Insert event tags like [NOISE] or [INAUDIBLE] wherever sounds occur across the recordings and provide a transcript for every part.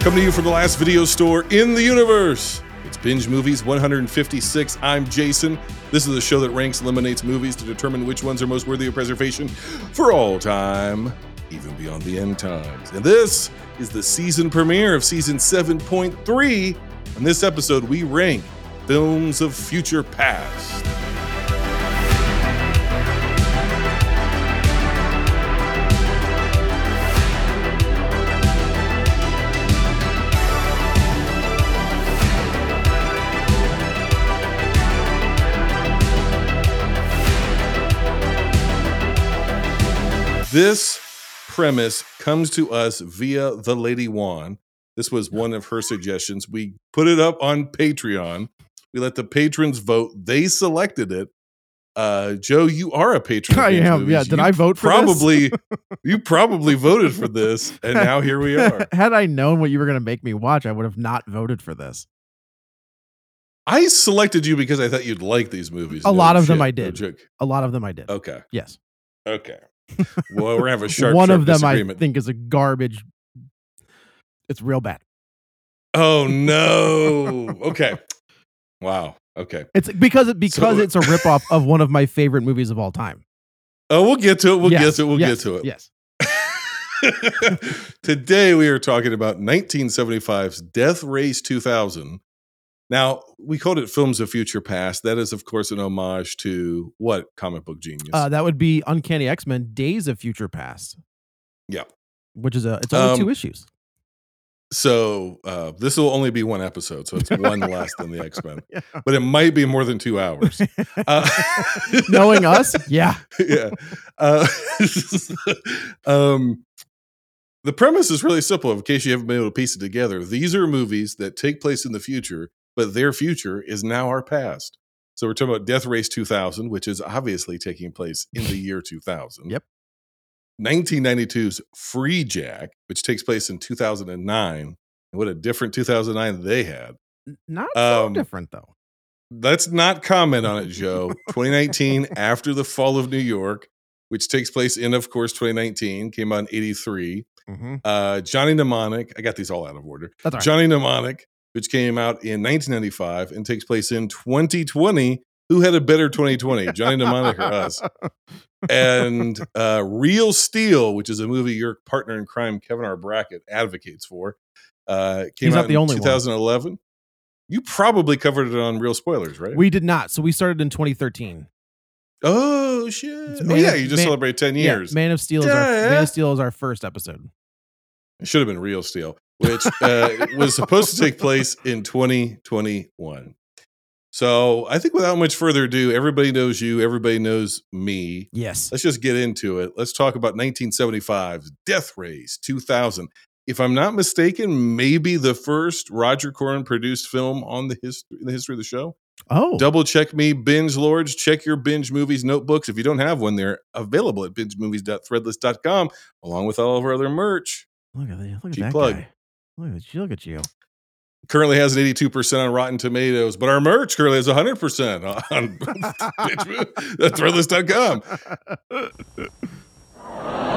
Coming to you from the last video store in the universe. It's Binge Movies 156. I'm Jason. This is the show that ranks and eliminates movies to determine which ones are most worthy of preservation for all time, even beyond the end times. And this is the season premiere of season 7.3. In this episode, we rank films of future past. This premise comes to us via the Lady Juan. This was one of her suggestions. We put it up on Patreon. We let the patrons vote. They selected it. Uh, Joe, you are a patron. of [LAUGHS] I Binge am. Movies. Yeah. Did You I vote for this? probably [LAUGHS] [LAUGHS] you probably voted for this, and now here we [LAUGHS] are. Had I known what you were going to make me watch, I would have not voted for this. I selected you because I thought you'd like these movies. A lot of them I no did. joke. A lot of them I did. Okay. Yes. [LAUGHS] Okay. Well, we're gonna have a sharp One sharp of them I disagreement. think is a garbage. It's real bad. Oh [LAUGHS] no. Okay. Wow. Okay. It's because it because So- it's a ripoff of one of my favorite movies of all time. Oh, we'll get to it. We'll get Yes, to it. We'll yes, get to it. Yes. [LAUGHS] Today we are talking about 1975's Death Race 2000. Now we called it films of future past. That is, of course, an homage to what comic book genius? Uh, that would be Uncanny X Men: Days of Future Past. Yeah. Which is a it's only Um, two issues. so uh, this will only be one episode, so it's [LAUGHS] one less than the X Men, Yeah. but it might be more than two [LAUGHS] hours. Uh, [LAUGHS] Knowing us, yeah. yeah. Uh, [LAUGHS] um, the premise is really simple. In case you haven't been able to piece it together, these are movies that take place in the future, but their future is now our past. So we're talking about Death Race 2000, which is obviously taking place in the year 2000. Yep. 1992's Free Jack, which takes place in 2009. And what a different 2009 they had. Not Um, so different though. Let's not comment on it, Joe. 2019, after the fall of New York, which takes place in, of course, 2019, came out in 83. Mhm. Uh, Johnny Mnemonic, I got these all out of order. That's all right. Johnny Mnemonic, which came out in 1995 and takes place in 2020. Who had a better 2020, Johnny Mnemonic or us? [LAUGHS] And uh, Real Steel, which is a movie your partner in crime, Kevin R. Brackett, advocates for, uh, came He's out not the in only one. 2011. You probably covered it on Real Spoilers, right? We did not. So we started in 2013. Oh shit! Oh Man yeah, of- you just Man- celebrated ten Yeah, years. Man of Steel is our, Yeah, yeah. Man of Steel is our first episode. it should have been Real Steel, which uh, was supposed to take place in 2021. So I think without much further ado, everybody knows you, everybody knows me. Yes. Let's just get into it. Let's talk about 1975's Death Race 2000. If I'm not mistaken, maybe the first Roger Corman produced film on the history, the history of the show. Oh. Double check me, binge lords. Check your binge movies notebooks. If you don't have one, they're available at bingemovies.threadless.com, along with all of our other merch. Look at, the, look at Cheap that plug. guy. Look at, you- look at you. Currently has an 82% on Rotten Tomatoes, but our merch currently has 100% on [LAUGHS] threadless.com.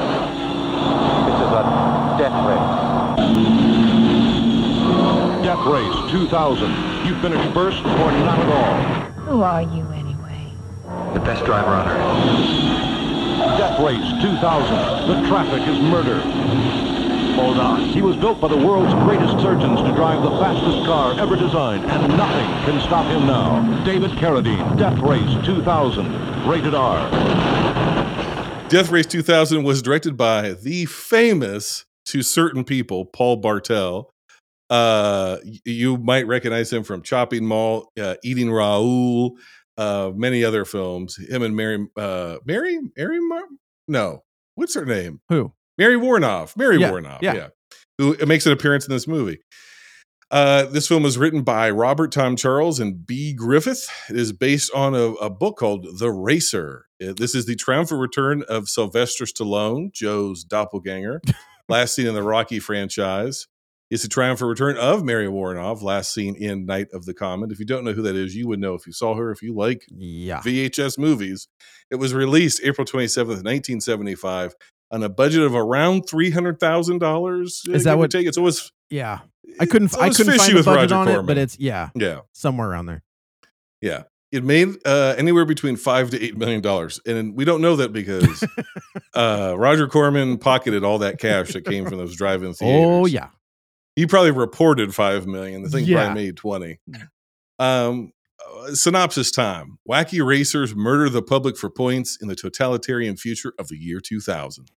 It's about death race. Death race 2000. You've been dispersed or not at all. Who are you anyway? The best driver on earth. Death race 2000. The traffic is murder. Hold on. He was built by the world's greatest surgeons to drive the fastest car ever designed, and nothing can stop him now. David Carradine, Death Race 2000, rated R. Death Race 2000 was directed by the famous, to certain people, Paul Bartel. Uh, y- you might recognize him from Chopping Mall, uh, Eating Raoul, uh, many other films. Him and Mary, uh, Mary, Mary, Mar- no, what's her name? Who? Mary Warnoff. Mary Yeah, Warnoff. Yeah. yeah. Who uh, makes an appearance in this movie. Uh, this film was written by Robert Tom Charles and B. Griffith. It is based on a, a book called The Racer. Uh, This is the triumphant return of Sylvester Stallone, Joe's doppelganger, last seen in the Rocky franchise. It's the triumphant return of Mary Warnoff, last seen in Night of the Comet. If you don't know who that is, you would know if you saw her. If you like Yeah. VHS movies. It was released April 27th, 1975, on a budget of around $300,000. uh, Is that give or what- Take. It's always, Yeah. I couldn't. So I it's couldn't fishy find the with budget Roger on it, Corman. but it's yeah, Yeah, somewhere around there. yeah. It made uh, anywhere between five to eight million dollars, and we don't know that [LAUGHS] because uh, Roger Corman pocketed all that cash that came from those drive-in theaters. Oh yeah, he probably reported five million. The thing Yeah. probably made twenty. Um, uh, synopsis time: Wacky racers murder the public for points in the totalitarian future of the year two thousand.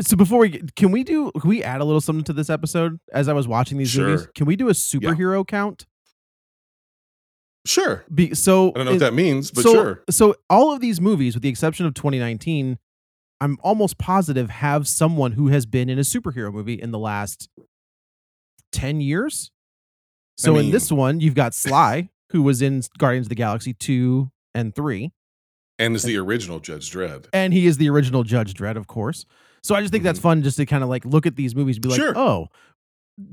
So before we get- can we do can we add a little something to this episode as I was watching these movies? Sure. Can we do a superhero count? Sure, Be, so I don't know what it- that means, but so, sure. So all of these movies, with the exception of 2019, I'm almost positive have someone who has been in a superhero movie in the last 10 years. So in mean- this one, you've got Sly, who was in Guardians of the Galaxy 2 and 3, And eh is the original Judge Dredd? and he is the original Judge Dredd, of course. So I just think that's fun just to kind of like look at these movies and be like, Mm-hmm. Sure. oh,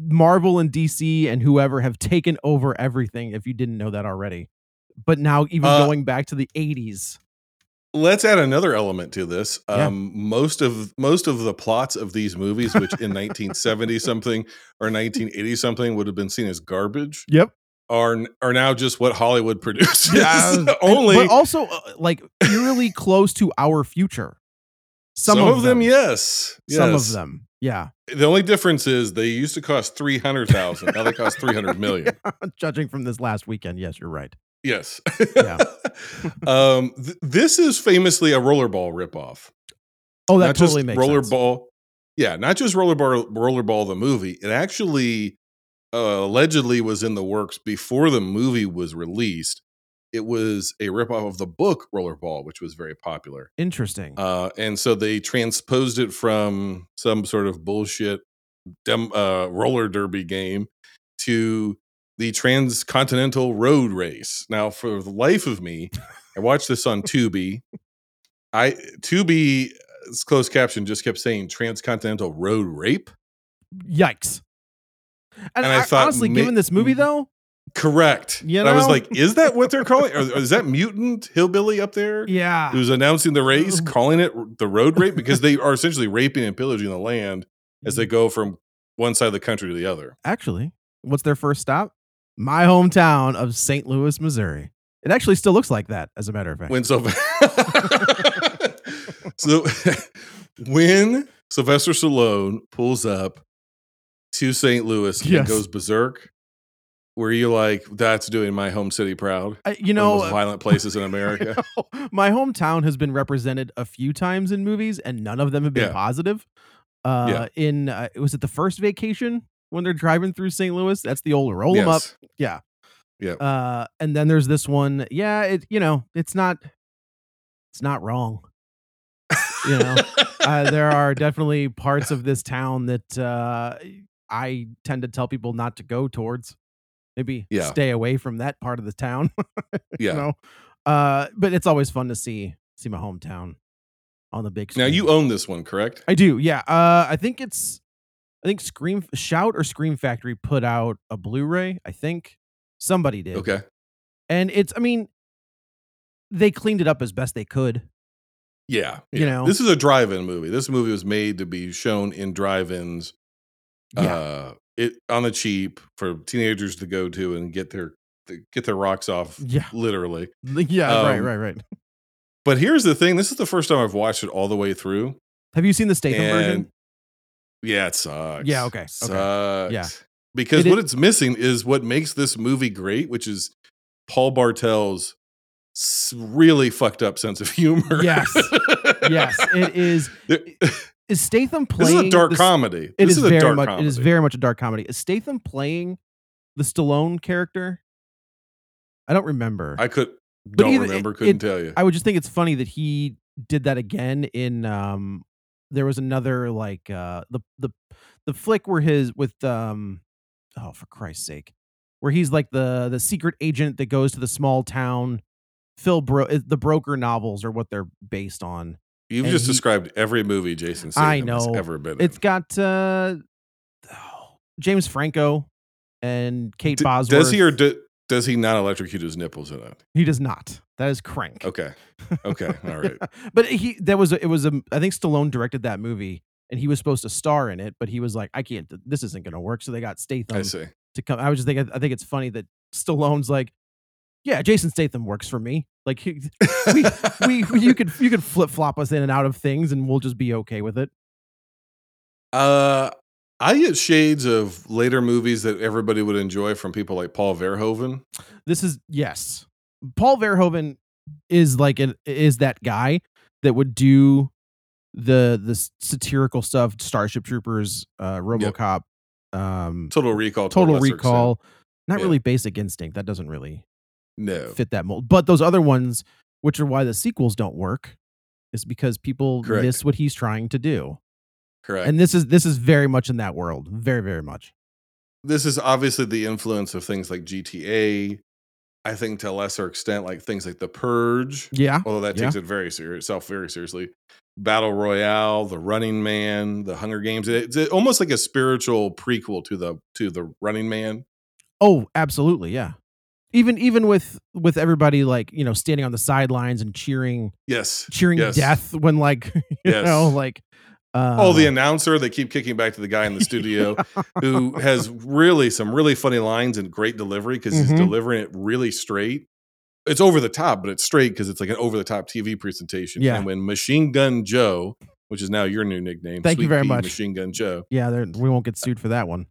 Marvel and DC and whoever have taken over everything if you didn't know that already. But now even Uh, going back to the 80s. Let's add another element to this. Yeah. Um, most of most of the plots of these movies, which in 1970 something or 1980 something would have been seen as garbage, Yep. are are now just what Hollywood [LAUGHS] produces. Yeah. Only but also uh, like eerily close to our future. some, of them, yes, Some of yes. them, yeah. The only difference is they used to cost three hundred thousand. Now they cost three hundred [LAUGHS] million. Judging from this last weekend, yes, you're right. Yes. Yeah. [LAUGHS] um, th- this is famously a rollerball ripoff. Oh, that not totally just makes sense. rollerball. Yeah, not just rollerball. Rollerball the movie. It actually uh, allegedly was in the works before the movie was released. It was a ripoff of the book Rollerball, which was very popular. Interesting. Uh, and so they transposed it from some sort of bullshit dem- uh, roller derby game to the transcontinental road race. Now, for the life of me, I watched this on Tubi. I Tubi's closed caption just kept saying transcontinental road rape. Yikes. and And, I I, thought honestly, ma- Mm-hmm. given this movie though, Correct. You And I was know? like, is that what they're calling? Or, or is that mutant hillbilly up there? yeah, who's announcing the [LAUGHS] race, calling it the road rape because they are essentially raping and pillaging the land as Mm-hmm. they go from one side of the country to the other. actually, what's their first stop? My hometown of St. Louis, Missouri. It actually still looks like that, as a matter of fact. When [LAUGHS] Sylvester, so [LAUGHS] when Sylvester Stallone pulls up to St. Louis Yes. and goes berserk, were you like, "That's doing my home city proud"? One I- you of the know, uh, most violent places in [LAUGHS] America. my hometown has been represented a few times in movies, and none of them have been Yeah. positive. Uh, In uh, was it the first vacation when they're driving through St. Louis? That's the old roll 'em Yes. [LAUGHS] up. Uh, and then there's this one. Yeah, it you know it's not it's not wrong. You [LAUGHS] know, uh, there are definitely parts of this town that uh, I tend to tell people not to go towards. Maybe Yeah. stay away from that part of the town. yeah. you know uh but it's always fun to see see my hometown on the big Now screen you own this one, correct? i do yeah uh i think it's i think scream shout or scream factory put out a blu-ray i think somebody did Okay. and it's i mean they cleaned it up as best they could Yeah, You yeah. know? this is a drive-in movie. This movie was made to be shown in drive-ins, yeah uh, it on the cheap for teenagers to go to and get their to get their rocks off, yeah literally. [LAUGHS] yeah right um, right right But here's the thing: this is the first time I've watched it all the way through, have you seen the Statham and version yeah, it sucks. Yeah, okay, okay. sucks. Yeah. because It what is- it's missing is what makes this movie great, which is Paul Bartel's s- really fucked up sense of humor. Yes. yes it is [LAUGHS] There- is statham This playing is a dark this- comedy. It this is a very dark much. comedy. It is very much a dark comedy. Is Statham playing the Stallone character? I don't remember. I could don't either- remember. it- Couldn't it- tell you. I would just think it's funny that he did that again in um. There was another like uh the the the flick where his with um oh for Christ's sake where he's like the the secret agent that goes to the small town. Phil Bro uh, the broker novels are what they're based on. You've and just he- described every movie Jason Statham I has know. ever been. It's in. got uh oh, James Franco and Kate D- Bosworth. Does he or do, does he not electrocute his nipples in it? He does not. That is crank. [LAUGHS] Okay. Okay. All right. but he that was a- it was a I think Stallone directed that movie and he was supposed to star in it, but he was like, I can't. do- This isn't going to work. So they got Statham I see. to come. I was just thinking. I think it's funny that Stallone's like, yeah, Jason Statham works for me. Like he, [LAUGHS] we- we you could you could flip flop us in and out of things, and we'll just be okay with it. [LAUGHS] Uh, I get shades of later movies that everybody would enjoy from people like Paul Verhoeven. This is yes. Paul Verhoeven is like an is that guy that would do the the s- satirical stuff, Starship Troopers, uh, RoboCop, um, Total Recall. to a Total lesser extent. Recall. Not Yeah. really Basic Instinct. That doesn't really No. fit that mold. But those other ones, which are why the sequels don't work, is because people Correct. miss what he's trying to do. Correct. And this is this is very much in that world, very very much. this is obviously the influence of things like GTA. I think to a lesser extent, like things like The Purge, Yeah, although that takes it very serious, itself very seriously. Battle Royale, The Running Man, The Hunger Games. It's almost like a spiritual prequel to the to the Running Man. Oh, absolutely, yeah. Even even with with everybody like you know standing on the sidelines and cheering Yes, cheering Yes. death when like [LAUGHS] you Yes. know like uh, oh, the announcer. They keep kicking back to the guy in the [LAUGHS] studio who has really some really funny lines and great delivery because Mhm. he's delivering it really straight. It's over the top, but it's straight because it's like an over the top TV presentation. Yeah. And when Machine Gun Joe, which is now your new nickname, Thank you Sweet very Pea much. Machine Gun Joe. yeah there- we won't get sued for that one.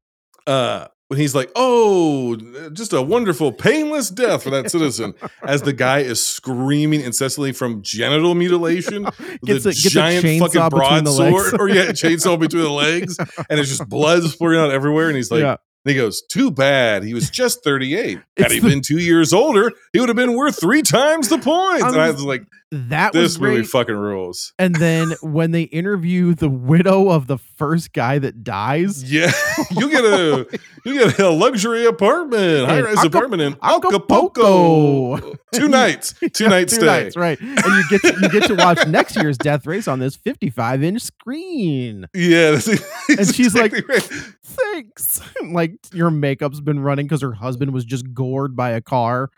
Uh, when he's like, "Oh, just a wonderful, painless death for that citizen," as the guy is screaming incessantly from genital mutilation Gets the a- gets a giant fucking chainsaw between the legs. broadsword [LAUGHS] or yeah, chainsaw between the legs, and it's just blood splurting out everywhere. And he's like, [LAUGHS] yeah, and he goes, "Too bad. He was just [LAUGHS] 38. Had It's he the- been two years older, he would have been worth three times the points." I'm and I just- was like, that was "This great. movie fucking [LAUGHS] rules." and then when they interview the widow of the first guy that dies, Yeah, [LAUGHS] you get a you get a luxury apartment, high rise Acap- apartment in Acapulco. [LAUGHS] Acapulco. Two nights, [LAUGHS] two nights [LAUGHS] Two stay. nights, right? And you get to, you get to watch next year's death race on this 55 inch screen. Yeah, that's- [LAUGHS] And she's like- exactly right. Thanks. [LAUGHS] like your makeup's been running because her husband was just gored by a car.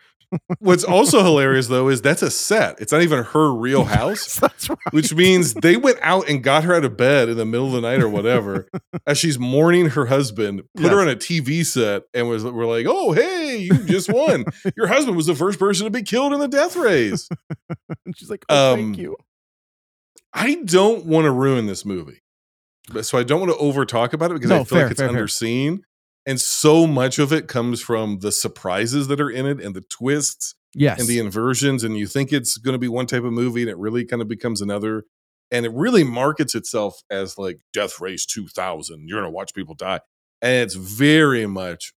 [LAUGHS] What's also hilarious though is that's a set. It's not even her [LAUGHS] real house. That's right. which means they went out and got her out of bed in the middle of the night or whatever as she's mourning her husband put her on a tv set and was were like oh hey you just won your husband was the first person to be killed in the death race And she's like, oh, Um, thank you. i don't want to ruin this movie But- so i don't want to over talk about it because i No, feel fair, like it's fair, fair. underseen and so much of it comes from the surprises that are in it and the twists Yes. and the inversions and you think it's going to be one type of movie and it really kind of becomes another and it really markets itself as like death race 2000 you're going to watch people die and it's very much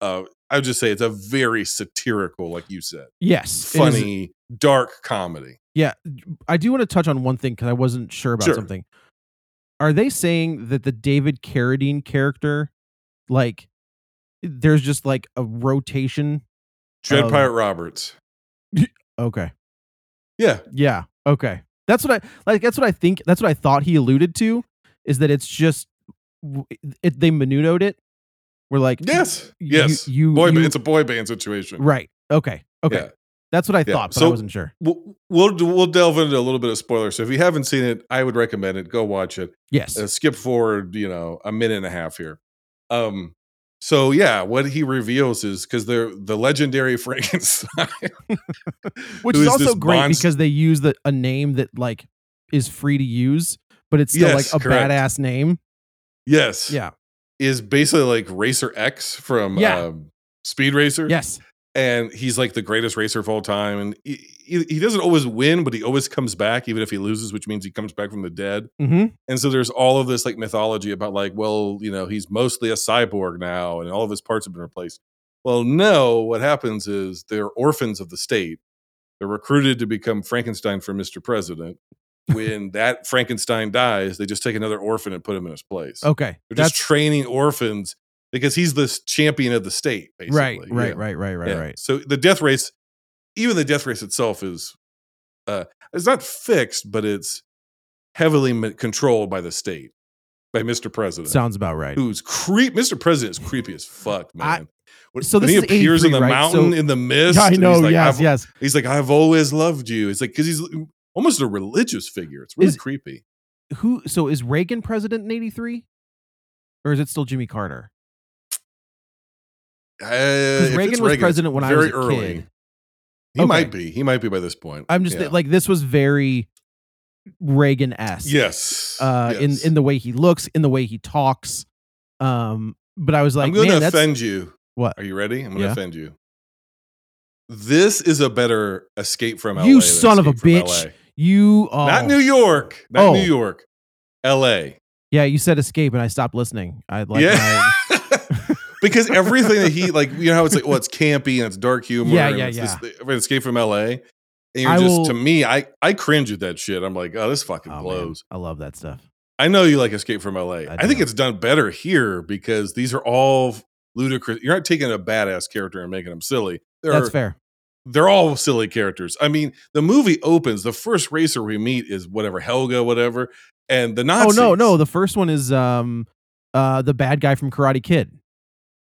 uh i would just say it's a very satirical like you said yes. it is- funny dark comedy Yeah, I do want to touch on one thing because I wasn't sure about Sure. something. Are they saying that the David Carradine character, like, there's just like a rotation? dread Um, pirate roberts Okay, yeah yeah, okay. That's what I like. That's what I think. That's what I thought he alluded to is that it's just w- it, they menudoed it. We're like, yes you- yes you, boy ba- you- it's a boy band situation right. Okay, okay. Yeah. That's what I Yeah, thought, but I so- wasn't sure. we'll, we'll we'll delve into a little bit of spoilers so if you haven't seen it i would recommend it go watch it Yes, uh, skip forward, you know, a minute and a half here. Um, so yeah, what he reveals is because they're the legendary [LAUGHS] Frankenstein, [LAUGHS] which who is this also great monst- because they use the a name that like is free to use, but it's still Yes, like a correct. badass name. yes, Yeah. is basically like Racer X from Yeah. um, Speed Racer, Yes. and he's like the greatest racer of all time, and he, he, he doesn't always win, but he always comes back, even if he loses, which means he comes back from the dead. Mm-hmm. And so there's all of this like mythology about like, well, you know, he's mostly a cyborg now and all of his parts have been replaced. Well, no, what happens is they're orphans of the state. They're recruited to become Frankenstein for Mr. President. [LAUGHS] When that Frankenstein dies, they just take another orphan and put him in his place. Okay. they're Oh, That's just training orphans because he's this champion of the state, basically. right, right, Yeah. right, right, right, Yeah. right. So the death race, even the death race itself is, uh, it's not fixed, but it's heavily ma- controlled by the state, by Mr. President, Sounds about right. [LAUGHS] who's creep. Mr. President is creepy as fuck, I- man. when, so when this he is appears in 83, the right? mountain So- in the mist, Yeah, [LAUGHS] I and know. He's like, yes, I've, yes. mm, He's like, I've always loved you. It's like because he's almost a religious figure. It's really Is- creepy. who? So is Reagan president in '83, or is it still Jimmy Carter? Uh, Because Because Reagan was president when I was a kid. He Okay. might be. He might be by this point. I'm just Yeah. like this was very Reagan-esque. yes. Uh, yes. in in the way he looks, in the way he talks. Um, but I was like, I'm going man, to that's offend you. what Are you ready? I'm going to Yeah. offend you. This is a better escape from LA. You than son of a Escape from bitch. LA. you. Oh, Not New York. Not Oh. New York. L.A. Yeah, you said escape, and I stopped listening. I like. yeah. I- [LAUGHS] because everything that he like, you know how it's like, well, it's campy and it's dark humor. Yeah, and yeah, it's yeah. This, everything, escape from L.A. And you're I just will- to me, I I cringe at that shit. I'm like, oh, this fucking Oh, man, blows. I love that stuff. I know you like Escape from LA. I, I think do. it's done better here because these are all ludicrous. You're not taking a badass character and making them silly. They're, That's fair. they're all silly characters. I mean, the movie opens. The first racer we meet is whatever Helga, whatever, and the Oh Nazis. no, no, the first one is um, uh, the bad guy from Karate Kid.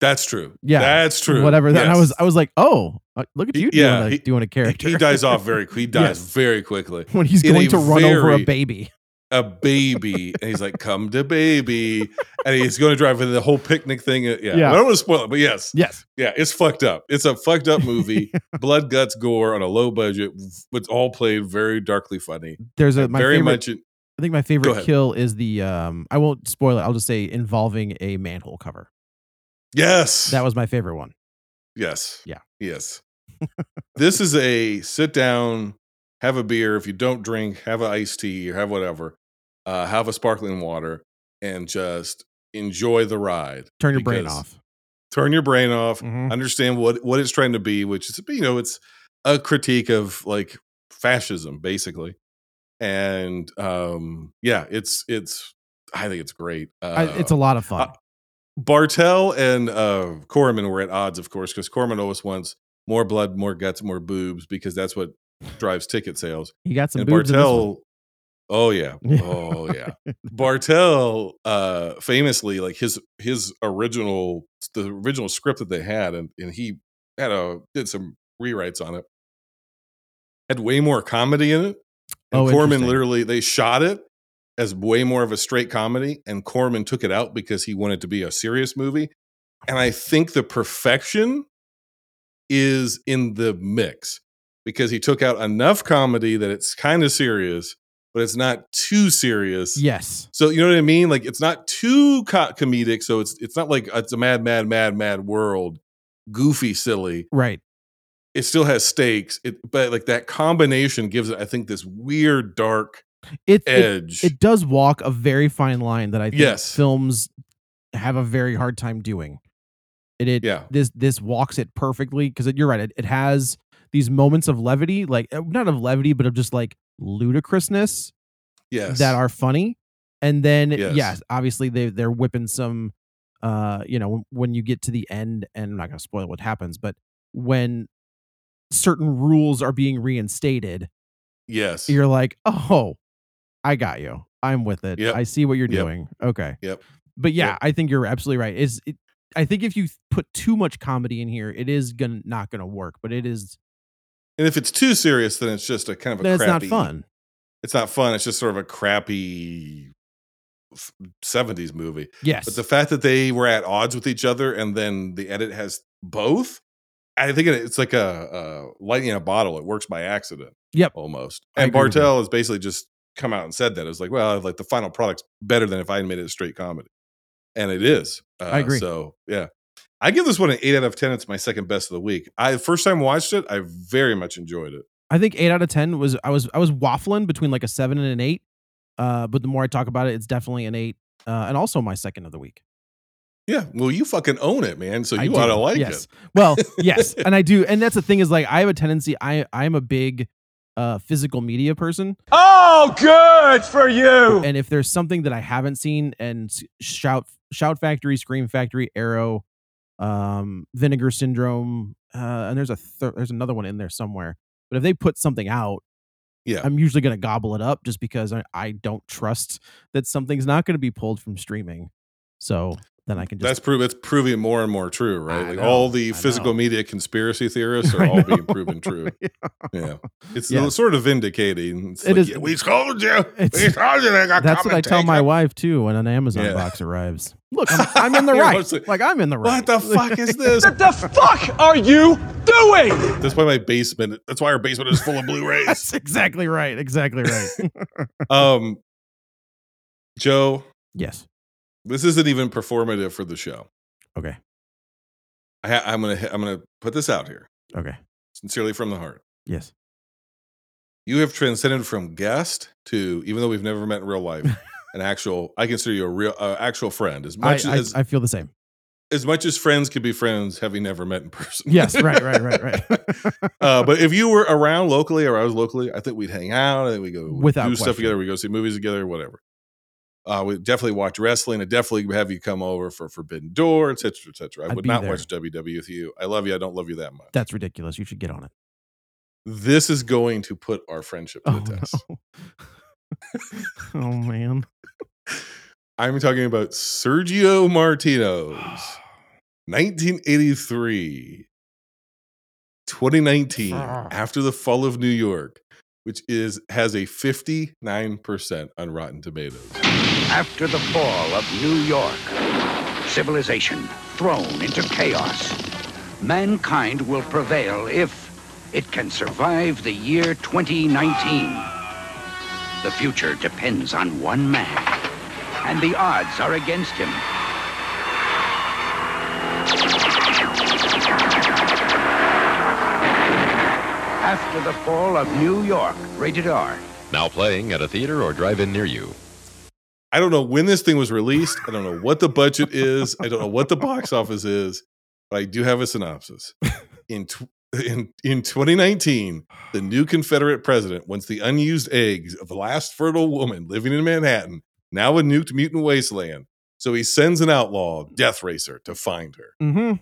that's true. Yeah, that's true. Whatever. And I Yes. was, I was like, oh, uh, look at He- you yeah, doing, a, he- doing a character. He dies off very. He dies Yes. very quickly. [LAUGHS] when he's in a going to run over a very- baby. [LAUGHS] a baby and he's like come to baby and he's going to drive in the whole picnic thing Uh, yeah, Yeah. i don't want to spoil it but yes Yes. yeah it's fucked up it's a fucked up [LAUGHS] movie blood guts gore on a low budget it's all played very darkly funny There's a my very favorite. much in- I think my Go favorite ahead. kill is the um. I won't spoil it. I'll just say involving a manhole cover. yes That was my favorite one. yes Yeah. yes this is a sit down have a beer if you don't drink have an iced tea or have whatever uh, have a sparkling water and just enjoy the ride Turn your brain Because- Mm-hmm. off. turn your brain off Mhm. understand what what it's trying to be, which is you know it's a critique of like fascism basically, and um yeah, it's it's I think it's great. Uh, I, it's a lot of fun. uh, Bartel and uh Corman were at odds, of course, because Corman always wants more blood, more guts, more boobs because that's what drives ticket sales. you got some and boobs in this one. Bartel. Oh yeah. [LAUGHS] Yeah. Oh yeah. Bartel uh famously like his his original the original script that they had and and he had a did some rewrites on it had way more comedy in it and Oh, Corman interesting. literally they shot it as way more of a straight comedy and Corman took it out because he wanted to be a serious movie and I think the perfection is in the mix because he took out enough comedy that it's kind of serious but it's not too serious Yes. so you know what I mean? Like it's not too co- comedic, so it's it's not like it's a mad, mad, mad, mad world, goofy, silly. Right. It still has stakes, it, but like that combination gives it, I think, this weird dark It, it edge. it does walk a very fine line that I think Yes. films have a very hard time doing. It, it Yeah. this this walks it perfectly because you're right. It, it has these moments of levity, like uh, not of levity, but of just like ludicrousness yes, that are funny. And then Yes. yes, obviously they they're whipping some uh you know when, when you get to the end and I'm not going to spoil what happens, but when certain rules are being reinstated, yes, you're like, oh, I got you. I'm with it. Yep. I see what you're Yep. doing. Okay. Yep. But yeah, Yep. I think you're absolutely right. Is it, I think if you put too much comedy in here, it is gonna not gonna work. But it is and if it's too serious, then it's just a kind of a then it's not crappy. fun. It's not fun. It's just sort of a crappy f- '70s movie. Yes. But the fact that they were at odds with each other and then the edit has both, I think it- it's like a, a lightning in a bottle. It works by accident. Yep. Almost. I And agree with Bartel has basically just come out and said that. It was like, well, like the final product's better than if I had made it a straight comedy. And it is. Uh, I agree. So, yeah. I give this one an eight out of 10. It's my second best of the week. I first time watched it, I very much enjoyed it. I think eight out of ten was I was I was waffling between like a seven and an eight. Uh, but the more I talk about it, it's definitely an eight. Uh, and also my second of the week. Yeah. Well, you fucking own it, man. So I you do. ought to like yes. it. Well, [LAUGHS] yes, and I do, and that's the thing is like I have a tendency. I I'm a big uh physical media person, Oh, good for you. and if there's something that I haven't seen, and s- shout shout factory, scream factory, arrow, um, vinegar syndrome, uh, and there's a thir- there's another one in there somewhere. But if they put something out, Yeah. I'm usually going to gobble it up just because I, I don't trust that something's not going to be pulled from streaming. So then I can just That's prove that's proving more and more true, right? I Like know, all the I physical know. media conspiracy theorists are [LAUGHS] I all being know. proven true. [LAUGHS] Yeah, it's Yeah. sort of vindicating. It's It like, is- "Yeah, we told you. [LAUGHS] It's- we told you they got That's what coming I tell to [LAUGHS] my you." wife too when an Amazon Yeah. box arrives. [LAUGHS] Look, I'm, I'm [LAUGHS] in the You're right. mostly- Like I'm in the right. What [LAUGHS] the fuck is this? What the fuck are you doing? That's why my basement. That's why our basement is full of Blu-rays. [LAUGHS] That's exactly right. Exactly [LAUGHS] right. Um, Joe, yes. this isn't even performative for the show. Okay. I ha- I'm gonna I'm gonna put this out here Okay. sincerely from the heart. Yes. You have transcended from guest to, even though we've never met in real [LAUGHS] life, an actual. I consider you a real, uh, actual friend. As I, much I, as I feel the [LAUGHS] same. as much as friends can be friends, having never met in person. Yes. Right. Right. Right. Right. [LAUGHS] uh, but if you were around locally or I was locally, I think we'd hang out and we go we'd Without do stuff question. together. We go see movies together, whatever. Uh, we definitely watch wrestling. I definitely have you come over for Forbidden Door, et cetera, et cetera. I I'd would be not there. watch WWE with you. I love you. I don't love you that much. That's ridiculous. You should get on it. This is going to put our friendship to Oh, the test. no. [LAUGHS] oh man. I'm talking about Sergio Martino's 1983, 2019, Ah. after the fall of New York, which is has a 59% on Rotten Tomatoes. After the fall of New York, civilization thrown into chaos, mankind will prevail if it can survive the year 2019. The future depends on one man, and the odds are against him. After the fall of New York, rated R. Now playing at a theater or drive in near you. I don't know when this thing was released. I don't know what the budget is. I don't know what the box office is, but I do have a synopsis. In tw- in in 2019, the new Confederate president wants the unused eggs of the last fertile woman living in Manhattan, now a nuked mutant wasteland. So he sends an outlaw, Death Racer, to find her. Mm-hmm.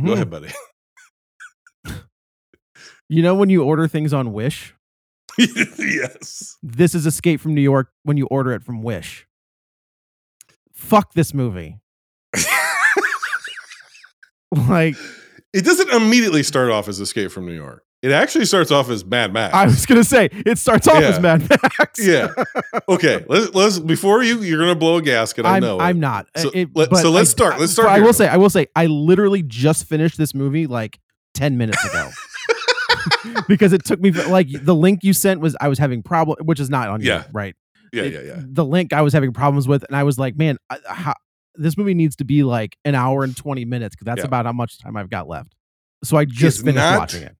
Hmm. Go ahead, buddy. [LAUGHS] You know when you order things on Wish, yes. this is Escape from New York. When you order it from Wish, fuck this [LAUGHS] movie. Like It doesn't immediately start off as Escape from New York. It actually starts off as Mad Max. I was gonna say, it starts off as Yeah. Mad Max. yeah. [LAUGHS] Okay. Let's let's before you you're gonna blow a gasket. I I'm, know. it. I'm not. So, It- let- but so let's I- start. Let's I- start but I here. will say, I will say, I literally just finished this movie like ten minutes [LAUGHS] ago [LAUGHS] because it took me like the link you sent was I was having problem, which is not on you, Yeah. right? yeah, It- yeah, yeah. The link I was having problems with, and I was like, man, I, how, this movie needs to be like an hour and twenty minutes because that's Yeah. about how much time I've got left. So I It's just finished not- watching it.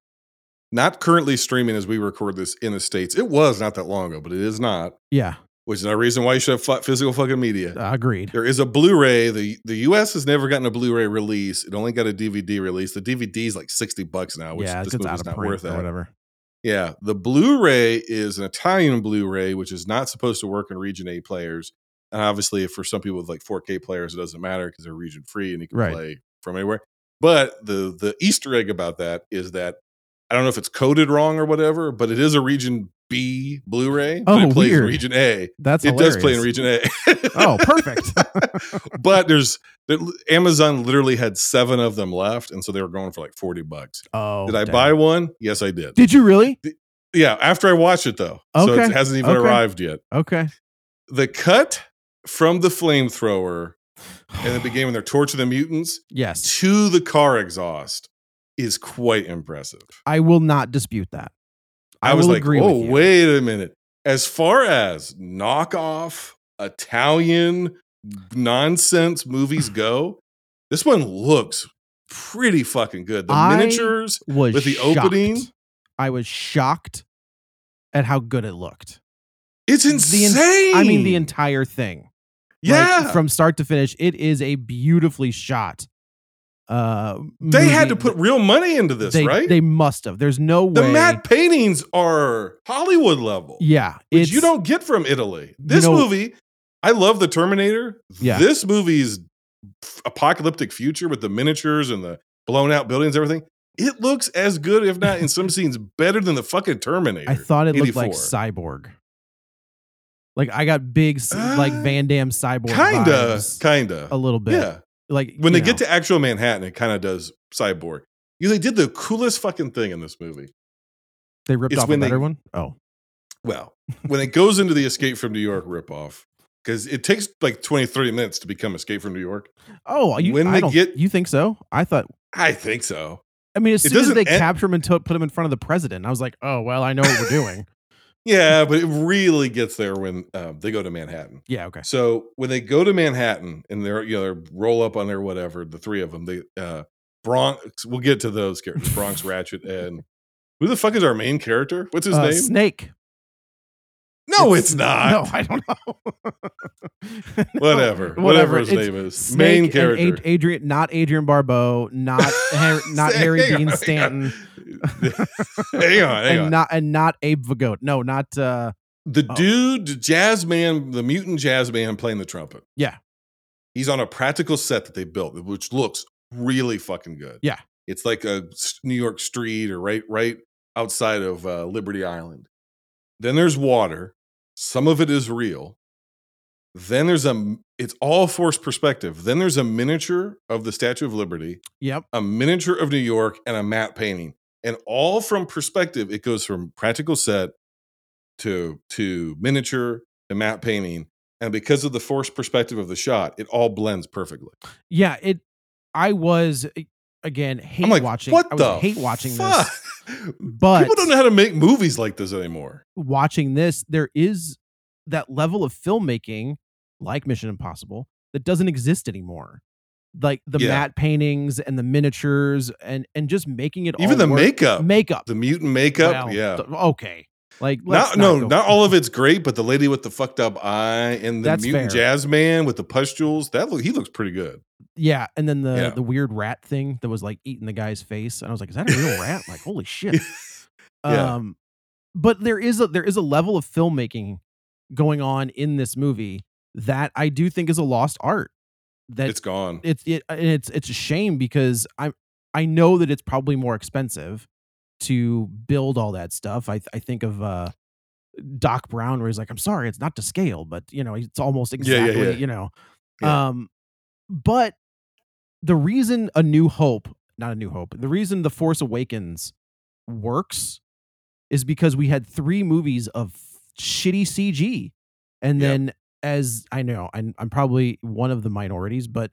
Not currently streaming as we record this in the states. It was not that long ago, but it is not. Yeah, Which is no reason why you should have fu- physical fucking media. uh, agreed. There is a Blu-ray. the The U.S. has never gotten a Blu-ray release. It only got a DVD release. The DVD is like sixty bucks now, which yeah, this it's out movie's of not print worth or that. whatever. Yeah, the Blu-ray is an Italian Blu-ray, which is not supposed to work in Region A players. And obviously, if for some people with like 4K players, it doesn't matter because they're region free and you can Right. play from anywhere. But the the Easter egg about that is that I don't know if it's coded wrong or whatever, but it is a Region B Blu-ray. but Oh, it plays weird. in Region A. That's it hilarious. does play in Region A. Oh, perfect. [LAUGHS] but there's there, Amazon literally had seven of them left, and so they were going for like 40 bucks. Oh, did I damn. buy one? Yes, I did. Did you really? Yeah, after I watch it though. So it Okay, hasn't even okay. arrived yet. Okay. The cut from the flamethrower in the beginning when they're torching the mutants Yes, to the car exhaust is quite impressive. I will not dispute that. I, I, was will like, agree oh, with you. wait a minute. As far as knockoff Italian nonsense movies go, this one looks pretty fucking good. The I- miniatures, Was with the shocked. opening? I was shocked at how good it looked. it's The en- insane. I mean, the entire thing. Like, yeah. from start to finish, it is a beautifully shot. Uh, they had to movie. put real money into this, they, right? They must have. There's no The way. matte paintings are Hollywood level, yeah, which it's- you don't get from Italy. This know- movie, I love the Terminator. Yeah. This movie's apocalyptic future with the miniatures and the blown out buildings, and everything. It looks as good, if not [LAUGHS] in some scenes, better than the fucking Terminator. I thought it looked like 84. Cyborg. Like I got big s- like Uh, Van Damme cyborg Kinda, vibes a kinda. little bit. Yeah. Like When you they get know. to actual Manhattan, it kind of does cyborg. You know, they did the coolest fucking thing in this movie. they ripped it's off a when they- better one. Oh, Well, when it goes into the Escape from New York ripoff, because it takes like 20, 30 minutes to become Escape from New York. oh, you, When I they don't- get- you think so? I thought. I think so. I mean, as It soon as doesn't they end- capture him and to- put him in front of the president, I was like, oh well, I know what [LAUGHS] we're doing. Yeah, but it really gets there when um, they go to Manhattan. yeah. Okay. So when they go to Manhattan and they're you know they're roll up on their whatever the three of them they uh Bronx we'll get to those characters Bronx Ratchet and who the fuck is our main character what's his Uh, name Snake. no it's, not No, [LAUGHS] I don't know. whatever No, whatever his It's name is Snake main and character Ad- Adrian, not Adrian Barbeau, not [LAUGHS] Har- not Harry Hang on, Dean hang on. Stanton, [LAUGHS] hang on hang and on not and not Abe Vigote. No, not uh, the oh. dude the jazz man the mutant jazz man playing the trumpet Yeah. he's on a practical set that they built which looks really fucking good Yeah. it's like a s- new york street or right right outside of uh, liberty island then there's water some of it is real then there's a m- it's all forced perspective then there's a miniature of the statue of liberty yep, a miniature of New York, and a matte painting. And all from perspective, it goes from practical set to to miniature to matte painting. And because of the forced perspective of the shot, it all blends perfectly. yeah. It. I was again hate I'm like, watching. what I was the hate watching fuck? this, [LAUGHS] but people don't know how to make movies like this anymore. watching this, there is that level of filmmaking, like Mission Impossible, that doesn't exist anymore. Like the Yeah. matte paintings and the miniatures, and and just making it all Even the work- makeup, makeup, the mutant makeup, Well, yeah. th- okay. Like Not, let's no, go- [LAUGHS] not all of it's great, but the lady with the fucked up eye and the That's mutant fair. jazz man with the pustules, that look, he looks pretty good. Yeah, and then the Yeah. the weird rat thing that was like eating the guy's face, and I was like, is that a real rat? [LAUGHS] Like holy shit. Yeah. Um, but there is a there is a level of filmmaking going on in this movie that I do think is a lost art. That it's gone. it's it, uh, and it's it's a shame because I I know that it's probably more expensive to build all that stuff. I I think of uh Doc Brown where he's like, I'm sorry, it's not to scale, but you know, it's almost Yeah, yeah, exactly, yeah. you know. Yeah. Um but the reason A New Hope, not A New Hope, the reason The Force Awakens works is because we had three movies of shitty CG. And Yep. then as I know, I'm, I'm probably one of the minorities, but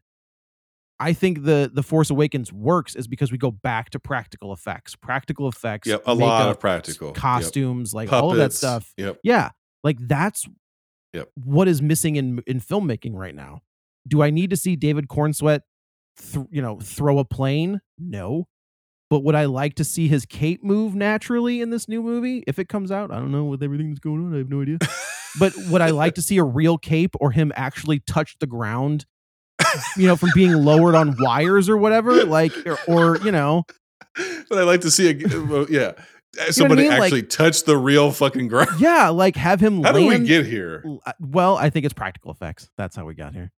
I think the the Force Awakens works is because we go back to practical effects, practical effects, Yep, a lot makeup, of practical Yep. costumes, like all of that Puppets. stuff. Yep. Yeah, like that's Yep. what is missing in in filmmaking right now. Do I need to see David Cornsweet, th- you know, throw a plane? No, but would I like to see his cape move naturally in this new movie if it comes out? I don't know with everything that's going on. I have no idea. But would I like to see a real cape or him actually touch the ground? you know, from being lowered on wires or whatever, like, or, or you know, but I like to see a uh, well, yeah. Somebody mean? Like- actually touch the real fucking [LAUGHS] ground. yeah, like have him. How land, do we get here? L- uh, Well, I think it's practical effects. That's how we got here.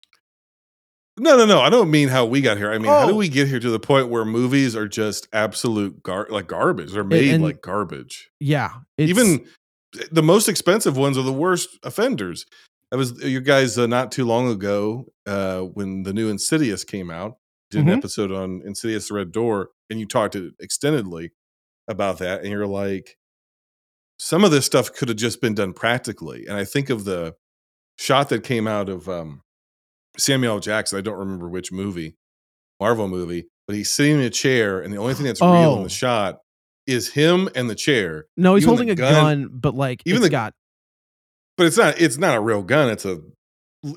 No, no, no. I don't mean how we got here. I mean, how do Oh. we get here to the point where movies are just absolute gar- like garbage? They're made and- like garbage. Yeah, it's, Even the most expensive ones are the worst offenders. I was you guys uh, not too long ago uh, when the new Insidious came out. Did Mhm. an episode on Insidious: The Red Door, and you talked it extendedly about that, and you're like, some of this stuff could have just been done practically. And I think of the shot that came out of um, Samuel L. Jackson. I don't remember which movie, Marvel movie, but he's sitting in a chair, and the only thing that's real in Oh. the shot is him and the chair. no, he's even the holding a gun, gun- but like even even the- got but it's not it's not a real gun it's a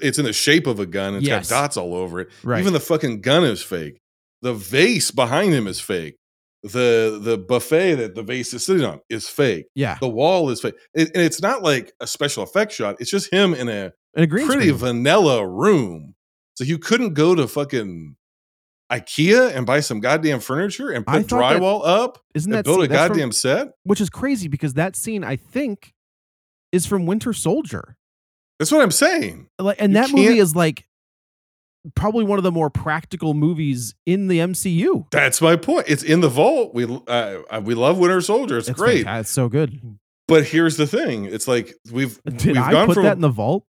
it's in the shape of a gun It's Yes. got dots all over it right. even the fucking gun is fake the vase behind him is fake the the buffet that the vase is sitting on is fake yeah, the wall is fake It- and it's not like a special effect shot it's just him in a and a green pretty screen. vanilla room so you couldn't go to fucking ikea and buy some goddamn furniture and I put thought that- drywall up Isn't and that build scene, a that's from- goddamn set which is crazy because that scene I think is from Winter Soldier. that's what i'm saying Like, and You that movie can't- is like probably one of the more practical movies in the MCU. That's my point. It's in the vault. We uh, uh, we love Winter Soldier. It's great. fantastic. It's so good. But here's the thing: it's like we've Did we've I gone put from that in the vault?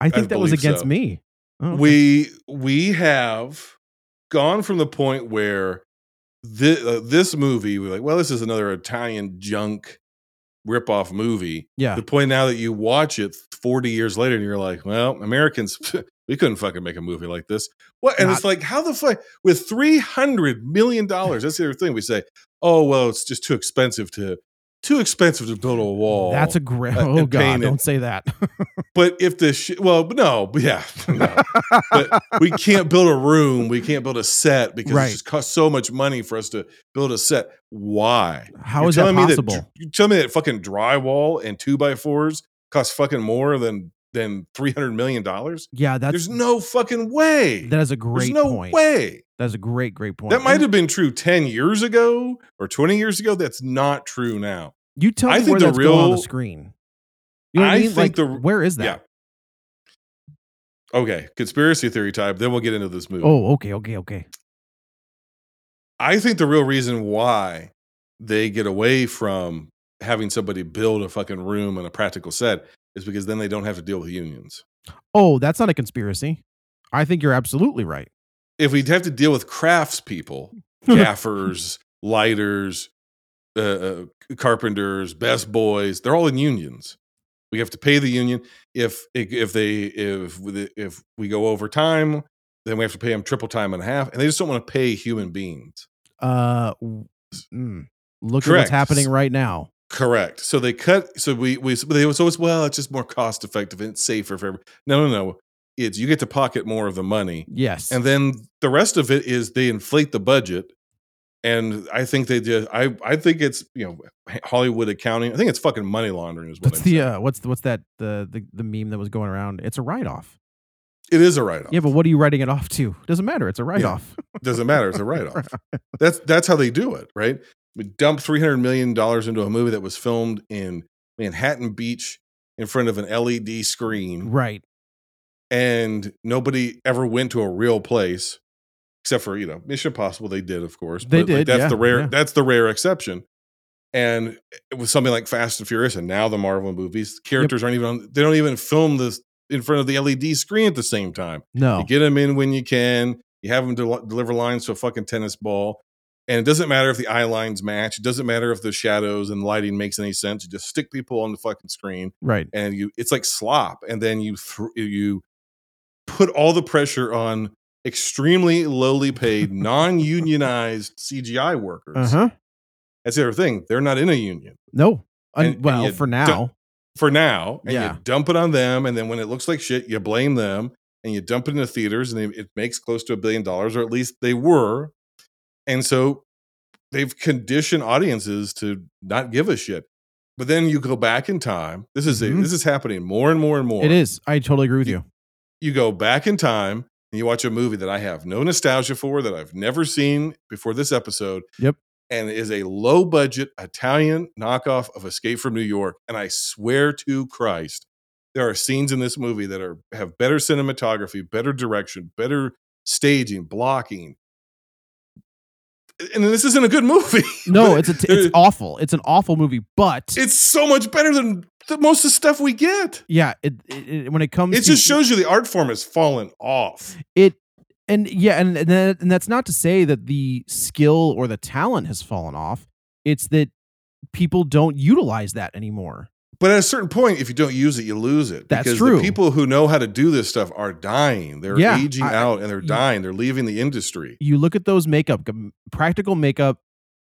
I think that was believe against so. me. Oh, okay. we we have gone from the point where thi- uh, this movie we're like, well, this is another Italian junk ripoff movie. yeah. The point now that you watch it 40 years later and you're like, well, Americans, [LAUGHS] we couldn't fucking make a movie like this. What? And it's like, how the fuck with 300 million dollars? That's the other thing we say. Oh well, it's just too expensive to too expensive to build a wall. That's [LAUGHS] a great. uh, Oh and God! painted. Don't say that. [LAUGHS] But if the sh- well, but no, but yeah, [LAUGHS] no. But we can't build a room, we can't build a set because Right. it just costs so much money for us to build a set. Why? How You're is that telling me that possible? dr- you tell me that fucking drywall and two by fours cost fucking more than than three hundred million dollars? yeah, that's There's no fucking way. that is a There's great no point. way. That's a great, great point. That might And have been true ten years ago or twenty years ago. That's not true now. You tell I me think where the that's going on the real- screen. You know what I, I mean? think like, the- where is Yeah. that? Okay, conspiracy theory type. Then we'll get into this movie. Oh, okay, okay, okay. I think the real reason why they get away from having somebody build a fucking room and a practical set is because then they don't have to deal with unions. Oh, that's not a conspiracy. I think you're absolutely right. If we'd have to deal with craftspeople, gaffers, lighters, uh, uh, carpenters, best boys, they're all in unions. We have to pay the union. If if they if if we go over time, then we have to pay them triple time and a half, and they just don't want to pay human beings. Uh, w- mm, look at Correct. what's happening right now. Correct. So they cut. So we we they was always well. It's just more cost effective and it's safer for every. No, no, no. It's you get to pocket more of the money, Yes. and then the rest of it is they inflate the budget. And I think they did. I I think it's you know Hollywood accounting. I think it's fucking money laundering is what what's I'm the saying. uh, what's the, what's that the, the the meme that was going around? It's a write off. It is a write off. Yeah, but what are you writing it off to? Doesn't matter. It's a write off. doesn't matter. It's a write off. that's that's how they do it, right? We dump three hundred million dollars into a movie that was filmed in Manhattan Beach in front of an LED screen. [LAUGHS] right. and nobody ever went to a real place except for you know mission impossible they did of course They like, did, that's yeah, the rare yeah. that's the rare exception and it was something like fast and furious and now the marvel movies characters aren't even on they don't even film this in front of the led screen at the same time No. you get them in when you can you have them del- deliver lines to a fucking tennis ball and it doesn't matter if the eye lines match it doesn't matter if the shadows and lighting makes any sense you just stick people on the fucking screen Right. and you it's like slop and then you thr you put all the pressure on extremely lowly paid non-unionized cgi workers Uh huh. that's the other thing they're not in a union No. Un- And- and well, you for don't- now. for now and Yeah. you dump it on them and then when it looks like shit you blame them and you dump it into theaters and they, it makes close to a billion dollars or at least they were and so they've conditioned audiences to not give a shit but then you go back in time this is Mhm. a, this is happening more and more and more It is. I totally agree with you. you go back in time and you watch a movie that I have no nostalgia for, that I've never seen before this episode. Yep. And is a low budget Italian knockoff of Escape from New York. And I swear to Christ, there are scenes in this movie that are have better cinematography, better direction, better staging, blocking. And this isn't a good movie. [LAUGHS] No, but it's a t- it's there- awful. It's an awful movie, but it's so much better than the, most of the stuff we get. yeah, it, it, it- when it comes It to just shows you the art form has fallen off. it and yeah, and and, that, and that's not to say that the skill or the talent has fallen off. It's that people don't utilize that anymore. But at a certain point, if you don't use it, you lose it. That's because true. The people who know how to do this stuff are dying. They're Yeah, aging I- out and they're you- dying. They're leaving the industry. You look at those makeup g- practical makeup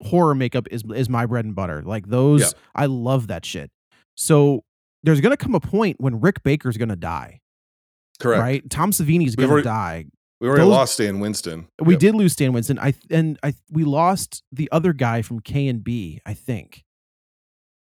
horror makeup is is my bread and butter. Like those Yeah. I love that shit. So there's going to come a point when Rick Baker's going to die, Correct. right? Tom Savini's going to already- die. We already Those- lost Stan Winston. We Yep. did lose Stan Winston. I th- and I th- we lost the other guy from K and B. I think.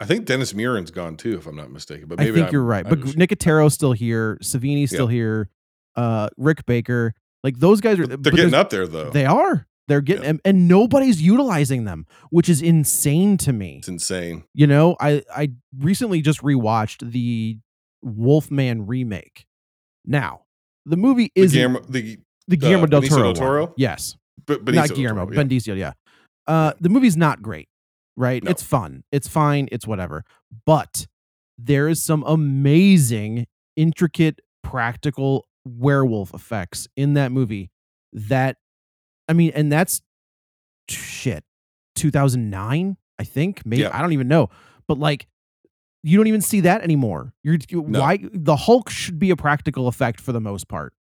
I think Dennis Murin's gone too, if I'm not mistaken. But I maybe think I'm- you're right. I'm But just- Nicotero's still here. Savini's still here. Uh, Rick Baker. Like those guys are. they're but getting there's- up there though. They are. They're getting Yeah. and, and nobody's utilizing them, which is insane to me. it's insane. You know, I I recently just rewatched the Wolfman remake. Now, the movie is the, the, Guillermo, the Guillermo uh, del Benicio Toro. del one. Toro? Yes, but, not Guillermo, Toro, yeah. Benicio. Yeah, uh, the movie's not great. right? No. It's fun. It's fine. It's whatever. But there is some amazing, intricate, practical werewolf effects in that movie that I mean, and that's shit. 2009, I think. Maybe Yeah. I don't even know. But like you don't even see that anymore. You're you- No. why the Hulk should be a practical effect for the most part.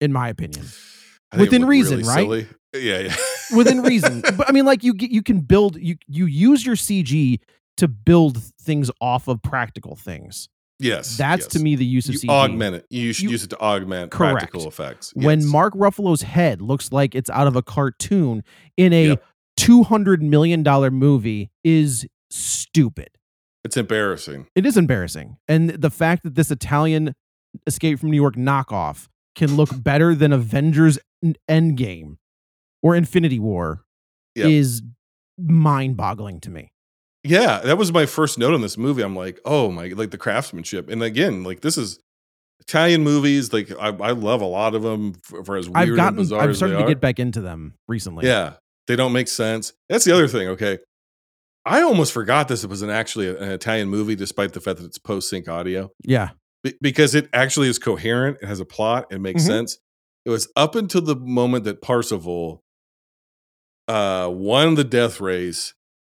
In my I opinion. think it Within looked reason, right? silly. [LAUGHS] Yeah, yeah. [LAUGHS] within reason. but I mean, like you get- you can build you you use your CG to build things off of practical things. yes. That's yes. to me the use of You CG. augment it. You should You- use it to augment Correct. practical effects. When Yes. Mark Ruffalo's head looks like it's out of a cartoon in a Yep. two hundred million dollar movie is stupid. it's embarrassing. It is embarrassing, and the fact that this Italian Escape from New York knockoff can [LAUGHS] look better than Avengers N- Endgame or Infinity War Yep. is mind-boggling to me. Yeah, that was my first note on this movie. I'm like, oh my, like the craftsmanship. And again, like this is Italian movies. Like I, I love a lot of them for, for as weird I've and gotten bizarre I've as they started to are. get back into them recently. yeah, they don't make sense. That's the other thing. Okay, I almost forgot this. It was an actually an Italian movie, despite the fact that it's post sync audio. Yeah. be- because it actually is coherent. It has a plot. It makes Mhm. sense. It was up until the moment that Parsifal uh, won the death race,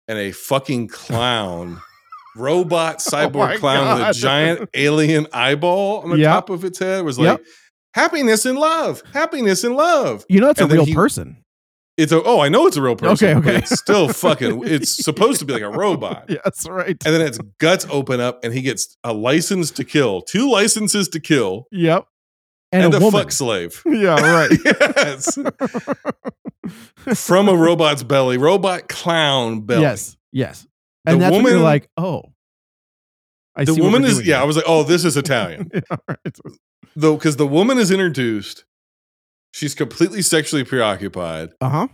and a fucking clown, [LAUGHS] robot cyborg Oh my clown God. with a [LAUGHS] giant alien eyeball on the Yep. top of its head was Yep. like, "Happiness and love, happiness and love." You know that's And a then real he- person. It's a oh, I know it's a real person. Okay, but okay. it's [LAUGHS] still fucking. It's supposed to be like a robot. Yes, right. And then its guts open up, and he gets a license to kill, two licenses to kill, Yep. And, and, a a [LAUGHS] woman. fuck slave. [LAUGHS] Yeah, right. yes. From a robot's belly, robot clown belly. Yes. Yes. The and that's when you're woman- like, oh. I The see what woman we're is, doing yeah, I [LAUGHS] here. was like, oh, this is [LAUGHS] Italian. Yeah, right. Though, because the woman is introduced, she's completely sexually preoccupied, Uh-huh.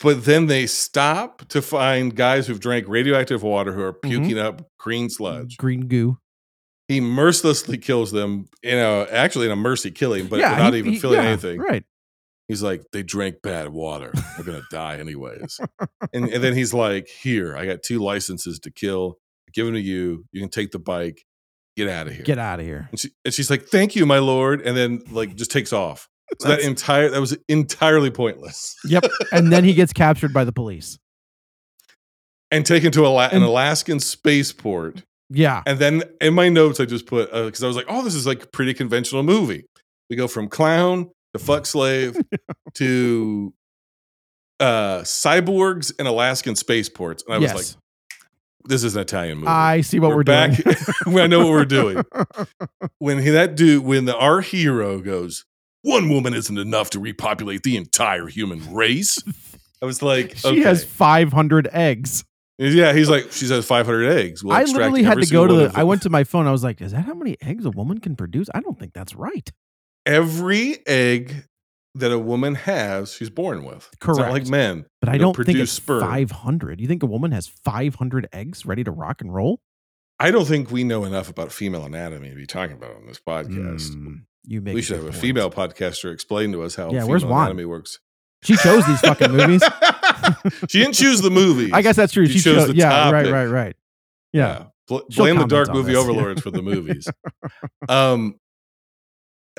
but then they stop to find guys who've drank radioactive water who are Mm-hmm. puking up green sludge. Green goo. He mercilessly kills them, you know, actually in a mercy killing, but yeah, without he- even he- feeling yeah, anything. Right. He's like, they drank bad water. They're gonna die anyways. And, and then he's like, here, I got two licenses to kill. I give them to you. You can take the bike. Get out of here. Get out [LAUGHS] of here. and, she, and she's like, thank you, my lord. And then like just takes off. So that That's- entire that was entirely pointless. Yep. and then he gets captured by the police. And taken to Ala- an And- Alaskan spaceport. Yeah. And then in my notes, I just put because I was like, oh, this is like a pretty conventional movie. We go from clown to fuck [LAUGHS] slave to uh cyborgs and Alaskan spaceports. And I yes. was like, this is an Italian movie. I see what We're we're, back. [LAUGHS] doing. I know what we're doing. when he, that dude, when the, our hero goes, one woman isn't enough to repopulate the entire human race. I was like, [LAUGHS] [LAUGHS] she has okay. 500 eggs. yeah. He's like, she has 500 eggs. We'll I extract literally had every to go single to one the. of I them." went to my phone. I was like, "Is that how many eggs a woman can produce?" I don't think that's right. every egg that a woman has, she's born with. It's not Correct. like men. But I They'll don't think produce it's sperm. five hundred. You think a woman has five hundred eggs ready to rock and roll? I don't think we know enough about female anatomy to be talking about it on this podcast. Mm, you make. we a should have good a point. female podcaster explain to us how Yeah, female where's Juan? anatomy works. She chose these fucking [LAUGHS] movies. she didn't choose the movie. I guess that's true. She She, chose chose. the yeah. Right. topic. Right. Right. Yeah. Bl- She'll blame the comment dark on movie this. overlords for the [LAUGHS] movies. um,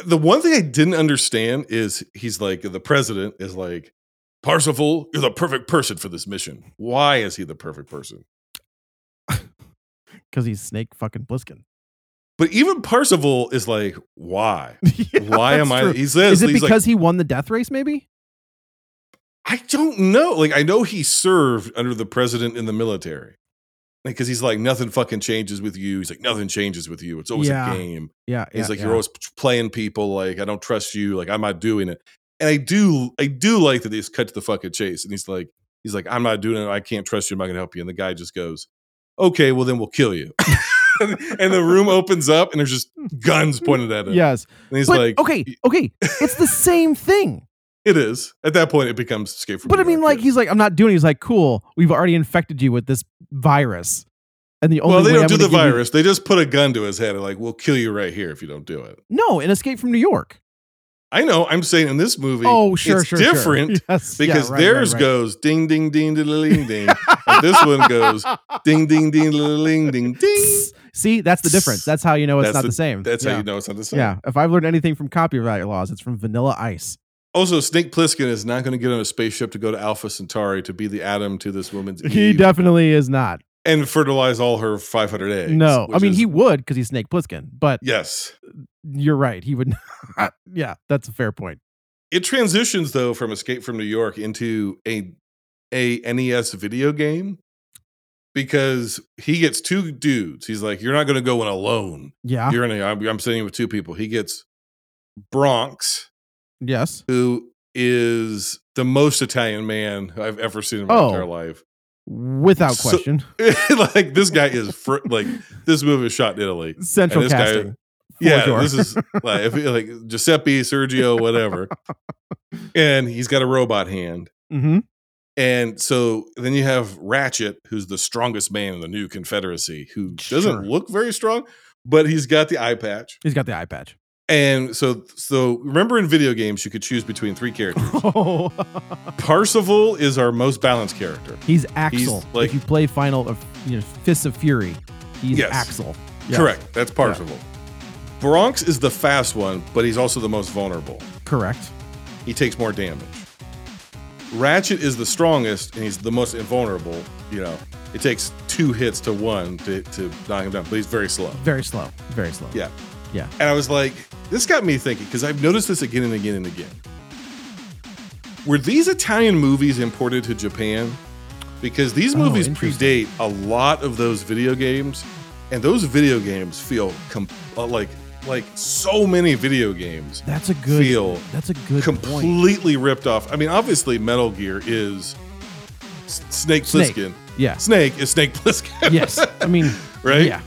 the one thing I didn't understand is he's like the president is like Parsifal. You're the perfect person for this mission. Why is he the perfect person? Because he's Snake fucking Plissken. But even Parsifal is like, why? [LAUGHS] [LAUGHS] Yeah, Why am that's I? true. He says, Is it he's because he won the death race? Maybe. like, I don't know. Like, I know he served under the president in the military because he's like, nothing fucking changes with you. He's like, nothing changes with you. It's always Yeah. a game. Yeah. He's yeah, like, yeah. you're always p- playing people. Like, I don't trust you. Like, I'm not doing it. And I do, I do like that they just cut to the fucking chase. And he's like, he's like, I'm not doing it. I can't trust you. I'm not gonna help you. And the guy just goes, okay, well then we'll kill you. [LAUGHS] and, and the room opens up, and there's just guns pointed at him. Yes. And he's but like, okay, okay, [LAUGHS] it's the same thing. It is. At that point, it becomes escape from. But I New mean, York, like, yeah. he's like, I'm not doing. it. He's like, cool. We've already infected you with this virus, and the only well, they way don't I'm do gonna the give you- virus. They just put a gun to his head and like, we'll kill you right here if you don't do it. No, in Escape from New York. I know. I'm saying in this movie, oh, sure, it's sure, sure. different Yes, [LAUGHS] yeah, because right, right, theirs right. goes ding, ding, ding, ding, ding, ding, and But this one [LAUGHS] goes ding, ding, ding, ding, ding, ding. See, that's the difference. That's how you know it's That's not the, same. That's yeah. how you know it's not the same. Yeah. If I've learned anything from copyright laws, it's from Vanilla Ice. Also, Snake Plissken is not going to get on a spaceship to go to Alpha Centauri to be the atom to this woman's He Eve definitely is not. and fertilize all her 500 eggs. no, I which mean is- he would because he's Snake Plissken. But Yes. you're right. He would. [LAUGHS] Not. yeah, that's a fair point. It transitions though from Escape from New York into a a NES video game because he gets two dudes. He's like, "You're not going to go in alone. Yeah. You're in a, I'm, I'm sitting with two people." He gets Bronx, yes. who is the most Italian man I've ever seen in my Oh. entire life. [LAUGHS] Without So- question. like this guy is fr- like this movie is shot in Italy. Central this guy- casting. for yeah, sure. this is like, if, like Giuseppe, Sergio, [LAUGHS] whatever. and he's got a robot hand. Mhm. And so then you have Ratchet, who's the strongest man in the new Confederacy, who Sure. doesn't look very strong, but he's got the eye patch. He's got the [LAUGHS] eye patch. And so, so remember in video games, you could choose between three characters. [LAUGHS] Oh, Parsival is our most balanced character. he's Axel. like- if you play Final of you know Fists of Fury, he's Yes. Axel. Yes. Correct. That's Parsival. Bronx is the fast one, but he's also the most vulnerable. Correct. he takes more damage. Ratchet is the strongest and he's the most invulnerable. You know, it takes two hits to one to, to knock him down, but he's very slow. Very slow. Very slow. Yeah. Yeah. And I was like, this got me thinking because I've noticed this again and again and again. Were these Italian movies imported to Japan? Because these Oh, movies predate interesting. a lot of those video games, and those video games feel com- uh, like like so many video games That's a good. Feel that's a good point. completely ripped off. I mean, obviously, Metal Gear is S- Snake Snake. Plissken. Yeah. Snake is Snake Plissken. [LAUGHS] yes. I mean. Right? Yeah.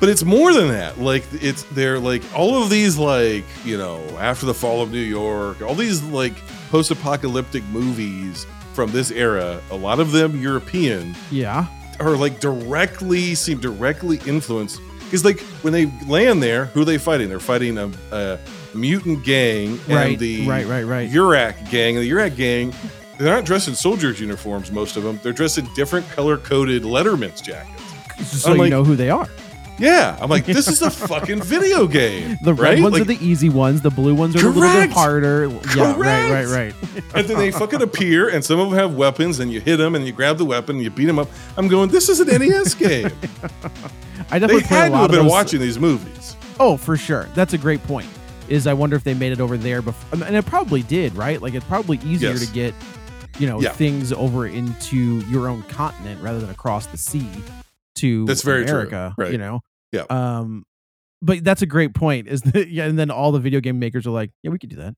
but it's more than that. Like it's they're like all of these like you know after the fall of New York, all these like post-apocalyptic movies from this era. A lot of them European Yeah. are like directly seem directly influenced because like when they land there, who are they fighting? They're fighting a. a Mutant gang and Right. the Right. Right. Right. Urak gang. The Urak gang, they're not dressed in soldiers' uniforms, most of them. They're dressed in different color coded Letterman's jackets. Just so I'm you like- know who they are. Yeah. I'm like, this is a fucking video game. The red right? ones Like, are the easy ones. The blue ones are a little bit Correct! harder. Yeah. Right. Right. Correct! Right. and then they fucking appear, and some of them have weapons, and you hit them, and you grab the weapon, and you beat them up. I'm going, this is an NES [LAUGHS] game. I they definitely play had a to lot have of been those- watching these movies. Oh, for sure. That's a great point. Is I wonder if they made it over there before, and it probably did, right? Like it's probably easier Yes. to get, you know, Yeah. things over into your own continent rather than across the sea to That's very true, America. right. You know. Yeah. Um, but that's a great point. Is [LAUGHS] that yeah? And then all the video game makers are like, yeah, we could do that.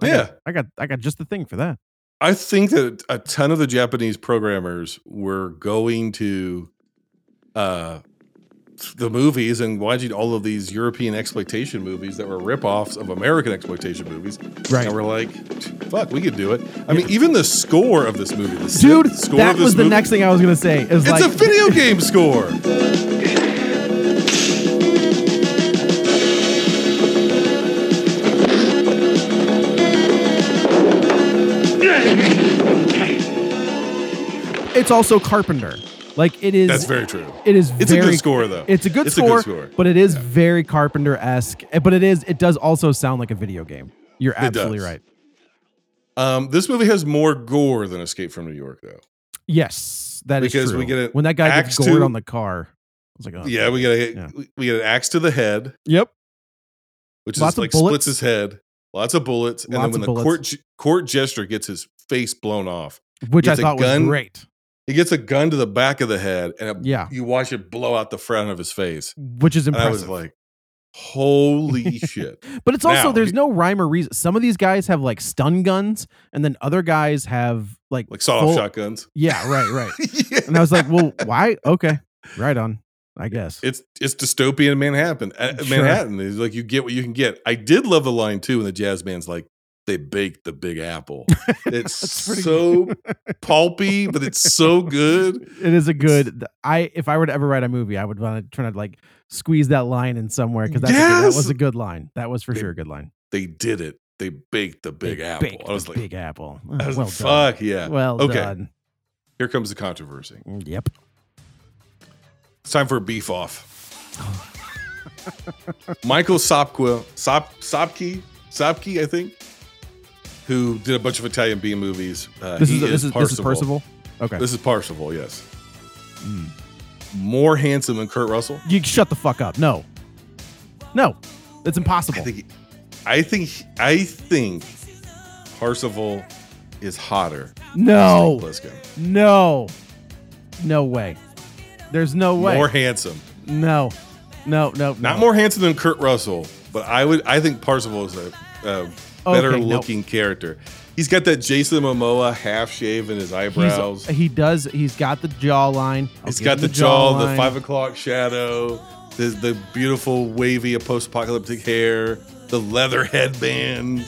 I Yeah. got, I got, I got just the thing for that. I think that a ton of the Japanese programmers were going to uh, the movies and watching all of these European exploitation movies that were ripoffs of American exploitation movies. Right. And we're like, fuck, we could do it. I mean, even the score of this movie, the s- Dude, score that of this was the movie- next thing I was gonna say. Is It's like, a video [LAUGHS] game score. it's also Carpenter. Like it is. That's very true. It is. It's a very, good score, though. It's a good, It's a score, good score. but it is very Carpenter esque. But it is. It does also sound like a video game. You're does. absolutely right. Um, this movie has more gore than Escape from New York, though. Yes, that is Because true. we get a- when that guy gets Axe gored two- on the car, I was like, oh. Yeah, we get a Yeah. we- we get an axe to the head. yep, which Lots is of like bullets. splits his head. Lots of bullets, and Lots then when of the bullets. court j- court jester gets his face blown off, which I Gets a thought was gun. great. he gets a gun to the back of the head, and it- Yeah. you watch it blow out the front of his face. Which is And I was impressive. like, [LAUGHS] "Holy shit!" but it's also now, there's he- no rhyme or reason. Some of these guys have like stun guns, and then other guys have like Like sawed-off full- shotguns. [LAUGHS] [LAUGHS] Yeah, right, right. Yeah. And I was like, well, why? Okay, right on. I guess. It's it's dystopian Manhattan. Uh, Sure. Manhattan is like you get what you can get. I did love the line too when the jazz band's like, "They baked the Big [LAUGHS] Apple." It's That's pretty so pulpy, but it's [LAUGHS] so good. It is a good. th- I if I were to ever write a movie, I would want to try to like squeeze that line in somewhere because that Yes! was a good line. That was for They- sure a good line. They did it. They baked the Big They Apple. baked I was the like, Big Apple. I Oh, was well like, fuck yeah. done. Well okay, done. here Here comes the controversy. Yep. It's time for a beef [LAUGHS] off. Michael Sopqua, Sop, Sopke, Sopke, I think, who did a bunch of Italian B movies. Uh, This he is, this is this is Percival. Okay. This is Parsifal, yes. Hmm. More handsome than Kurt Russell. you shut the fuck up. No. No. It's impossible. I think, I think, I think Parsifal is hotter. no. Let's go. No. No way. There's no way. More handsome, no. No, no. not no. more handsome than Kurt Russell, but I would. I think Parsifal is a, a better Okay, no. looking character. He's got that Jason Momoa half shave in his eyebrows. He's, he does. He's got the jawline. I'll He's give got him the, jaw, the jawline. five o'clock shadow, the, the beautiful wavy post-apocalyptic hair, the leather headband.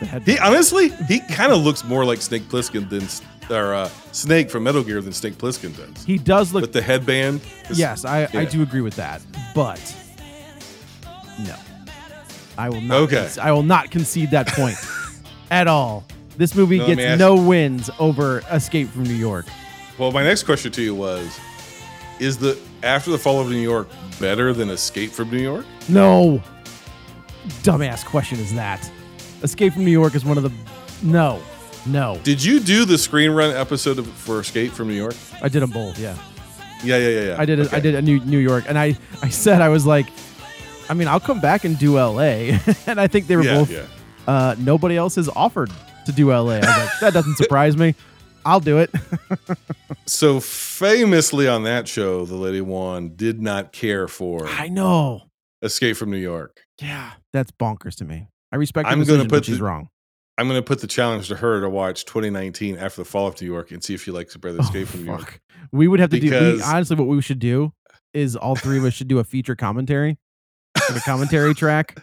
The head- He honestly, he kind of looks more like Snake Plissken than S- or uh, Snake from Metal Gear than Snake Plissken does. he does look But the headband, is- Yes, I, I yeah. do agree with that, but no, I will not. Okay. conce- I will not concede [LAUGHS] that point at all. This movie Now let me gets ask no wins over Escape from New York. Well, my next question to you was: Is the After the Fall of New York better than Escape from New York? No, dumbass question is that. Escape from New York is one of the no, no. Did you do the screen run episode of, for Escape from New York? I did them both. Yeah, Yeah, yeah, yeah, yeah. I did. A, I Okay. did a New New York, and I I said I was like, I mean, I'll come back and do L.A. [LAUGHS] and I think they were Yeah, both yeah. uh, nobody else has offered to do LA. I was [LAUGHS] like, that doesn't surprise me. I'll do it. [LAUGHS] So famously on that show, the Lady Wan did not care for know. Escape from New York. Yeah, that's bonkers to me. I respect. I'm I'm gonna going to put put she's the- wrong. I'm going to put the challenge to her to watch 2019 After the Fall of New York and see if she likes it better than Escape Oh, from New York. fuck. We would have to do. Because- We, honestly, what we should do is all three of us should do a feature commentary, like a commentary track.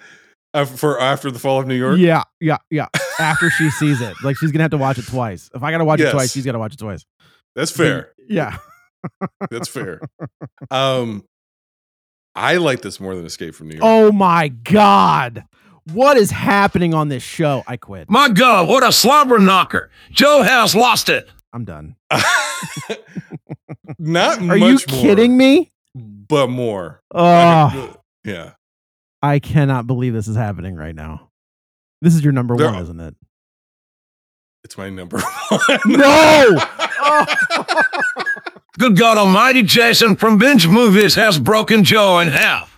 Uh, for After the Fall of [LAUGHS] New York? Yeah, yeah, yeah. After she sees it, like she's gonna have to watch it twice. If I gotta watch Yes. it twice, she's gotta watch it twice. That's [LAUGHS] fair. Yeah. That's fair. Um, I like this more than Escape from New York. Oh my god, what is happening on this show? I quit. My God, what a slobber knocker. Joe has lost it. I'm done. Not Are much you more, kidding me? But more. Oh. Yeah. I cannot believe this is happening right now. This is your number They're- one, [LAUGHS] isn't it? It's my number [LAUGHS] one. No! Good God Almighty, Jason from Binge Movies has broken Joe in half.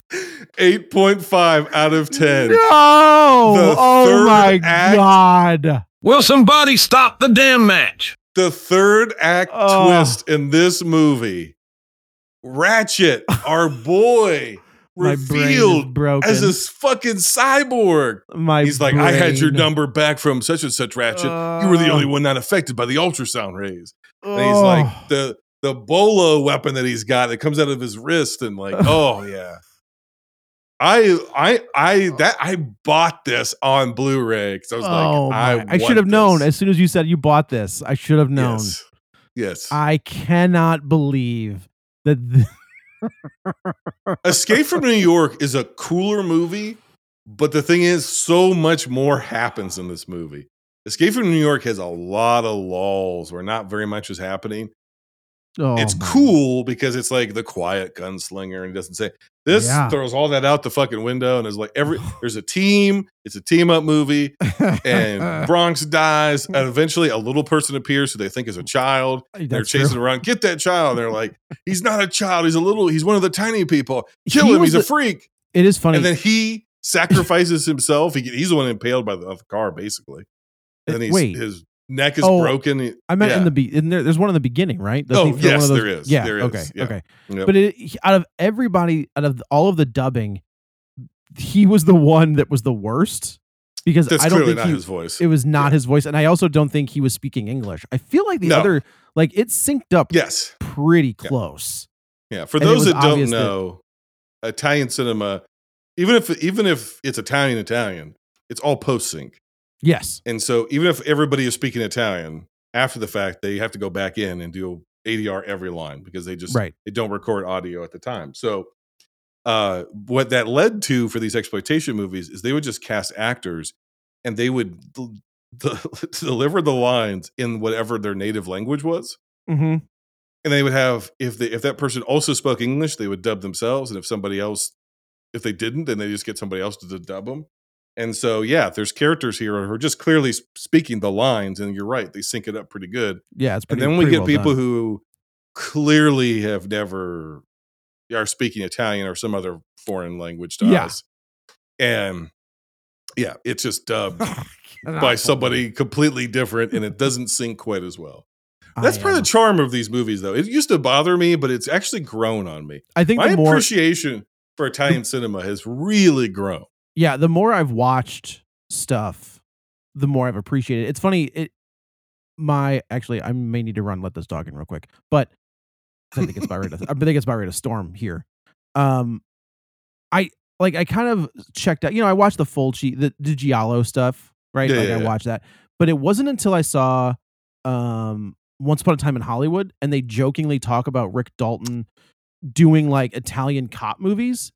8.5 out of 10. No! oh third my act- god. Will somebody stop the damn match? the third act Oh. twist in this movie [LAUGHS] ratchet our boy My brain is revealed broken. as this fucking cyborg my he's like i had your brain- number back from such and such ratchet you were the Oh. only one not affected by the ultrasound rays and he's Oh. like the the bolo weapon that he's got that comes out of his wrist and [LAUGHS] like oh yeah I I I that I bought this on Blu-ray because I was oh like my- I, I, should have known as soon as you said you bought this. I should have known. Yes. yes. I cannot believe that th- [LAUGHS] Escape from New York is a cooler movie, but the thing is, so much more happens in this movie. Escape from New York has a lot of lulls where not very much is happening. oh, it's my- [LAUGHS] cool because it's like the quiet gunslinger and he doesn't say this Yeah. throws all that out the fucking window and is like [SIGHS] every there's a team, it's a team up movie, [LAUGHS] and Bronx dies, and eventually a little person appears who they think is a child, they're That's true. chasing around. Get that child. They're like, he's not a child. He's a little. He's one of the tiny [LAUGHS] people. Kill He him. was He's a the- freak. It is funny. And then he sacrifices himself. He, he's the one impaled by the, car, basically. And then he's, Uh, Wait. his neck is Oh, broken. He- I meant yeah. in the be- in there, there's one in the beginning, right? Oh, he throw yes, one of there is. Yeah, There is, okay, yeah. okay. Yep. But it, he- out of everybody, out of all of the dubbing, he was the one that was the worst because That's I don't clearly think not he, his voice. it was not his voice, and I also don't think he was speaking English. I feel like the No. other, like it synced up yes. pretty Yeah. close. Yeah. For And it those was that don't obvious that- know, Italian cinema, even if even if it's Italian Italian, it's all post sync. Yes, And so even if everybody is speaking Italian after the fact, they have to go back in and do ADR every line because they just right. they don't record audio at the time. So uh, what that led to for these exploitation movies is they would just cast actors and they would [LAUGHS] del- del- deliver the lines in whatever their native language was. Mm-hmm. and they would have if they if that person also spoke English, they would dub themselves, and if somebody else, if they didn't, then they just get somebody else to dub them. And so, yeah, there's characters here who are just clearly s- speaking the lines, and you're right, they sync it up pretty good. Yeah, it's pretty. and then we pretty get well people done. who clearly have never are speaking Italian or some other foreign language to Yeah. us, and yeah, it's just [LAUGHS] dubbed An by awful- somebody completely different, and it doesn't sync quite as well. I That's part of am- the charm of these movies, though. It used to bother me, but it's actually grown on me. I think My the more appreciation for Italian cinema has really grown. yeah, the more I've watched stuff, the more I've appreciated. it. It's funny. It my actually, I may need to run. Let this dog in real quick, but 'cause I think it's by rate. Of, I think it's by rate of storm here. Um, I like I kind of checked out. You know, I watched the full cheat the, the Giallo stuff, right? Yeah, like yeah, I yeah. watched that, but it wasn't until I saw um Once Upon a Time in Hollywood, and they jokingly talk about Rick Dalton doing like Italian cop movies.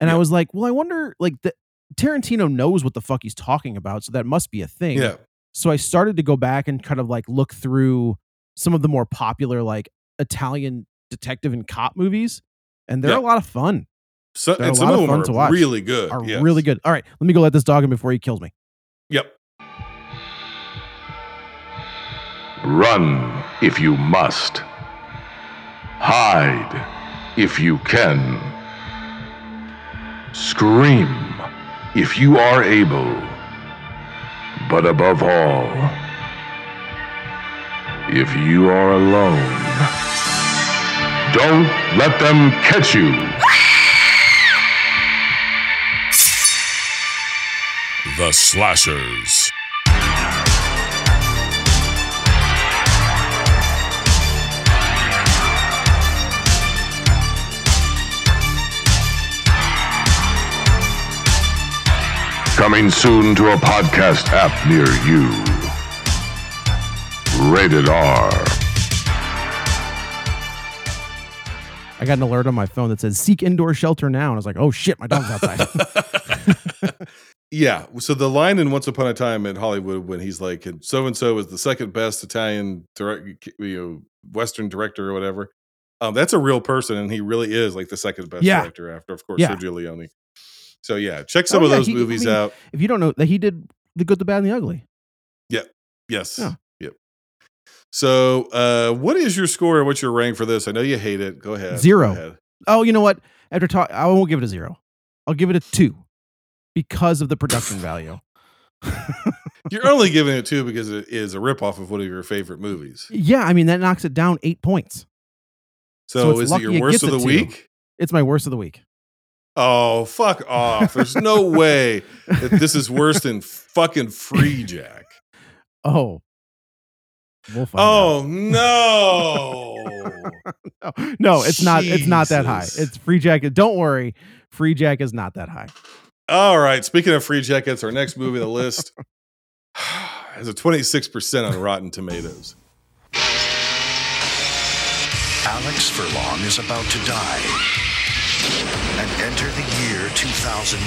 And I was like, well, I wonder, like, the, Tarantino knows what the fuck he's talking about, so that must be a thing. Yeah, So I started to go back and kind of like look through some of the more popular like Italian detective and cop movies, and they're Yeah. a lot of fun. so, They're a and some lot of of them fun are to watch. really good. Are yes. really good. All right, let me go let this dog in before he kills me. Yep. Run if you must. Hide if you can. Scream if you are able. But above all, if you are alone, don't let them catch you. The Slashers. Coming soon to a podcast app near you. Rated R. I got an alert on my phone that says seek indoor shelter now, and I was like, oh shit, my [LAUGHS] dog's outside. yeah. So the line in Once Upon a Time in Hollywood when he's like, "So and so is the second best Italian direct, you know, Western director or whatever." Um, that's a real person, and he really is like the second best Yeah. director after, of course, Yeah. Sergio Leone. So yeah, check some Oh, of yeah, those he- I movies mean- out. if you don't know that he did the good, the bad, and the ugly. Yes. Yeah. Yep. So, uh, what is your score? What's your rank for this? I know you hate it. Go ahead. Zero. Go [LAUGHS] ahead. Oh, you know what? After talk, I won't give it a zero. I'll give it a two because of the [LAUGHS] production value. You're only giving it two because it is a ripoff of one of your favorite movies. Yeah, I mean that knocks it down eight points. So, it's is it lucky your it worst gets of a the two. week? It's my worst of the week. Oh, fuck off. There's no way that this is worse than fucking Free Jack. Oh, we'll [LAUGHS] find Oh, [LAUGHS] no. out. No, Oh, no, it's not. It's not that high. Jesus. It's free jacket. Don't worry, free jack is not that high. All right. Speaking of Free Jack, it's our next movie on the list. [SIGHS] Has a 26% on Rotten Tomatoes. Alex Furlong is about to die and enter the year 2009,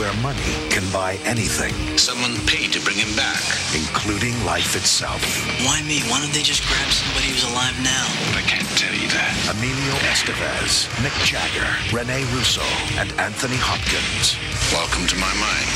where money can buy anything, Someone paid to bring him back. including life itself. Why me? Why don't they just grab somebody who's alive now? I can't tell you that. Emilio Estevez, Mick Jagger, Rene Russo, and Anthony Hopkins. Welcome to my mind.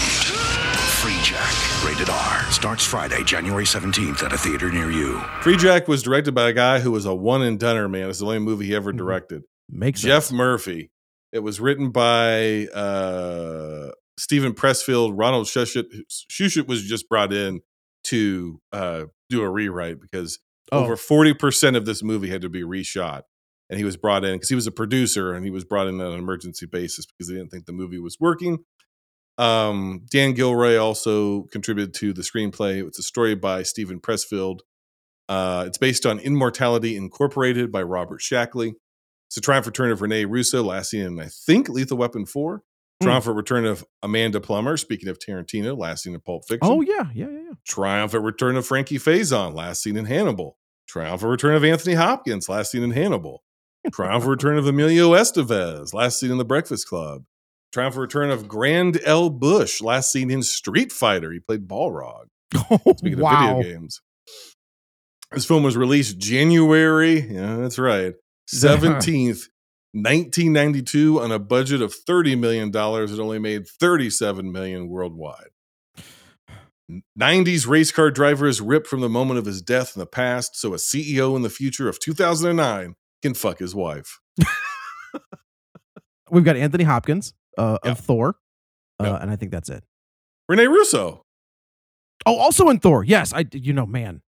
Free Jack, rated R, starts Friday, January 17th at a theater near you. Free Jack was directed by a guy who was a one and doneer man. It's the only movie he ever Mhm. directed. Makes Jeff sense. Murphy. It was written by uh, Stephen Pressfield. Ronald Shushet. Shushet was just brought in to uh, do a rewrite because Oh, over forty percent of this movie had to be reshot, and he was brought in because he was a producer and he was brought in on an emergency basis because they didn't think the movie was working. Um, Dan Gilroy also contributed to the screenplay. It's a story by Stephen Pressfield. Uh, it's based on Immortality Incorporated by Robert Shackley. It's a triumphant return of Renee Russo, last seen in, I think, Lethal Weapon 4. Hmm. Triumphant return of Amanda Plummer, speaking of Tarantino, last seen in Pulp Fiction. oh yeah, yeah, yeah, yeah. Triumphant return of Frankie Faison, last seen in Hannibal. Triumphant return of Anthony Hopkins, last seen in Hannibal. Triumphant return of Emilio Estevez, last seen in The Breakfast Club. Triumphant return of Grand L. Bush, last seen in Street Fighter. He played Balrog. [LAUGHS] Speaking of wow. video games. This film was released January, yeah, that's [LAUGHS] right, 17th, 1992 on a budget of $30 million. It only made 37 million worldwide. 90s race car driver is ripped from the moment of his death in the past, so a CEO in the future of 2009 can fuck his wife. We've got Anthony Hopkins uh, of Thor, uh, and I think that's it. Rene Russo. Oh, also in Thor. Yes, I. You know, man,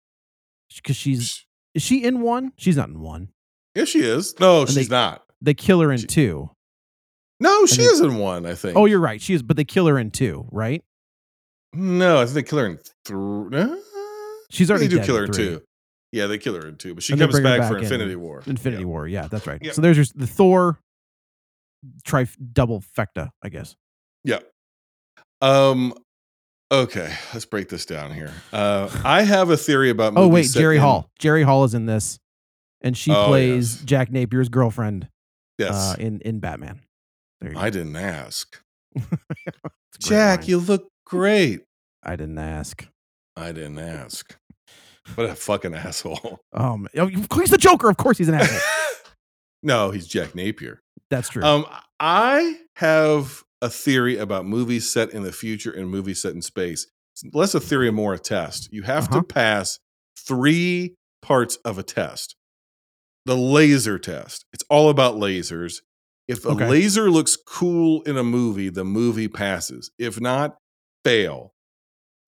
because she's is she in one? She's not in one. Yeah, she is. No, And they- she's not. They kill her in two. No, she they- is in one, I think. Oh, you're right. She is, but they kill her in two, right? No, I think they kill her in three. She's already They do dead kill in her in three. two. Yeah, they kill her in two, but she And they comes bring her back, for back in. Infinity War. Infinity War. Yeah, that's right. Yeah. So there's your, the Thor tri double fecta, I guess. Yeah. Um. Okay, let's break this down here. Uh, I have a theory about. Oh movies wait, set Jerry in- Hall. Jerry Hall is in this, and she Oh, plays yes. Jack Napier's girlfriend Yes, uh, in in Batman. There you go. I didn't ask. It's a great Jack, line. you look great. I didn't ask. I didn't ask. What a fucking asshole. [LAUGHS] Um, oh, [LAUGHS] he's the Joker. Of course, he's an asshole. no, he's Jack Napier. That's true. Um, I have a theory about movies set in the future and movies set in space. It's less a theory and more a test. You have Uh-huh. to pass three parts of a test. The laser test. It's all about lasers. If a Okay. laser looks cool in a movie, the movie passes. If not, fail.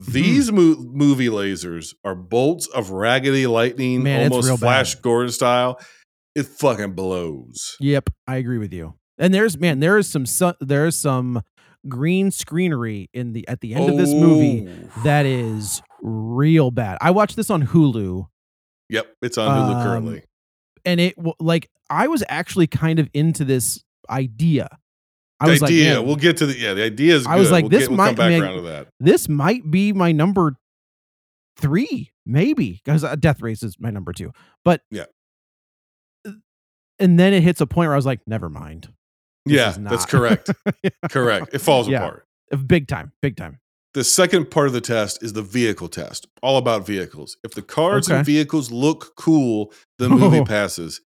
Hmm. These mo- movie lasers are bolts of raggedy lightning, Man, it's real almost bad. Flash Gordon style. It fucking blows. Yep, I agree with you. And there's man, there is some su- there is some green screenery in the at the end of this movie Oh. that is real bad. I watched this on Hulu Yep, it's on Hulu Um, currently. and it w- like I was actually kind of into this idea. I The was idea, like, man, we'll get to the yeah. The idea is. Good. I was like, we'll this get, we'll might come back make- around to that. this might be my number three, maybe because uh, Death Race is my number two. But Yeah. and then it hits a point where I was like, never mind. This Yeah, is that's not- [LAUGHS] correct. correct. It falls Yeah. apart. big time, big time. The second part of the test is the vehicle test, all about vehicles. If the cars Okay. and vehicles look cool, the movie [LAUGHS] Oh. passes.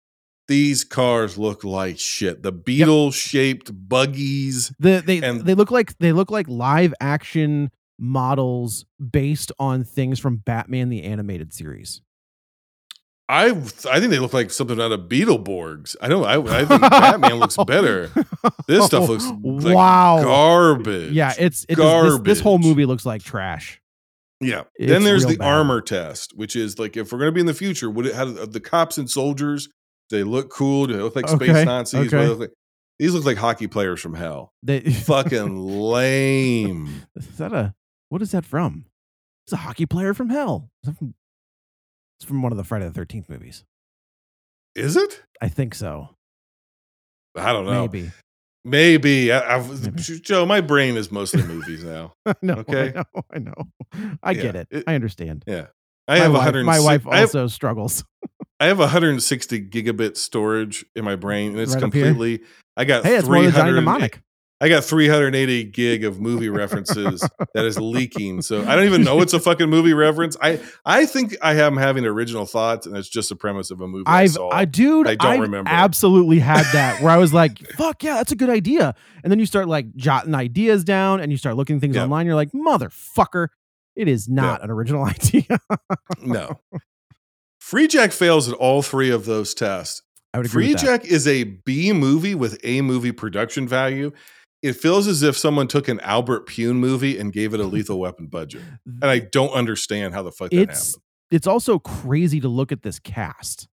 These cars look like shit. The beetle shaped buggies. The, they And- they look like they look like live action models based on things from Batman the animated series. I I think they look like something out of Beetleborgs. I don't. I, I [LAUGHS] think Batman looks better. This stuff looks like Oh, wow. garbage. yeah, it's it does- this- This, whole garbage. movie looks like trash. Yeah. It's then there's real the bad. armor test, which is like if we're going to be in the future, would it have uh, the cops and soldiers? Do they look cool? Do they look like Okay, space Nazis? What do they okay. look like? These look like hockey players from hell. They [LAUGHS] Fucking lame. is that a what is that from? It's a hockey player from hell. Is that from- it's from one of the Friday the Thirteenth movies. Is it? I think so. I don't know. Maybe. [LAUGHS] Maybe. [LAUGHS] I, I've, Maybe. Joe, my brain is mostly movies now. no, Okay. I know. I know. I Yeah, get it. it- I understand. Yeah. I my have, wife, 100. my wife I, have, also struggles. I have 160 gigabit storage in my brain, and it's Right up here. completely. I got Hey, it's more than Johnny 300 Mnemonic. I got 380 gig of movie references that is leaking. So I don't even know it's a fucking movie reference. I I think I am having original thoughts, and it's just the premise of a movie. I I've, saw. I, dude, I don't I've remember. absolutely had that where I [LAUGHS] was like, fuck yeah, that's a good idea. And then you start like jotting ideas down and you start looking things Yeah. online. You're like, motherfucker, it is not an original [LAUGHS] idea. no. Free Jack fails at all three of those tests. I would agree Free with that. Jack is a B movie with A movie production value. It feels as if someone took an Albert Pune movie and [LAUGHS] gave it a Lethal Weapon budget, and I don't understand how the fuck that It's, happened. it's also crazy to look at this cast.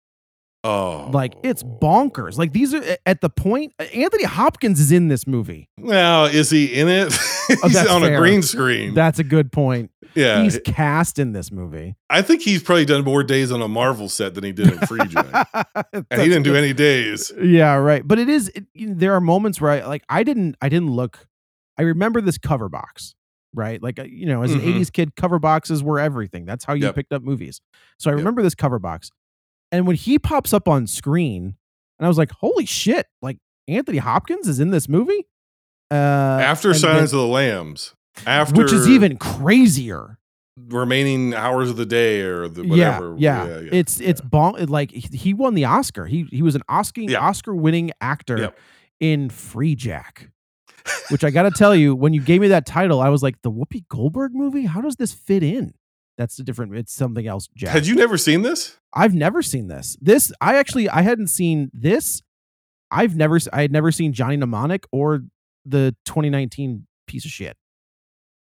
Oh, Like, it's bonkers. Like, these are at the point, uh, Anthony Hopkins is in this movie. Well, is he in it? [LAUGHS] He's Oh, that's on fair. a green screen. That's a good point. yeah, He's cast in this movie. I think he's probably done more days on a Marvel set than he did in [LAUGHS] Free Jack. and That's he didn't good. do any days. Yeah, right. But it is. It, you know, there are moments where I like. I didn't. I didn't look. I remember this cover box, right? Like uh, you know, as Mhm. an '80s kid, cover boxes were everything. That's how you Yep. picked up movies. So I Yep. remember this cover box, and when he pops up on screen, and I was like, "Holy shit!" Like Anthony Hopkins is in this movie. Uh, After and Silence then- of the Lambs, after which is even crazier. remaining hours of the day or the Yeah, whatever. yeah, It's it's bon- like he he won the Oscar. He he was an Oscar Oscar winning actor Yep. in Free Jack. Which I got to tell you, when you gave me that title, I was like, "The Whoopi Goldberg movie? How does this fit in?" That's a different. It's something else. Jack. Had you never seen this? I've never seen this. This I actually I hadn't seen this. I've never s- I had never seen Johnny Mnemonic or the 2019 piece of shit.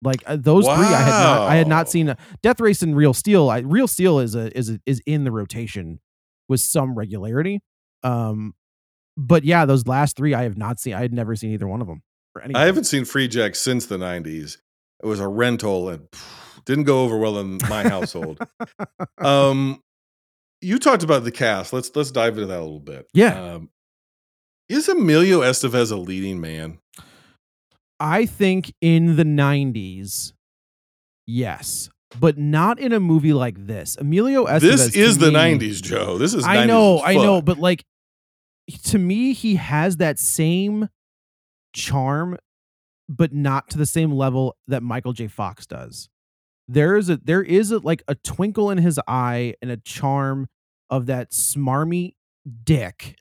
Like uh, those three, I had not I had not seen Death Race and Real Steel. I, Real Steel is a is a, is in the rotation with some regularity. Um, but yeah, those last three I have not seen. I had never seen either one of them. Or any I haven't seen Free Jack since the 90s. It was a rental and pff, didn't go over well in my [LAUGHS] household. um, you talked about the cast. Let's let's dive into that a little bit. Yeah. Um, is Emilio Estevez a leading man? I think in the 90s, yes, but not in a movie like this. Emilio Estevez. this to is the me- 90s, Joe. This is I 90s know, as I know, fuck. but like to me, he has that same charm, but not to the same level that Michael J. Fox does. There is a there is a like a twinkle in his eye and a charm of that smarmy dick,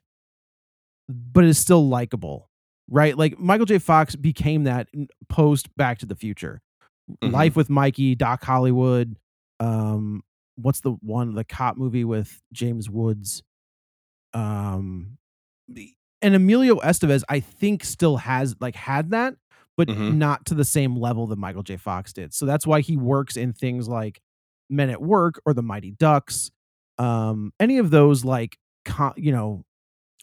but is still likable, right? Like Michael J. Fox became that post Back to the Future, Mhm. Life with Mikey, Doc Hollywood, um, what's the one the cop movie with James Woods? Um the- and Emilio Estevez, I think, still has like had that, but Mhm. not to the same level that Michael J. Fox did. So that's why he works in things like Men at Work or The Mighty Ducks, um, any of those like co- you know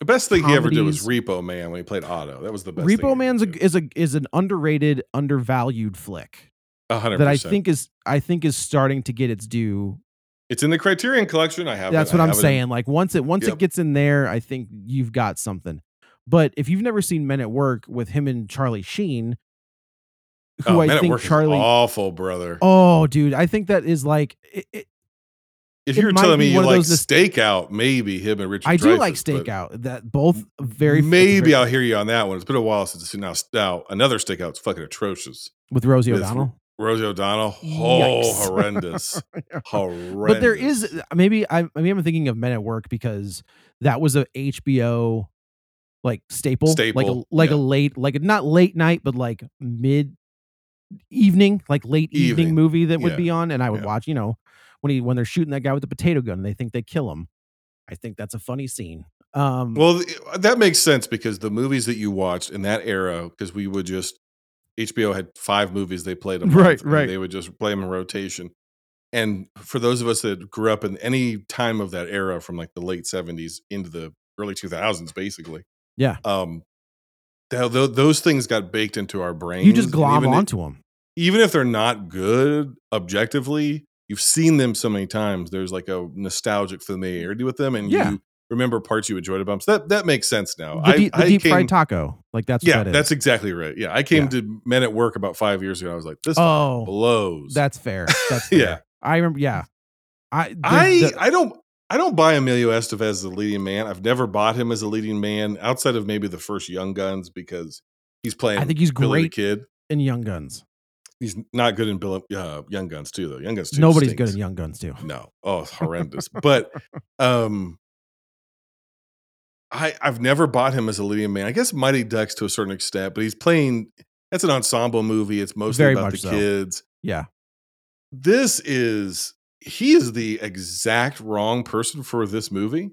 The best thing he ever did was comedies. Repo Man when he played Otto. That was the best. thing he Repo ever Man's did. a, is a is an underrated, undervalued flick A hundred that I percent. think is I think is starting to get its due it's in the Criterion Collection. I have. That's it. I what I'm have it in- saying. Like once it once Yep. it gets in there, I think you've got something. But if you've never seen Men at Work with him and Charlie Sheen, who Oh, I Man at think Work is Charlie, awful brother. oh dude, I think that is like it, it- if it you're might telling me be you one of like those nost- Stakeout, maybe him and Richard. I do like Dreyfuss, but Stakeout. That both very Maybe very- I'll hear you on that one. It's been a while since I've seen now. Now another Stakeout's fucking atrocious. with Rosie With O'Donnell. Rosie O'Donnell, oh Yikes. [LAUGHS] horrendous, horrendous. But there is uh, maybe I maybe I'm thinking of Men at Work because that was a HBO like staple, like a, Staple, like a yeah. late like not late night but like mid evening, like late evening, Evening, movie that would yeah, be on, and I would yeah. watch. You know, when he when they're shooting that guy with the potato gun and they think they kill him, I think that's a funny scene. Um, Well, th- uh, that makes sense because the movies that you watched in that era, because we would just HBO had five movies they played a month, [LAUGHS] Right, and right. They would just play them in rotation. And for those of us that grew up in any time of that era, from like the late seventies into the early two thousands, basically, yeah, um, th- th- those things got baked into our brains. you just and glob even i- onto him. even if they're not good objectively, you've seen them so many times. There's like a nostalgic familiarity with them, and Yeah. you remember parts you enjoyed about them. So that that makes sense now. The, deep, the oh, I deep came, fried taco, like that's yeah, what that is. that's exactly right. Yeah, I came Yeah. to Men at Work about five years ago. I was like, this oh, blows. that's fair. That's fair. [LAUGHS] Yeah. yeah. I remember. Yeah, I the- I the- I don't. I don't buy Emilio Estevez as a leading man. I've never bought him as a leading man outside of maybe the first Young Guns because he's playing. I think he's Billy the great Kid. in Young Guns. He's not good in Bill, uh, Young Guns too, though. Young Guns too. Nobody's stinks. good in Young Guns too. No. Oh, it's horrendous. but um I I've never bought him as a leading man. I guess Mighty Ducks to a certain extent, but he's playing that's an ensemble movie. It's mostly Very about much the so. kids. Yeah. This is he is the exact wrong person for this movie.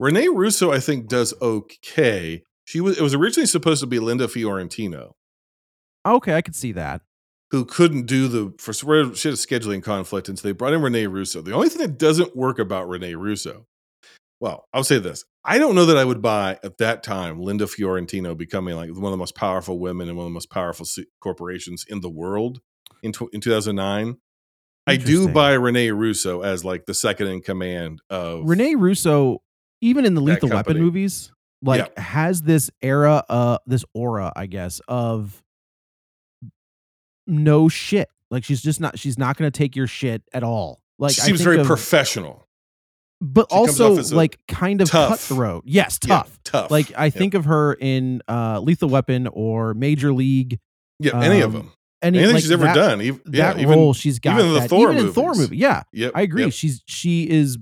Renee Russo, I think, does okay. She was it was originally supposed to be Linda Fiorentino Okay, I could see that. who couldn't do the for she had a scheduling conflict, and so they brought in Rene Russo. The only thing that doesn't work about Rene Russo, well, I'll say this: I don't know that I would buy at that time Linda Fiorentino becoming like one of the most powerful women and one of the most powerful se- corporations in the world in tw- in two thousand nine. I do Interesting. buy Rene Russo as like the second in command of Rene Russo, even in the That Lethal Weapon company. movies, like has this era, uh, this aura, I guess, of no shit. Like she's just not. She's not going to take your shit at all. Like she I seems think very of- professional, but she comes also off as a like kind of tough- cutthroat. Yes, Yeah, tough. tough. Like I Yeah. think of her in uh, Lethal Weapon or Major League. yeah, any of um, them. any, Anything like, she's ever that- done, ev- yeah, that even- role she's got. even the that- Thor even in Thor movies. movie, yeah, Yep, I agree. yep. She's she is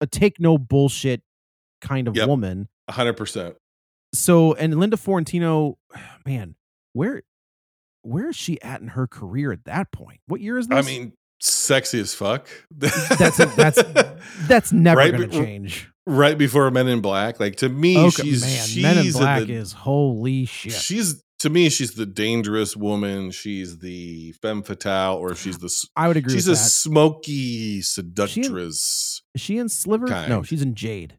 a take no bullshit kind of Yep. woman. hundred percent. So and Linda Florentino, [SIGHS] man, where where is she at in her career at that point? What year is this? I mean, sexy as fuck. that's [LAUGHS] that's that's never Right, going but- to change. right before Men in Black. Like to me, Okay, she's Oh, man, she's Men in at Black the- is holy shit. she's to me she's the dangerous woman. She's the femme fatale, or she's the s- I would agree she's a with that. smoky seductress. Is she in Sliver? No, kind. she's in Jade.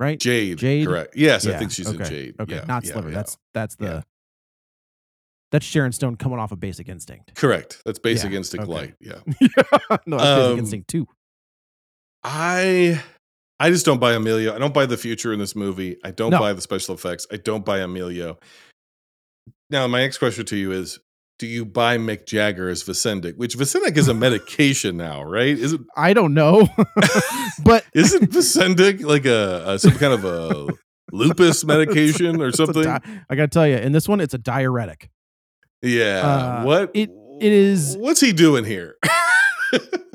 Right? Jade, Jade? correct? Yes, I Yeah, think she's in okay, Jade. Okay, Yeah, not yeah, Sliver. yeah. That's that's the Yeah. that's Sharon Stone coming off of [LAUGHS] Basic Instinct. correct. That's Basic Yeah, Instinct okay. light. Yeah, no, that's Basic Um, Instinct too. I. I just don't buy Emilio. I don't buy the future in this movie. I don't No. buy the special effects. I don't buy Emilio. Now, my next question to you is Do you buy Mick Jagger as Vicendic? Which Vicendic [LAUGHS] is a medication now, right? Is it I don't know, [LAUGHS] but Isn't Vicendic like a, a some kind of a [LAUGHS] lupus medication or It's a something? di- I gotta tell you, in this one, it's a diuretic. yeah. uh, what it- it is- What's he doing here?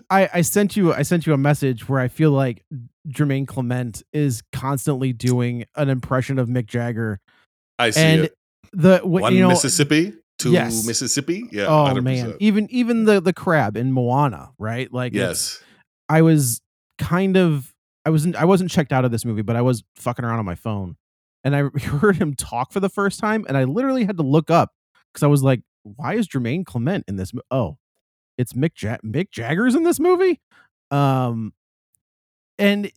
I, I sent you I sent you a message where I feel like Jermaine Clement is constantly doing an impression of Mick Jagger I see and it. the what One you know Mississippi, two yes. Mississippi. Yeah. oh 100%. man even even the the crab in Moana right like it's- Yes. I was kind of I wasn't I wasn't checked out of this movie, but I was fucking around on my phone and I [LAUGHS] heard him talk for the first time and I literally had to look up because I was like, why is Jermaine Clement in this? mo- Oh, it's Mick ja- Mick Jagger's in this movie. Um, and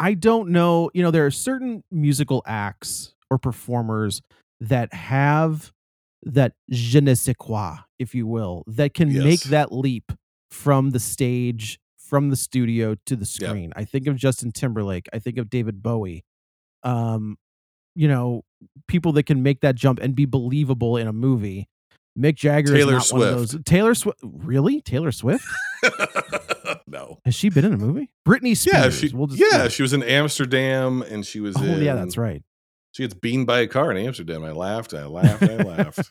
I don't know, you know, there are certain musical acts or performers that have that je ne sais quoi, if you will, that can make Yes. that leap from the stage, from the studio to the Yep. screen. I think of Justin Timberlake. I think of David Bowie. Um, you know, people that can make that jump and be believable in a movie. Mick Jagger Taylor is not one of those. Taylor Swift, really? Taylor Swift? [LAUGHS] no. Has she been in a movie? Britney Spears. Yeah, she, We'll just- yeah, she was in Amsterdam and she was Oh, in. yeah, that's right. She gets beamed by a car in Amsterdam. I laughed, I laughed, I [LAUGHS] laughed.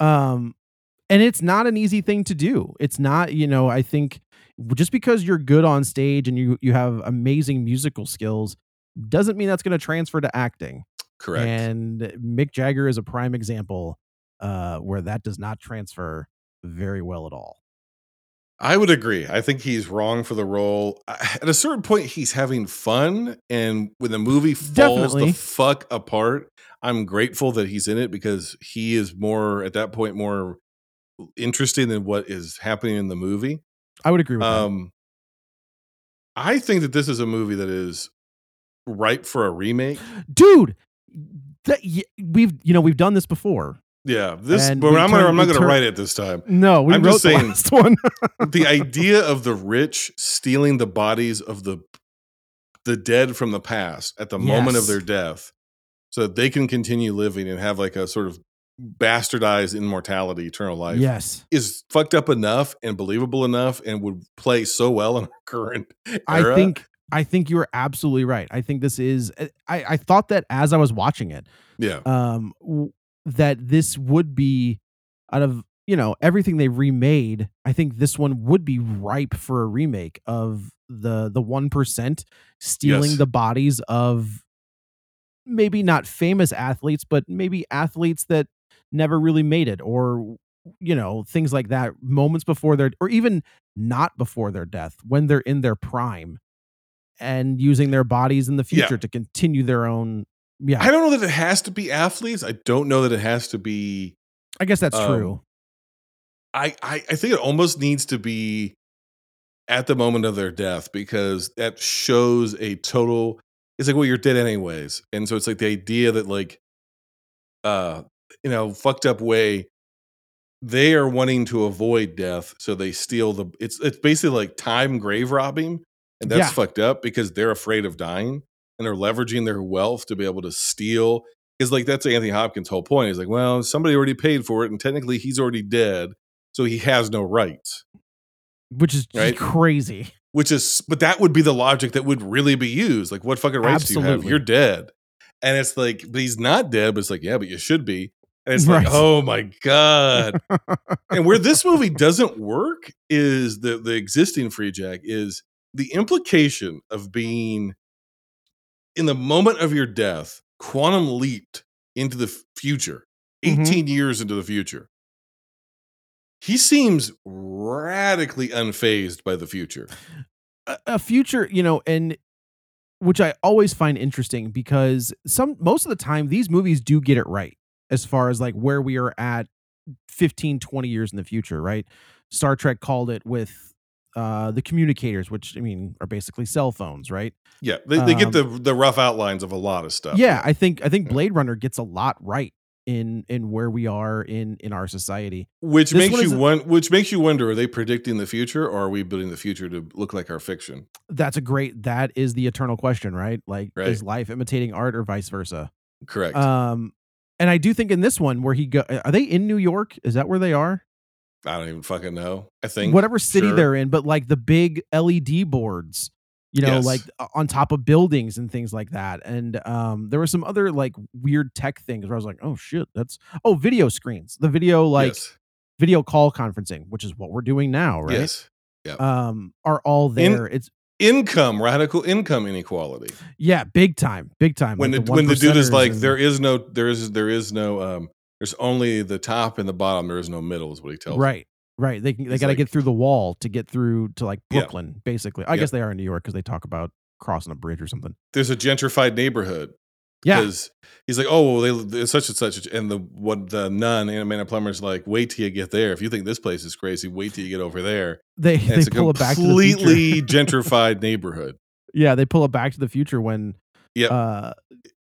um, and it's not an easy thing to do. It's not, you know, I think just because you're good on stage and you you have amazing musical skills doesn't mean that's going to transfer to acting. Correct. And Mick Jagger is a prime example uh, where that does not transfer very well at all. I would agree. I think he's wrong for the role. I- At a certain point, he's having fun, and when the movie falls Definitely. the fuck apart, I'm grateful that he's in it because he is more at that point more interesting than what is happening in the movie. I would agree with Um, I think that this is a movie that is ripe for a remake. that, dude. That, y- we've you know we've done this before. Yeah, this. And but we I'm, turn- gonna, I'm not we going to turn- write it this time. No, we I'm wrote just the saying- last [LAUGHS] one. the idea of the rich stealing the bodies of the the dead from the past at the moment of Yes. their death so that they can continue living and have like a sort of bastardized immortality eternal [LAUGHS] life yes, is fucked up enough and believable enough and would play so well in our [LAUGHS] current era. I think I think you are absolutely right. I think this is. I I thought that as I was watching it, yeah um, w- that this would be out of you know everything they remade. I think this one would be ripe for a remake of the the one percent stealing Yes. the bodies of maybe not famous athletes, but maybe athletes that never really made it or you know things like that moments before their or even not before their death when they're in their prime and using their bodies in the Yeah. future to continue their own yeah i don't know that it has to be athletes i don't know that it has to be I guess that's Um, true. I, I I think it almost needs to be at the moment of their death because that shows a total. It's like, well, you're dead anyways, and so it's like the idea that like, uh, you know, fucked up way. They are wanting to avoid death, so they steal the. It's it's basically like time grave robbing, and that's Yeah. fucked up because they're afraid of dying and they're leveraging their wealth to be able to steal. Because like that's Anthony Hopkins' whole point. He's like, well, somebody already paid for it, and technically he's already dead so he has no rights Which is just right? crazy. which is but that would be the logic that would really be used like what fucking rights do you have Absolutely. you're dead and it's like but he's not dead but it's like yeah but you should be And it's like, oh my God. and where this movie doesn't work is the the existing free jack is the implication of being in the moment of your death, quantum leaped into the future, 18 years into the future. He seems radically unfazed by the future. a, a future, you know, and which I always find interesting because some most of the time these movies do get it right as far as like where we are at 15 20 years in the future, right? Star Trek called it with uh the communicators, which I mean are basically cell phones, right? Yeah, they, they get Um, the the rough outlines of a lot of stuff. Yeah, I think I think Blade Runner gets a lot right in in where we are in in our society. which This makes one you is a- won- which makes you wonder: Are they predicting the future, or are we building the future to look like our fiction? That's a great that is the eternal question, right? Like Right. is life imitating art or vice versa? Correct. Um and I do think in this one where he go are they in New York? Is that where they are? I don't even fucking know. I think Whatever city sure. they're in, but like the big LED boards, you know, Yes. like o- on top of buildings and things like that. And um there were some other like weird tech things where I was like, "Oh shit, that's oh, video screens." The video like yes, video call conferencing, which is what we're doing now, right? yes. Um, are all In- there. it's income, radical income inequality. yeah, big time, big time. When the, like when the dude is 1%ers like, and- there is no, there is there is no, um, there's only the top and the bottom. There is no middle. Is what he tells. me. right, right. They can- they He's got to like- get through the wall to get through to like Yeah. Brooklyn, basically. I Yeah. guess they are in New York because they talk about crossing a bridge or something. There's a gentrified neighborhood. Yeah, Because he's like, oh, well, they, there's such and such, and the what the nun and Amanda Plummer's like, wait till you get there. If you think this place is crazy, wait till you get over there. they And they pull it back to the future. [LAUGHS] completely gentrified neighborhood. Yeah, they pull it back to the future when Yep. uh,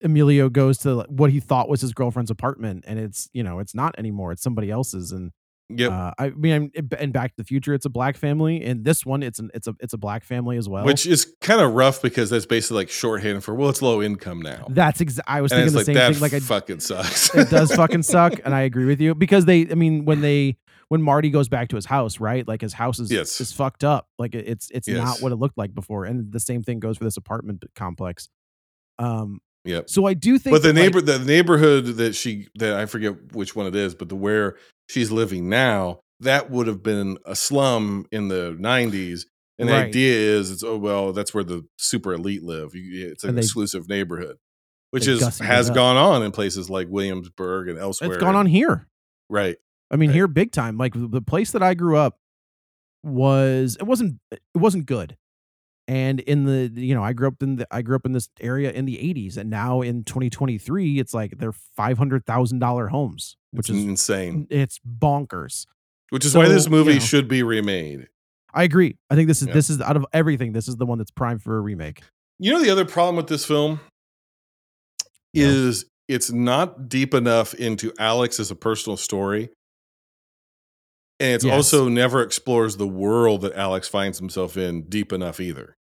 Emilio goes to like, what he thought was his girlfriend's apartment, and it's you know it's not anymore. It's somebody else's, and Yep. Uh, I mean, I'm, and Back to the Future, it's a black family, and this one, it's an it's a it's a black family as well. Which is kind of rough because that's basically like shorthand for well, it's low income now. that's exa- I was and thinking it's the like same that thing. Like I, fucking sucks. [LAUGHS] it does fucking suck, and I agree with you because they, I mean, when they when Marty goes back to his house, right? Like his house is Yes. is fucked up. Like it- it's it's Yes. not what it looked like before, and the same thing goes for this apartment complex. Um, Yep. So I do think, But the that, like- neighbor, the neighborhood that she that I forget which one it is, but the where she's living now, that would have been a slum in the '90s. And the Right. idea is, it's oh well, that's where the super elite live. You- It's an And they- exclusive neighborhood, which they is gussied it has up. gone on in places like Williamsburg and elsewhere. it's gone on here. right? I mean, Right. here big time. Like the the place that I grew up was it wasn't it wasn't good. And in the the- you know I grew up in the I grew up in this area in the 80s, and now in 2023, it's like they're five hundred thousand dollar homes, which Which is is insane. it's bonkers. Which is why this so, movie you know. should be remade. I agree. I think this is Yeah. this is out of everything, this is the one that's primed for a remake. You know the other problem with this film Yeah. is it's not deep enough into Alex as a personal story. And it's Yes. also never explores the world that Alex finds himself in deep enough either.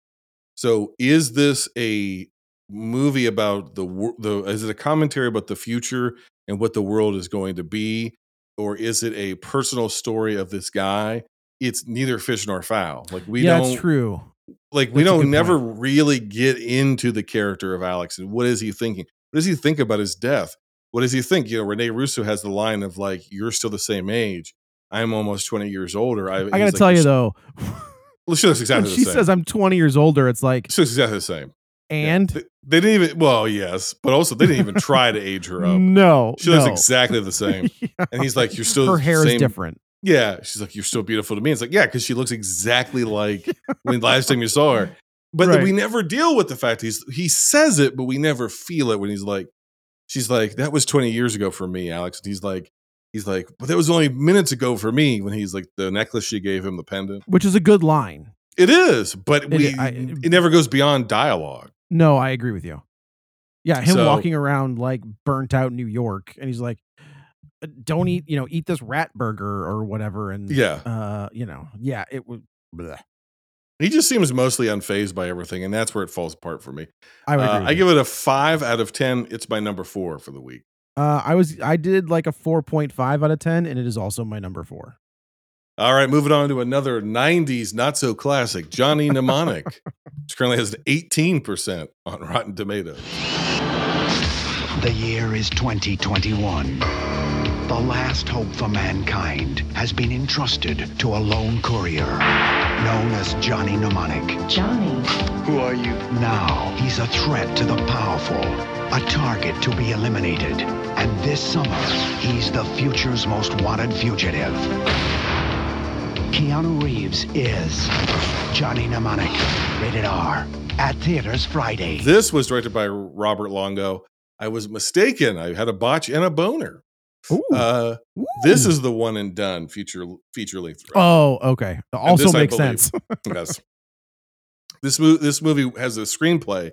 So is this a movie about the wor- the is it a commentary about the future and what the world is going to be or is it a personal story of this guy? It's neither fish nor fowl. Like we yeah, don't that's true. like we That's a don't good never really get into the character of Alex and what is he thinking? What does he think about his death? What does he think? You know, Rene Russo has the line of like, "You're still the same age. I'm almost 20 years older." I, I gotta tell you though, [LAUGHS] though, she looks when exactly the she same. says I'm 20 years older, it's like she looks exactly the same. Yeah. and they, they didn't even. Well, yes, but also they didn't even try to age her up. no, She looks no. [LAUGHS] exactly the same. Yeah. And he's [LAUGHS] like, "You're still her the hair same- is different. Yeah, she's like, "You're still beautiful to me." It's like, yeah, because she looks exactly like when last time you saw her. But then we Right. never deal with the fact he's he says it, but we never feel it when he's like, she's like, "That was 20 years ago for me, Alex." And he's like, he's like, "But that was only minutes ago for me." When he's like, the necklace she gave him, the pendant, which is a good line. it is, but It- we I- it never goes beyond dialogue. No, I agree with you. Yeah, him So- walking around like burnt out New York, and he's like, "Uh, "Don't eat, you know, eat this rat burger or whatever." And Yeah, uh, you know, yeah, it would. bleh. he just seems mostly unfazed by everything, and that's where it falls apart for me. I would. Uh, agree I I give it a five out of ten. It's my number four for the week. Uh, I was. I did like a four point five out of ten, and it is also my number four. All right, moving on to another 90s not so classic, [LAUGHS] Johnny Mnemonic, which currently has an 18% on Rotten Tomatoes. The year is 2021. The last hope for mankind has been entrusted to a lone courier known as Johnny Mnemonic. Johnny. Who are you? Now, he's a threat to the powerful, a target to be eliminated. And this summer, he's the future's most wanted fugitive. Keanu Reeves is Johnny Mnemonic, rated R, at theaters Friday. This was directed by Robert Longo. I was mistaken. I had a botch and a boner. Ooh. Uh, Ooh. this is the one and done feature feature length. Oh, okay. Also this I makes believe. sense. yes. This movie this movie has a screenplay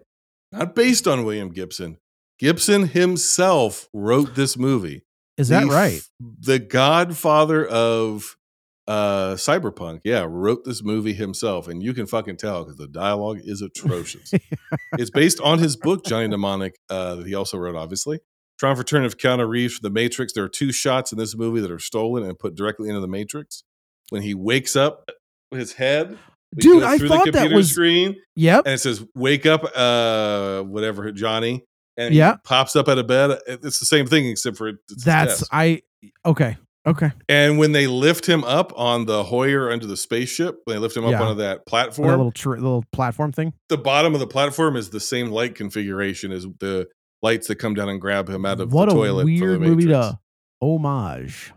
not based on William Gibson. Gibson himself wrote this movie. [LAUGHS] Is that The f- right? The godfather of uh cyberpunk, yeah, wrote this movie himself and you can fucking tell cuz the dialogue is [LAUGHS] atrocious. it's based on his book Johnny Mnemonic uh that he also wrote obviously. Triumph Return of Keanu Reeves for The Matrix. There are two shots in this movie that are stolen and put directly into The Matrix. When he wakes up, uh, his head we Dude, go I through thought that was- screen Yep. and it says wake up uh whatever johnny and Yeah. he pops up out of bed it's the same thing except for it's his That's chest. I okay. Okay. and when they lift him up on the hoyer under the spaceship they lift him up Yeah. onto that That platform little tr- little platform thing. the bottom of the platform is the same light configuration as the lights that come down and grab him out of What the a toilet from weird the movie Matrix. to homage.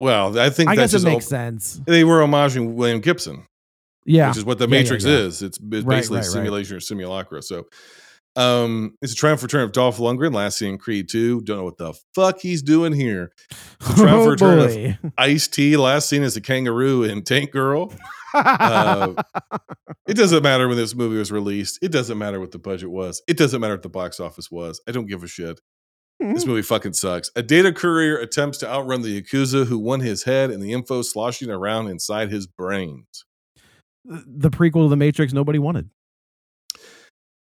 well i think I that's guess just it makes all- sense. they were homaging william gibson Yeah. which is what the Yeah, yeah, Matrix yeah. is. It's, it's Right, basically right, right. simulation or simulacra. So, um, it's a triumph return of Dolph Lundgren, last seen in Creed 2. Don't know what the fuck he's doing here. triumph [LAUGHS] oh return of- boy. Ice T, last seen as a kangaroo in Tank Girl. Uh, it doesn't matter when this movie was released. It doesn't matter what the budget was. It doesn't matter what the box office was. I don't give a shit. [LAUGHS] This movie fucking sucks. A data courier attempts to outrun the Yakuza who won his head and the info sloshing around inside his brains. the prequel to the Matrix nobody wanted.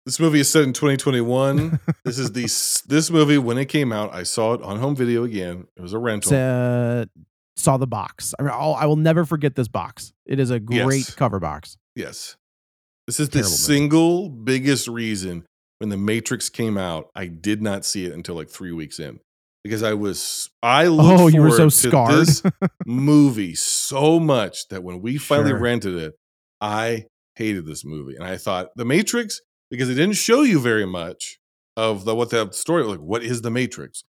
This movie is set in 2021. this is the s- this movie when it came out, I saw it on home video again. It was a rental. Sa- saw the box. I mean, I'll, I will never forget this box. It is a great Yes. cover box. yes. This is the Terrible movie. single biggest reason when The Matrix came out, I did not see it until like 3 weeks in because I was I looked Oh, you were so forward to scarred. [LAUGHS] this movie so much that when we finally Sure. rented it, I hated this movie. And I thought The Matrix, because it didn't show you very much of the what the story like, what is the Matrix?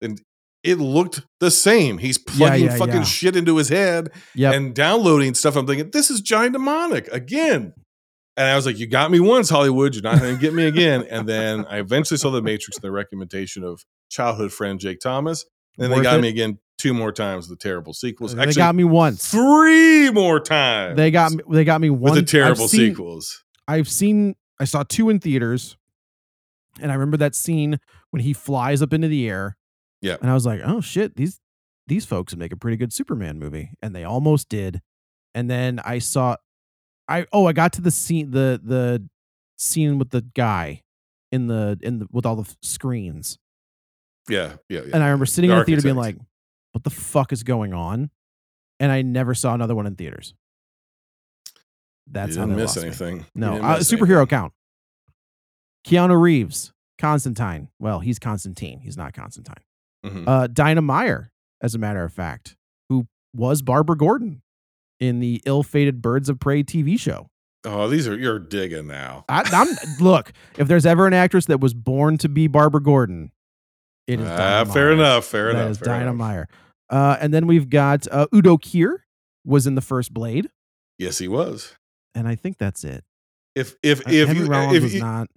And it looked the same. He's plugging yeah, fucking yeah. shit into his head Yep. and downloading stuff. I'm thinking, this is Johnny Demonic again. And I was like, you got me once, Hollywood. You're not going to get me again. And then I eventually saw The Matrix and the recommendation of childhood friend Jake Thomas. And they Worth got it. me again two more times with the terrible sequels. they got me once. Three more times. They got me, they got me one with the I've terrible seen- sequels. I've seen I saw two in theaters, and I remember that scene when he flies up into the air. Yeah. and I was like, oh shit, these these folks would make a pretty good Superman movie, and they almost did. And then I saw, I oh I got to the scene the the scene with the guy in the in the, with all the f- screens, Yeah, yeah, yeah. and I remember sitting The in the theater being like, architect. what the fuck is going on? And I never saw another one in theaters. You That's how didn't they miss lost me. anything. You No, didn't uh, miss superhero anything. count. Keanu Reeves, Constantine. Well, he's Constantine. He's not Constantine. Mhm. Uh, Dinah Meyer, as a matter of fact, who was Barbara Gordon in the ill-fated Birds of Prey TV show. oh, these are you're digging now. I, I'm look. If there's ever an actress that was born to be Barbara Gordon, it is. Ah, Dinah fair Meyer. enough. Fair That enough. is fair Dinah enough. Meyer. Uh, and then we've got uh, Udo Kier was in the first Blade, Yes, he was. and I think that's it. If if Uh, if Henry you, Rollins if, was you- not.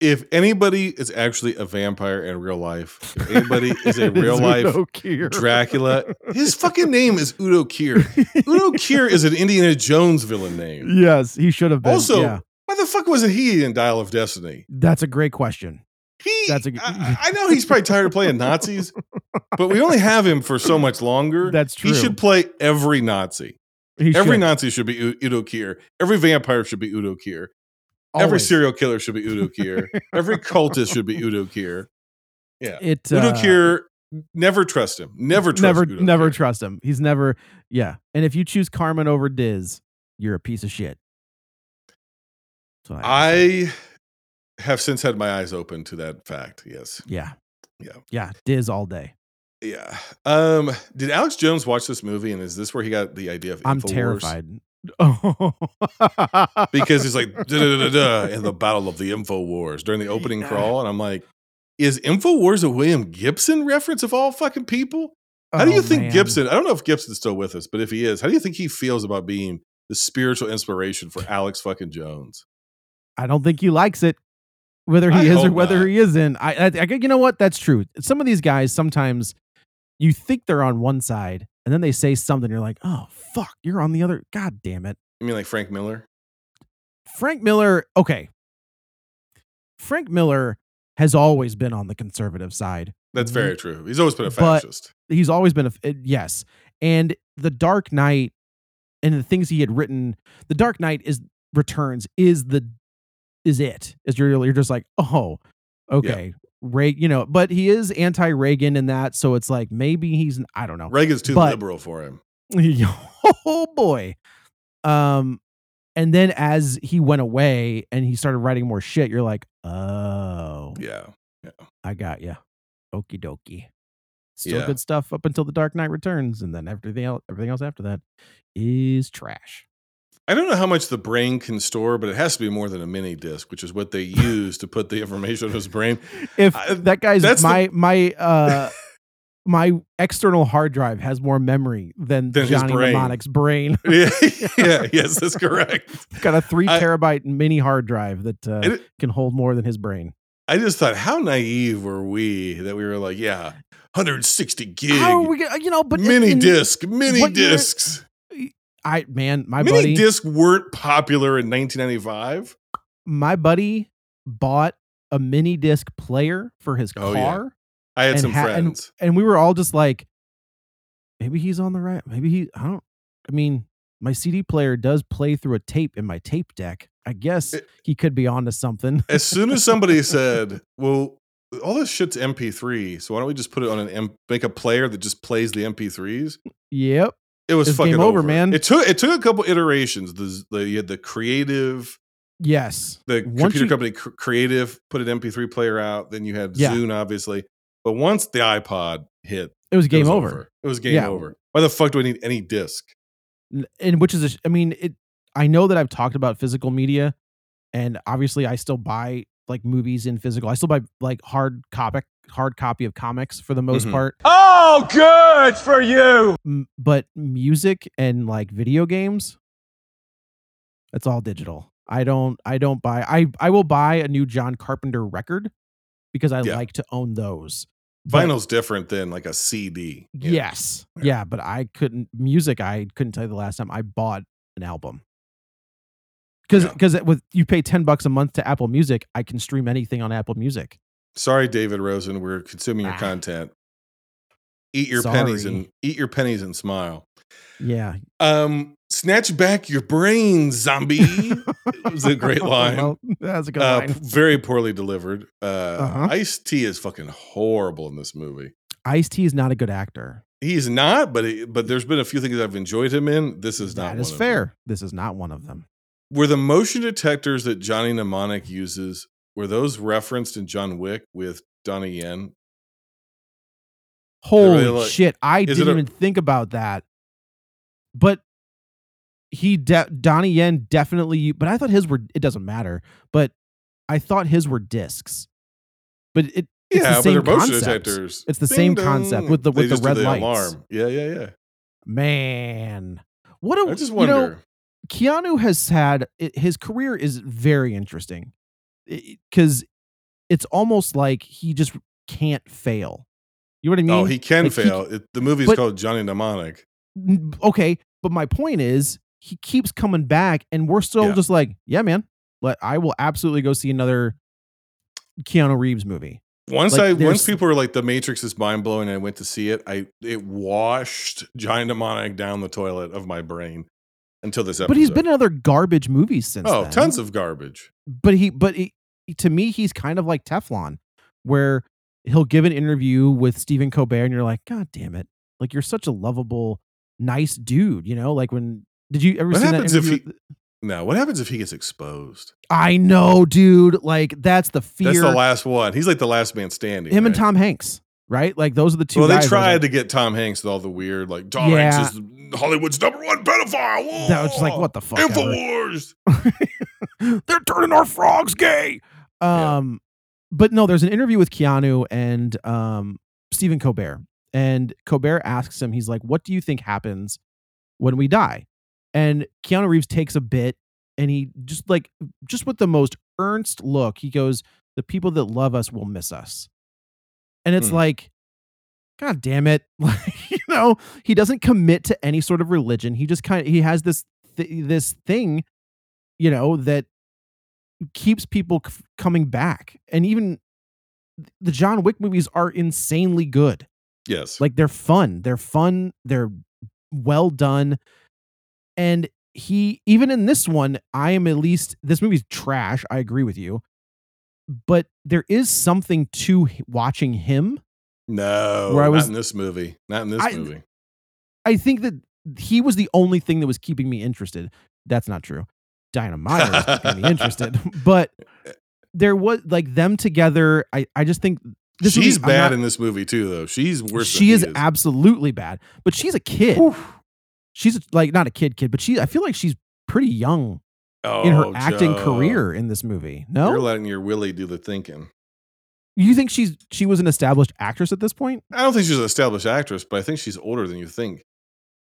if anybody is actually a vampire in real life, if anybody is a [LAUGHS] It is real life Udo Kier. Dracula, his fucking name is Udo Kier. Udo Kier is an Indiana Jones villain name. [LAUGHS] Yes, he should have been. Also, yeah. why the fuck wasn't he in Dial of Destiny? that's a great question. He, That's a- I- I I know he's probably tired of playing Nazis, but we only have him for so much longer. That's true. He should play every Nazi. He every should, Nazi should be U- Udo Kier. Every vampire should be Udo Kier. Every always. serial killer should be [LAUGHS] Udo Kier. every cultist should be Udo Kier. Yeah. It Udo uh, Kier, never trust him. Never trust never Udo never Kier. trust him. He's never yeah. And if you choose Carmen over Diz, you're a piece of shit. That's what I- I have since had my eyes open to that fact. Yes. yeah Yeah. yeah Diz all day. Yeah. Um, did Alex Jones watch this movie and is this where he got the idea of I'm Infowars? terrified. Oh. [LAUGHS] Because he's like da da da da in the Battle of the Info Wars during the opening crawl, and I'm like, is Info Wars a William Gibson reference of all fucking people? How do Oh, you think man. Gibson? I don't know if Gibson's still with us, but if he is, how do you think he feels about being the spiritual inspiration for Alex fucking Jones? I don't think he likes it, whether he I is or hope whether not. he isn't. I, I, I, you know what? That's true. Some of these guys sometimes you think they're on one side, and then they say something. You're like, oh fuck, you're on the other. God damn it, You mean like Frank Miller? Frank Miller. Okay, Frank Miller has always been on the conservative side. That's very Mhm. true. He's always been a But- fascist. he's always been a f- uh, yes and the dark knight and the things he had written the dark knight is returns is the is it is you're, you're just like oh okay Ray, you know, but he is anti Reagan in that, so it's like maybe he's n- I don't know. Reagan's too But- liberal for him. [LAUGHS] oh boy. Um and then as he went away and he started writing more shit, you're like, "Oh, Yeah. I got you. Okie dokie. Still Yeah. good stuff up until the Dark Knight Returns, and then everything else, everything else after that is trash. I don't know how much the brain can store, but it has to be more than a mini disc, which is what they use to put the information in his [LAUGHS] brain. [LAUGHS] If I- that guy's that's the- my my [LAUGHS] uh my external hard drive has more memory than, Than his Johnny brain. Mnemonic's brain. [LAUGHS] yeah, yeah, yes, that's correct. Got a three I- terabyte mini hard drive that uh, It- can hold more than his brain. I just thought, how naive were we that we were like, yeah, 160 gig, Oh, we got- you know, but in- mini in- disc, mini what year- discs. I man, my mini buddy, discs weren't popular in 1995. my buddy bought a mini disc player for his Oh, car. yeah. I had and some ha- and- friends. and we were all just like, maybe he's on the right. Maybe he. I don't. I mean, my CD player does play through a tape in my tape deck. I guess It- he could be onto something. [LAUGHS] as soon as somebody said, "Well, all this shit's MP3, so why don't we just put it on an M- make a player that just plays the MP3s?" yep. It was It's fucking game over, man. It took it took a couple iterations. The the you had the creative, Yes. the Once computer you- company cr- creative put an MP3 player out. Then you had Yeah. Zune, obviously. But once the iPod hit, It was it game was over. It was game Yeah. over. Why the fuck do I need any disc? N- And which is, a sh- I mean, it. I know that I've talked about physical media, and obviously, I still buy like movies in physical. I still buy like hard comic, hard copy of comics for the most Mhm. part. Mm-hmm. Oh, good for you. M- but music and like video games it's all digital i don't i don't buy i i will buy a new john carpenter record because i Yeah. like to own those But- Vinyl's different than like a CD. you know? yes Yeah. yeah. but i couldn't music i couldn't tell you the last time i bought an album because Yeah. because with you pay 10 bucks a month to apple music i can stream anything on apple music Sorry, David Rosen, we're consuming your Ah. content. Eat your pennies Sorry. and eat your pennies and smile. yeah Um, snatch back your brain, zombie. [LAUGHS] it was a great line. well, that's a good uh, p- line very poorly delivered. Uh, Uh-huh. Ice T is fucking horrible in this movie. ice-t is not a good actor He's not, but he, but there's been a few things I've enjoyed him in. This is not that is one of fair them. this is not one of them Were the motion detectors that Johnny Mnemonic uses were those referenced in John Wick with Donnie Yen? Holy like- shit! I Is it didn't a- even think about that. But he, de- Donnie Yen, definitely. But I thought his were. It doesn't matter. But I thought his were discs. But it. yeah, It's the but same they're motion concept. detectors. It's the same Ding concept dong. with the- They with the just do red lights. alarm. Yeah, yeah, yeah. Man, what a I just you wonder. know, Keanu has had i- his career is very interesting because it's almost like he just can't fail. You know what I mean? oh, he can Like, he- fail. it, the movie's but- called Johnny Mnemonic. N- okay but my point is he keeps coming back and we're still Yeah. just like yeah man but i will absolutely go see another keanu reeves movie Once Like, I once there's- people were like the Matrix is mind blowing, I went to see it. I it washed Johnny Mnemonic down the toilet of my brain until this episode. but he's been in other garbage movies since oh then. tons of garbage. but he but he, to me he's kind of like teflon where he'll give an interview with stephen colbert and you're like god damn it like you're such a lovable nice dude you know like when did you ever What see that happens if he- interview with- Now what happens if he gets exposed? i know dude like that's the fear That's the last one. He's like the last man standing. him and right? tom hanks right? Like those are the two. Well, they guys I was tried like- to get Tom Hanks with all the weird, like Tom Yeah. Hanks is Hollywood's number one pedophile. Whoa. That was just like, what the fuck, Howard? Infowars. [GASPS] they're turning our frogs gay. Um, but no, there's an interview with Keanu and um Stephen Colbert, and Colbert asks him, he's like, "What do you think happens when we die?" And Keanu Reeves takes a bit, and he just like just with the most earnest look, he goes, "The people that love us will miss us," and it's Hmm. like. God damn it. [LAUGHS] Like, you know, he doesn't commit to any sort of religion. He just kind of he has this th- this thing, you know, that keeps people c- coming back. And even th- the John Wick movies are insanely good. Yes. Like they're fun. They're fun. They're well done. And he even in this one, I am at least this movie's trash. I agree with you. But there is something to h- watching him no, Where I was- not in this movie. Not in this I- movie. I think that he was the only thing that was keeping me interested. That's not true. Dynamite was keeping me [LAUGHS] interested, but there was like them together. I, I just think this she's movie- I'm bad not- in this movie too, though. She's worse. she than is, he is. absolutely bad, but she's a kid. She's a, like not a kid kid, but she I feel like she's pretty young in her Oh, acting Joe. career in this movie. You're No, letting your Willie do the thinking. you think she's she was an established actress at this point? I don't think she's an established actress, but I think she's older than you think.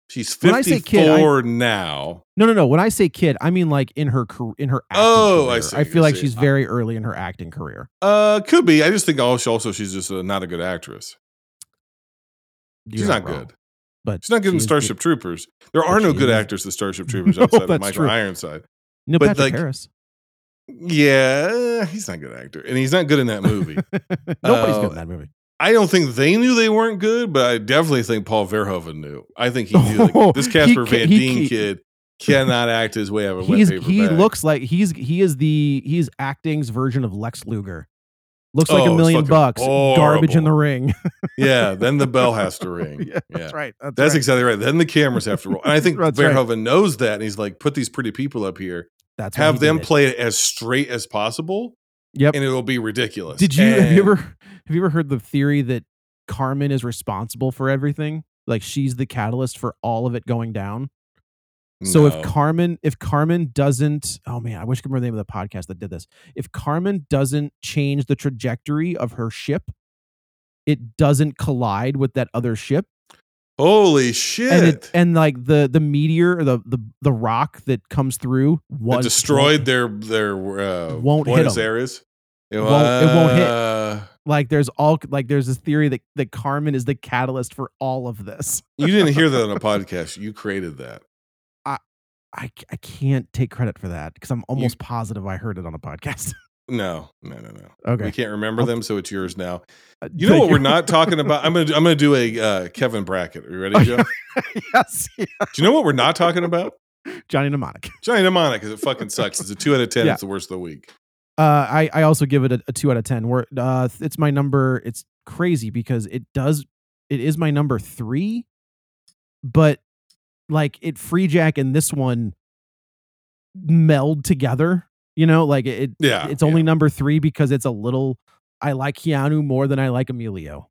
She's When 54 I say kid, I- now. No, no, no. When I say kid, I mean like in her car- in her. Acting Oh, I career. see, I feel I like see. she's very early in her acting career. Uh, could be. I just think also, also she's just uh, not a good actress. You're she's not wrong, good. But She's not good in she is Starship Troopers. There are But no she good is- actors in [LAUGHS] Starship Troopers No, outside of that's Michael true. Ironside. No, But, Patrick like, [LAUGHS] Harris. [LAUGHS] Yeah, he's not a good actor, and he's not good in that movie. Nobody's good uh, in that movie. I don't think they knew they weren't good, but I definitely think Paul Verhoeven knew. I think he knew [LAUGHS] like, this He Casper ca- Van he Dien ca- kid cannot act his way out of a wet He's paper he bag. looks like he's he is the he's acting's version of Lex Luger. Looks like Oh, a it's million fucking bucks. Garbage in the horrible. ring. yeah. Then the bell has [LAUGHS] to ring. [LAUGHS] Yeah, yeah, That's right. That's, That's right. exactly right. Then the cameras have to roll. And I think That's right. Verhoeven knows that. And he's like, put these pretty people up here, That's why he have did them it. play it as straight as possible, Yep. and it'll be ridiculous. Did you [LAUGHS] have you And- ever have you ever heard the theory that Carmen is responsible for everything? Like she's the catalyst for all of it going down. So No. if Carmen, if Carmen doesn't, oh man, I wish I could remember the name of the podcast that did this. If Carmen doesn't change the trajectory of her ship, it doesn't collide with that other ship, Holy shit. and it and like the the meteor, or the the the rock that comes through was That destroyed their their uh, Won't hit Buenos 'em. Aires. It won't- it won't hit. Uh, Like there's all like there's this theory that that Carmen is the catalyst for all of this. you didn't hear that on [LAUGHS] a podcast. You created that. I c- I can't take credit for that because I'm almost positive I heard it on a podcast. [LAUGHS] No, no, no, no. We okay, can't remember I'll- them, so it's yours now. Uh, You [LAUGHS] know thank what we're not talking about? I'm gonna I'm gonna do a uh, Kevin bracket. Are you ready, Joe? yes, Do you know what we're not talking about? Johnny Mnemonic. Johnny Mnemonic because it fucking sucks. It's a two out of ten. Yeah. It's the worst of the week. Uh, I I also give it a, a two out of ten. Where uh, th- it's my number. It's crazy because it does. It is my number three, but like it, Free Jack and this one meld together. You know, like it. Yeah, it's only number three because it's a little. I like Keanu more than I like Emilio.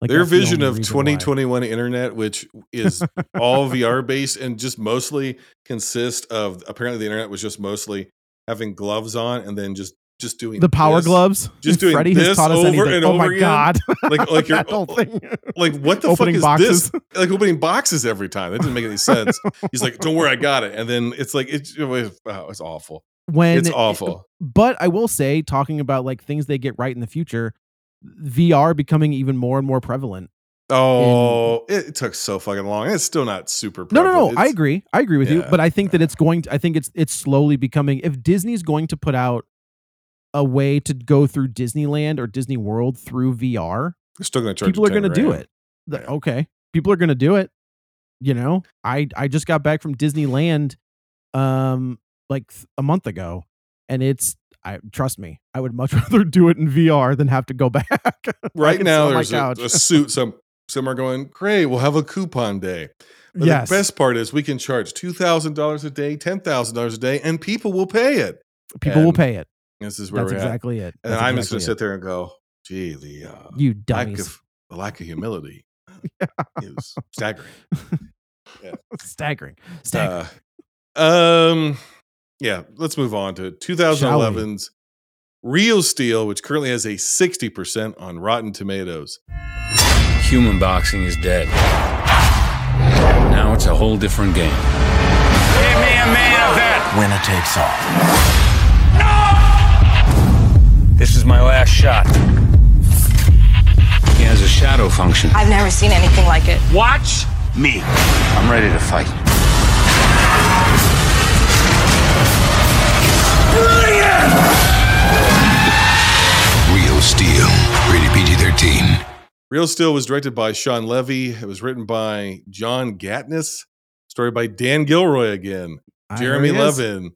Like Their that's the vision only of reason why. 2021 internet, which is all VR based and just mostly consist of apparently the internet was just mostly having gloves on and then just just doing the power this. gloves. Just doing [LAUGHS] Freddy this has taught us over anything. and oh my over again? god! Like- [LAUGHS] [LAUGHS] like you're- that whole thing. Like what the Opening fuck is boxes. this? Like opening boxes every time. That didn't make [LAUGHS] any sense. He's like, "Don't worry, I got it." And then it's like it's wow, it's awful. When it's [LAUGHS] awful. but I will say, talking about like things they get right in the future, VR becoming even more and more prevalent. Oh, it, it took so fucking long. It's still not super. No, no, no. prevalent. I It's- agree. I agree with you. Yeah, But I think that yeah. it's going. To, I think it's it's slowly becoming. If Disney's going to put out a way to go through Disneyland or Disney World through VR, They're still going to charge. people are you going to 10 do grand. it. The- Yeah. Okay, people are going to do it. You know, I I just got back from Disneyland, um, like th- a month ago, and it's I trust me, I would much [LAUGHS] rather do it in VR than have to go [LAUGHS] back. I Right can now, sit on my there's a, couch. a suit. Some some are going. Great, we'll have a coupon day. But yes, the best part is we can charge two thousand dollars a day, ten thousand dollars a day, and people will pay it. people will and pay it. This is where That's we're at. exactly it. And That's I'm just exactly going to it. sit there and go, Gee, the uh, you lack dummies. of the lack of humility uh, [LAUGHS] is staggering. Yeah. staggering. Staggering. Uh, um, yeah, let's move on to 2011's Real Steel, which currently has a 60% on Rotten Tomatoes. Human boxing is dead. Now it's a whole different game. Give me a man of that. Winner takes all. This is my last shot. He has a shadow function. I've never seen anything like it. Watch. Me. I'm ready to fight. Real Steel, rated PG 13. Real Steel was directed by Sean Levy. It was written by John Gatness. Story by Dan Gilroy again. Ah, there Jeremy he is. Levin.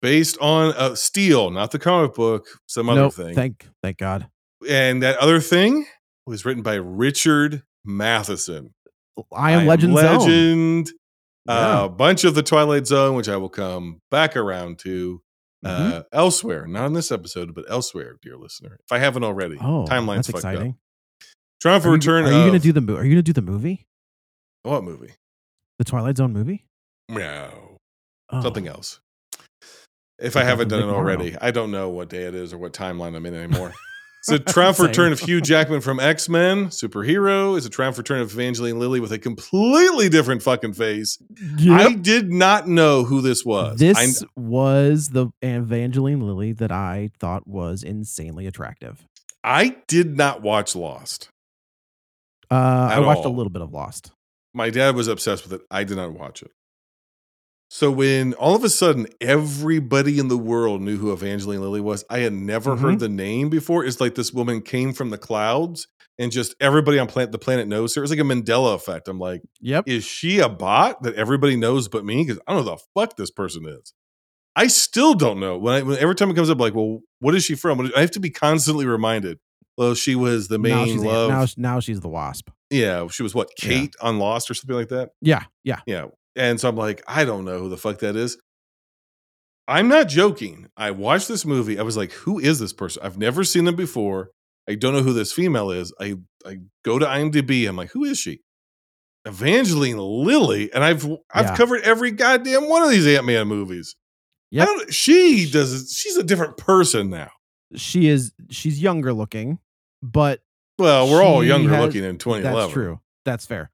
Based on uh, Steel, not the comic book, some other Nope, thing. Thank thank God. and that other thing was written by Richard Matheson. I am Legend Zone. Legend. Uh, Yeah. A bunch of the Twilight Zone, which I will come back around to Mm-hmm. uh, elsewhere, not on this episode, but elsewhere, dear listener. If I haven't already, Oh, timeline's that's fucked exciting. up. Triumph for Are you- Return. Are you gonna of- do the mo- Are you gonna do the movie? what movie? The Twilight Zone movie? No, Oh. something else. If Something I haven't for done it tomorrow. already, I don't know what day it is or what timeline I'm in [LAUGHS] anymore. It's a triumph Same. return of Hugh Jackman from X Men, superhero. It's a triumph return of Evangeline Lilly with a completely different fucking face. I did not know who this was. I- This was the Evangeline Lilly that I thought was insanely attractive. I did not watch Lost. Uh, I At watched a all. little bit of Lost. My dad was obsessed with it. I did not watch it. So when all of a sudden everybody in the world knew who Evangeline Lilly was, I had never Mm-hmm. heard the name before. It's like this woman came from the clouds and just everybody on planet the planet knows her. It's like a Mandela effect. I'm like, Yep. is she a bot that everybody knows but me? Because I don't know who the fuck this person is. I still don't know. When, I, when every time it comes up, like, well, what is she from? What is- I have to be constantly reminded. Well, she was the now main she's love. now, sh- now she's the Wasp. yeah, she was what Kate on Lost or something like that. Yeah, yeah. Yeah. And so I'm like, I don't know who the fuck that is. I'm not joking. I watched this movie. I was like, who is this person? I've never seen them before. I don't know who this female is. I, I go to IMDb. I'm like, who is she? Evangeline Lilly. And I've I've Yeah. covered every goddamn one of these Ant Man movies. Yep. I don't, she does. She's a different person now. She is. She's younger looking, but Well, we're all she younger has- looking in 2011. That's true. That's fair.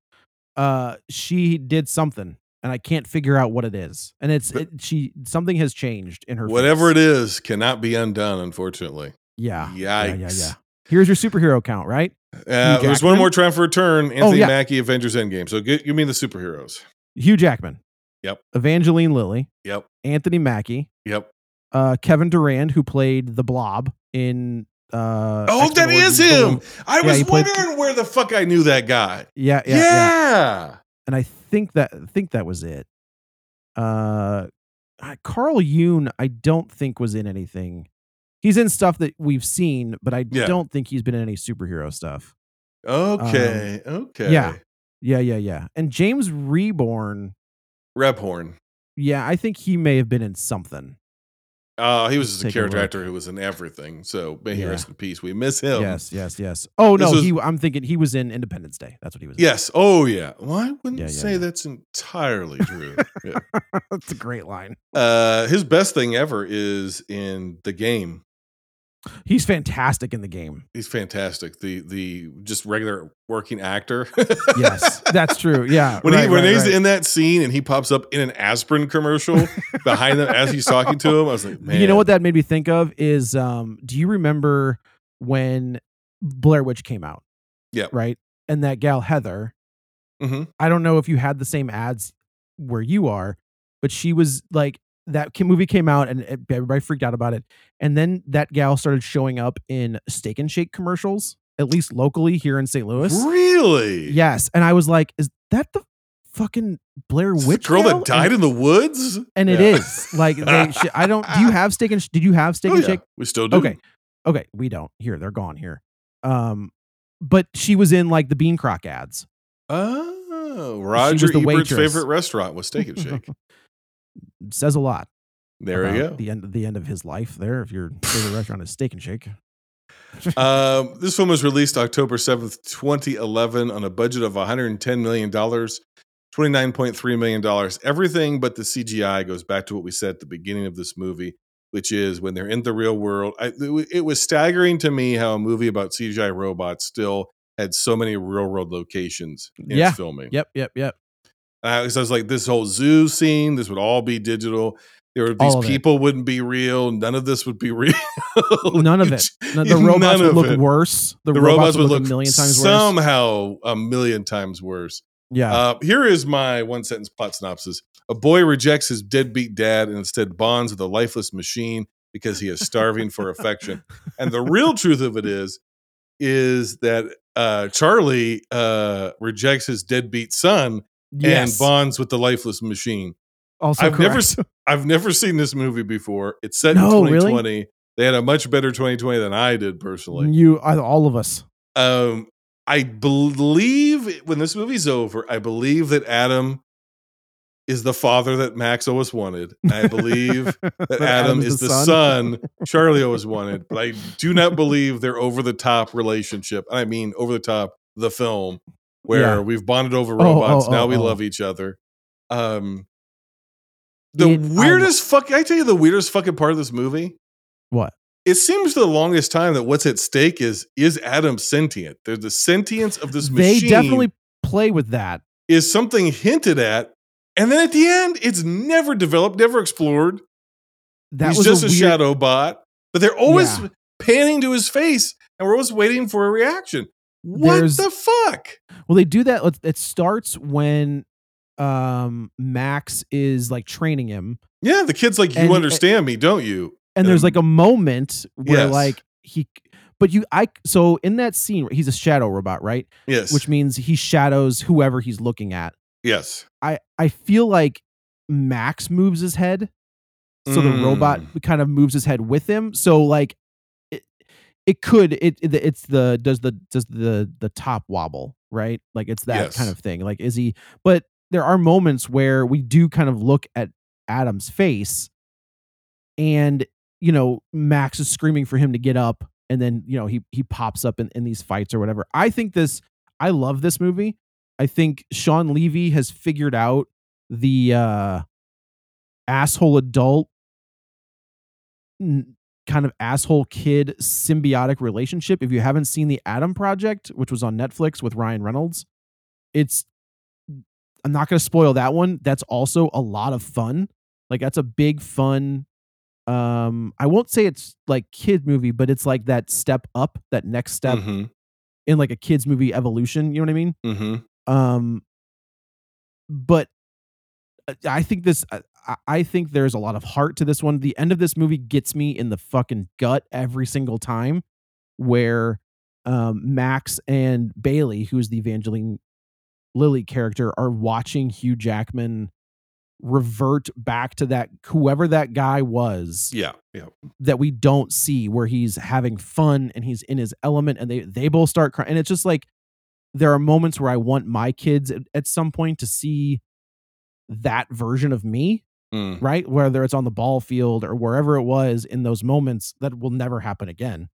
Uh, she did something, and I can't figure out what it is. And it's it, she something has changed in her. Whatever face. it is cannot be undone, unfortunately. Yeah. Yikes. Yeah. Yeah. Yeah. Here's your superhero count, right? Uh, Hugh there's one Jackman? more try for return. Anthony Oh, yeah. Mackie, Avengers Endgame. So get, you mean the superheroes? Hugh Jackman. Yep. Evangeline Lilly. Yep. Anthony Mackie. Yep. Uh, Kevin Durand, who played the Blob in. Uh, Oh, X-Men that is Origins, the him. one- I Yeah, was he played- wondering where the fuck I knew that guy. Yeah, yeah, Yeah. yeah. And I think that I think that was it. Uh, I- Carl Yoon, I don't think was in anything. He's in stuff that we've seen, but I Yeah. don't think he's been in any superhero stuff. Okay. okay. Um, yeah. Yeah, yeah, yeah. And James Reborn, Reb Horn. yeah, I think he may have been in something. Uh, he was Let's just a take a character look. actor who was in everything. So may he Yeah. rest in peace. We miss him. Yes, yes, yes. Oh This no, was- he. I'm thinking he was in Independence Day. That's what he was. in. Yes. Oh yeah. Well, I wouldn't Yeah, yeah, say yeah. that's entirely [LAUGHS] true. Yeah. [LAUGHS] that's a great line. Uh, his best thing ever is in the game. He's fantastic in the game. He's fantastic. The the just regular working actor. Yes, that's true. Yeah. [LAUGHS] when he right, when right, he's right. in that scene and he pops up in an aspirin commercial behind them as he's talking to him, I was like, man, [LAUGHS] You know what that made me think of is um do you remember when Blair Witch came out? Yeah. Right? And that gal Heather, Mhm. I don't know if you had the same ads where you are, but she was like that ca- movie came out and it- everybody freaked out about it. And then that gal started showing up in Steak and Shake commercials, at least locally here in St. Louis. really? Yes, and I was like, is that the fucking Blair Is this Witch the girl gal? that died And- in the woods, and it Yeah. is [LAUGHS] like they, sh- I don't. Do you have steak and sh- did you have steak Oh, and yeah. shake? We still do. Okay, okay, we don't. Here they're gone. Here, um, but she was in like the bean crock ads. Oh, Roger the Ebert's waitress. favorite restaurant was Steak and [LAUGHS] Shake. Says a lot. There we about go. [LAUGHS] The end. The end of his life. There, if your favorite restaurant is Steak and Shake. um, this film was released October 7th, 2011, on a budget of $110 million, $29.3 million. Everything but the CGI goes back to what we said at the beginning of this movie, which is when they're in the real world. I, it, it was staggering to me how a movie about CGI robots still had so many real world locations in yeah. its filming. Yep, yep, yep. Uh, so I was like, this whole zoo scene, this would all be digital. There would, All these of it. people wouldn't be real. None of this would be [LAUGHS] real. None of it. No, the [LAUGHS] None robots would of look it. worse. The, robots, would look a million times worse. Ah. somehow a million times worse. Yeah. Uh, here is my one sentence plot synopsis: A boy rejects his deadbeat dad and instead bonds with a lifeless machine because he is starving for [LAUGHS] affection. And the real truth of it is, is that uh, Charlie uh, rejects his deadbeat son Yes. and bonds with the lifeless machine. also, I've never correct. s- I've never seen this movie before. It's set No, in really? 2020. They had a much better 2020 than I did personally. you, I- all of us. Um, I believe when this movie's over, I believe that Adam is the father that Max always wanted. I [LAUGHS] believe that, That Adam Adam's is the the, son. son. Charlie always wanted, but I do not believe their over the top relationship. And I mean over the top the film where Yeah. we've bonded over Oh, oh, robots. oh, now we oh. love each other. Um the It- I- weirdest fuck can I tell you the weirdest fucking part of this movie? [LAUGHS] What? It seems for the longest time that what's at stake is is Adam sentient. There's the sentience of this They machine definitely play with that. is something hinted at, and then at the end, it's never developed, never explored. That He's was just a, a, weird, shadow bot, but they're always Yeah. panning to his face, and we're always waiting for a reaction. What There's- the fuck? Well, they do that. It starts when um Max is like training him, Yeah, the kid's like, you And- eh, understand me, don't you? and there's like a moment where Yes. like he, but you, I. So in that scene, he's a shadow robot, right? yes, Which means he shadows whoever he's looking at. yes, I I feel like Max moves his head, so the robot Mm. kind of moves his head with him. So like, it it could it it- it's the does the does the the top wobble right? Like it's that Yes. kind of thing. Like is he? But there are moments where we do kind of look at Adam's face, and you know Max is screaming for him to get up, and then you know he he pops up in in these fights or whatever. I think this I love this movie. I think Sean Levy has figured out the uh asshole adult n- kind of asshole kid symbiotic relationship. If you haven't seen the Adam Project, which was on Netflix with Ryan Reynolds, it's I'm not going to spoil that one. That's also a lot of fun. Like that's a big fun um I won't say it's like kid movie, but it's like that step up, that next step Mhm, in like a kids movie evolution, you know what I mean? mhm. um but I- i think this I- I- i think there's a lot of heart to this one the end of this movie gets me in the fucking gut every single time where um max and bailey who's the evangeline lilly character are watching hugh jackman revert back to that whoever that guy was yeah, yeah. that we don't see where he's having fun and he's in his element and they they both start crying and it's just like there are moments where i want my kids at, at some point to see that version of me Mm. right whether it's on the ball field or wherever it was in those moments that will never happen again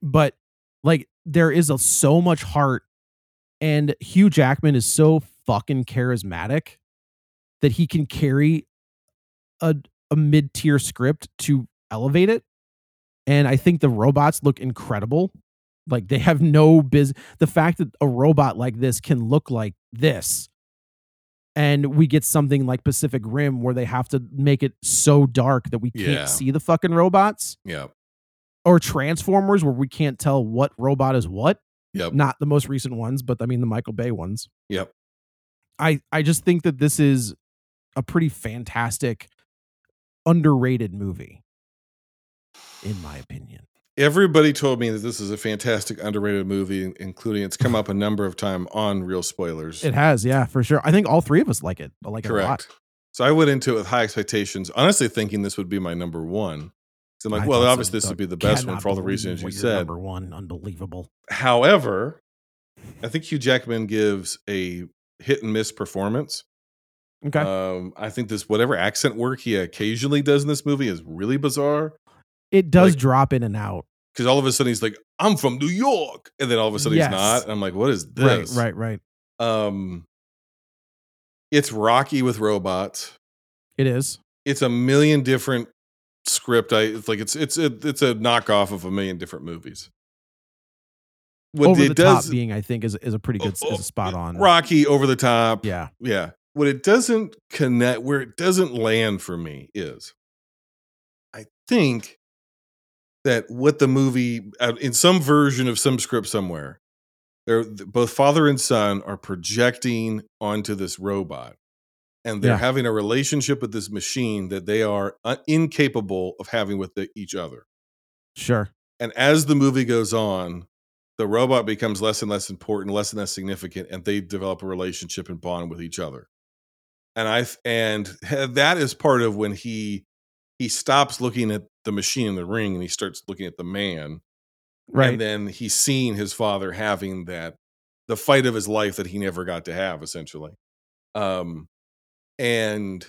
but like there is a, so much heart and hugh jackman is so fucking charismatic that he can carry a a mid-tier script to elevate it and i think the robots look incredible like they have no biz the fact that a robot like this can look like this and we get something like pacific rim where they have to make it so dark that we can't Yeah. see the fucking robots Yeah. or transformers where we can't tell what robot is what Yep. not the most recent ones but i mean the michael bay ones Yep. I I just think that this is a pretty fantastic, underrated movie, in my opinion. Everybody told me that this is a fantastic underrated movie, including it's come up a number of times on Real Spoilers. It has, yeah, for sure. I think all three of us like it. I like it a lot. Correct. So I went into it with high expectations, honestly thinking this would be my number one. So I'm like, I well, thought so, obviously this but would be the best one cannot for all the believe reasons you what your said. Number one, unbelievable. However, I think Hugh Jackman gives a hit and miss performance. Okay, Um, I think this whatever accent work he occasionally does in this movie is really bizarre. it does like- drop in and out. because all of a sudden he's like, "I'm from New York," and then all of a sudden Yes. he's not. And I'm like, "What is this?" Right, right, right. Um, it's Rocky with robots. It is. It's a million different script. I it's like it's it's it, it's a knockoff of a million different movies. What Over it the does, Oh, top being, I think, is is a pretty good, is a spot on. Rocky over the top. Yeah. Yeah. What it doesn't connect, where it doesn't land for me is I think that what the movie, uh, in some version of some script somewhere, they're th- both father and son are projecting onto this robot and they're Yeah. having a relationship with this machine that they are uh, incapable of having with the, each other. Sure. And as the movie goes on, the robot becomes less and less important, less and less significant, and they develop a relationship and bond with each other. And I and that is part of when he he stops looking at the machine in the ring and he starts looking at the man. Right. And then he's seeing his father having that the fight of his life that he never got to have, essentially. Um and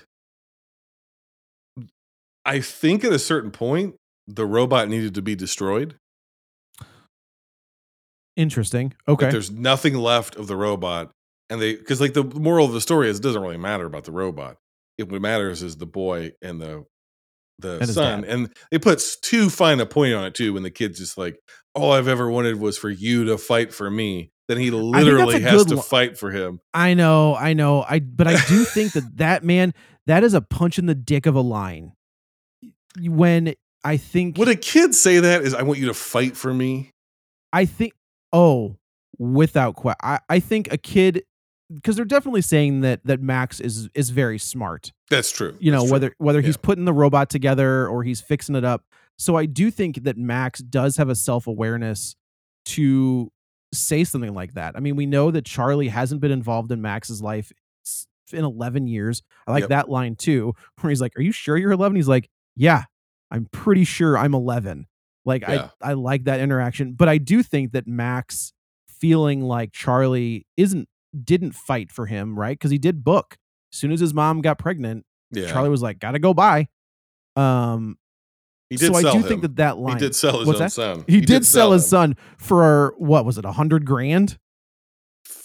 I think at a certain point the robot needed to be destroyed. Interesting. Like, Okay. there's nothing left of the robot. And they, because like the moral of the story is it doesn't really matter about the robot. It what matters is the boy and the the And his son. dad. And it puts too fine a point on it too when the kid's just like, all I've ever wanted was for you to fight for me. Then he that's literally a has good to li- fight for him. I know, I know. I but I do [LAUGHS] think that that man that is a punch in the dick of a line. When I think Would a kid say that is I want you to fight for me? I think oh, without question, I, I think a kid because they're definitely saying that that Max is is very smart. That's true. You know That's true. whether whether he's Yeah. putting the robot together or he's fixing it up. So I do think that Max does have a self awareness to say something like that. I mean, we know that Charlie hasn't been involved in Max's life s- in 11 years. I like Yep. that line too, [LAUGHS] where he's like, "Are you sure you're 11?" He's like, "Yeah, I'm pretty sure I'm 11." Like Yeah. I I like that interaction, but I do think that Max feeling like Charlie isn't didn't fight for him, right? Cuz he did book. As soon as his mom got pregnant, Yeah. Charlie was like, "Got to go bye." Um he did so sell I do him. think that that line he did sell his What's own that? son. He, did, sell his him. son for what was it, a hundred grand?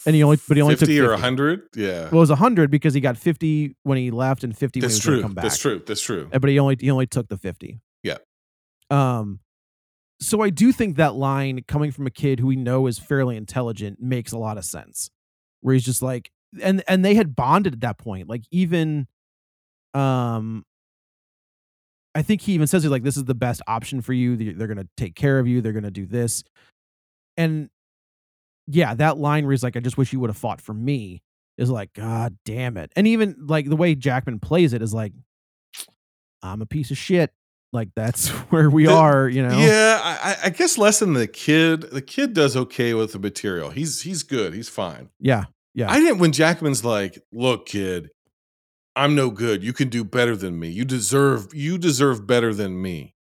And he only, but he only took 50 50. or 100. Yeah. Well, it was a hundred because he got fifty when he left and fifty that's when he was true. gonna come back. That's true. That's true. Uh, But he only he only took the fifty. Yeah. Um. So I do think that line coming from a kid who we know is fairly intelligent makes a lot of sense. Where he's just like, and and they had bonded at that point. Like even, um, I think he even says he's like, "This is the best option for you. They're, they're gonna take care of you. They're gonna do this." And yeah, that line where he's like, "I just wish you would have fought for me," is like, "God damn it!" And even like the way Jackman plays it is like, "I'm a piece of shit." Like that's [LAUGHS] where we The- are, you know. Yeah, I, I- I guess less than the kid. The kid does okay with the material. He's he's good. He's fine. yeah, yeah. I didn't when Jackman's like, "Look, kid, I'm no good. You can do better than me. You deserve you deserve better than me."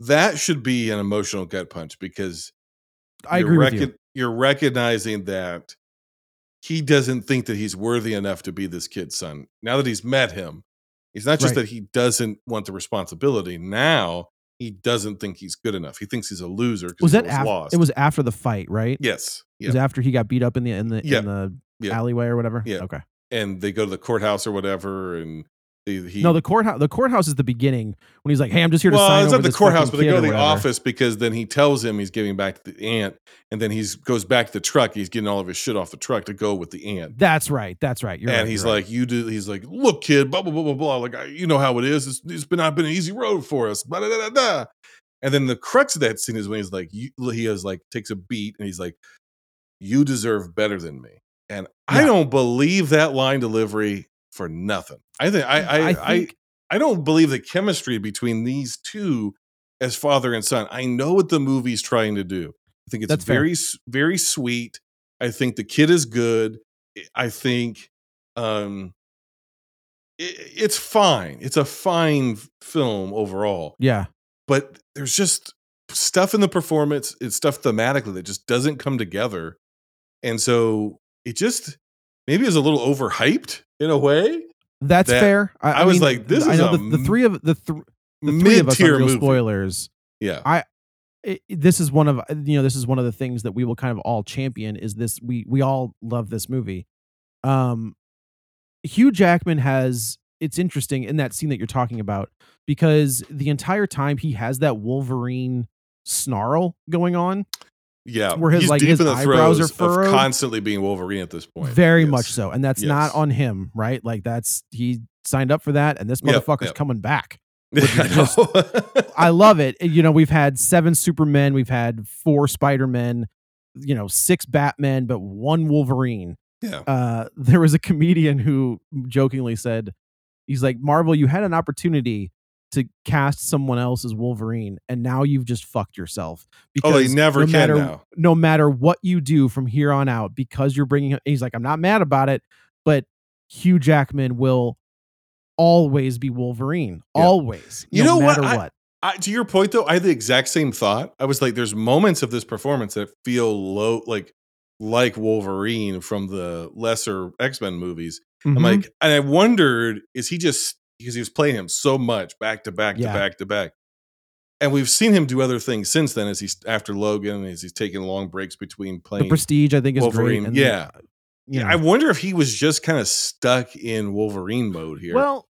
That should be an emotional gut punch because I you're agree with you. recog- You're recognizing that he doesn't think that he's worthy enough to be this kid's son. Now that he's met him, it's not just Right. that he doesn't want the responsibility. Now he doesn't think he's good enough. He thinks he's a loser because Was he that was after? lost. It was after the fight, right? yes, It was yeah, after he got beat up in the in the Yeah. in the Yeah. alleyway or whatever. Yeah. Okay. and they go to the courthouse or whatever, and they, he no, the courthouse. The courthouse is the beginning when he's like, "Hey, I'm just here to sign well, it's over not the this fucking courthouse, but they kid go or to the whatever." office because then he tells him he's giving back to the aunt, and then he's goes back to the truck. He's getting all of his shit off the truck to go with the aunt. That's right. That's right. You're and right, he's you're right. like, "You do." He's like, "Look, kid, blah blah blah blah blah. Like, I, you know how it is. It's, it's been not been an easy road for us." Blah, da, da, da, da. And then the crux of that scene is when he's like, you, he is like takes a beat and he's like, "You deserve better than me." And I Yeah. don't believe that line delivery for nothing. I think I I I, think- I don't believe the chemistry between these two as father and son. I know what the movie's trying to do. I think it's That's fair. very s- very sweet. I think the kid is good. I think um it, it's fine. It's a fine f- film overall, yeah. but there's just stuff in the performance, it's stuff thematically that just doesn't come together. And so it just maybe is a little overhyped in a way. That's that- fair. I, I was mean, like, this I is know a the, the three of the, th- the three of us on Mid-tier Real movie. spoilers. Yeah. it- this is one of you know this is one of the things that we will kind of all champion is this we we all love this movie um hugh jackman has it's interesting in that scene that you're talking about because the entire time he has that wolverine snarl going on Yeah, where his he's like deep his in the eyebrows are throes furrowed of constantly being Wolverine at this point. very Yes. [LAUGHS] much so and that's not Yes. on him right like that's he signed up for that and this Yep, motherfucker's yep. coming back I know. [LAUGHS] I love it. You know, we've had seven Supermen, we've had four Spider Men, you know, six Batmen, but one Wolverine. yeah. Uh, there was a comedian who jokingly said, "He's like Marvel, you had an opportunity to cast someone else as Wolverine, and now you've just fucked yourself." Oh, they never can matter, now. No matter what you do from here on out, because you're bringing. He's like, "I'm not mad about it, but Hugh Jackman will." Always be Wolverine. Yeah. Always. You no know what? matter I- what. I, to your point though, I had the exact same thought. I was like, there's moments of this performance that feel low, like like Wolverine from the lesser X Men movies. Mhm. I'm like, and I wondered, is he just because he was playing him so much back to back Yeah. to back to back, and we've seen him do other things since then. As he's after Logan, as he's taking long breaks between the playing prestige i think is Wolverine. great and, yeah, you know. I wonder if he was just kind of stuck in Wolverine mode here. well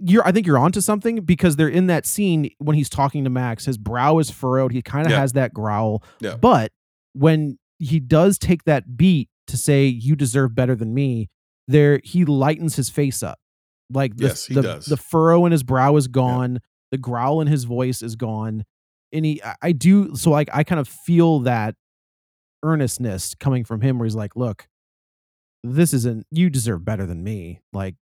you're i think you're onto something because they're in that scene when he's talking to max his brow is furrowed he kind of Yeah. has that growl Yeah. but when he does take that beat to say you deserve better than me there he lightens his face up like the, Yes, he the, does. the furrow in his brow is gone the growl in his voice is gone and he I, I do so like i kind of feel that earnestness coming from him where he's like look this isn't you deserve better than me like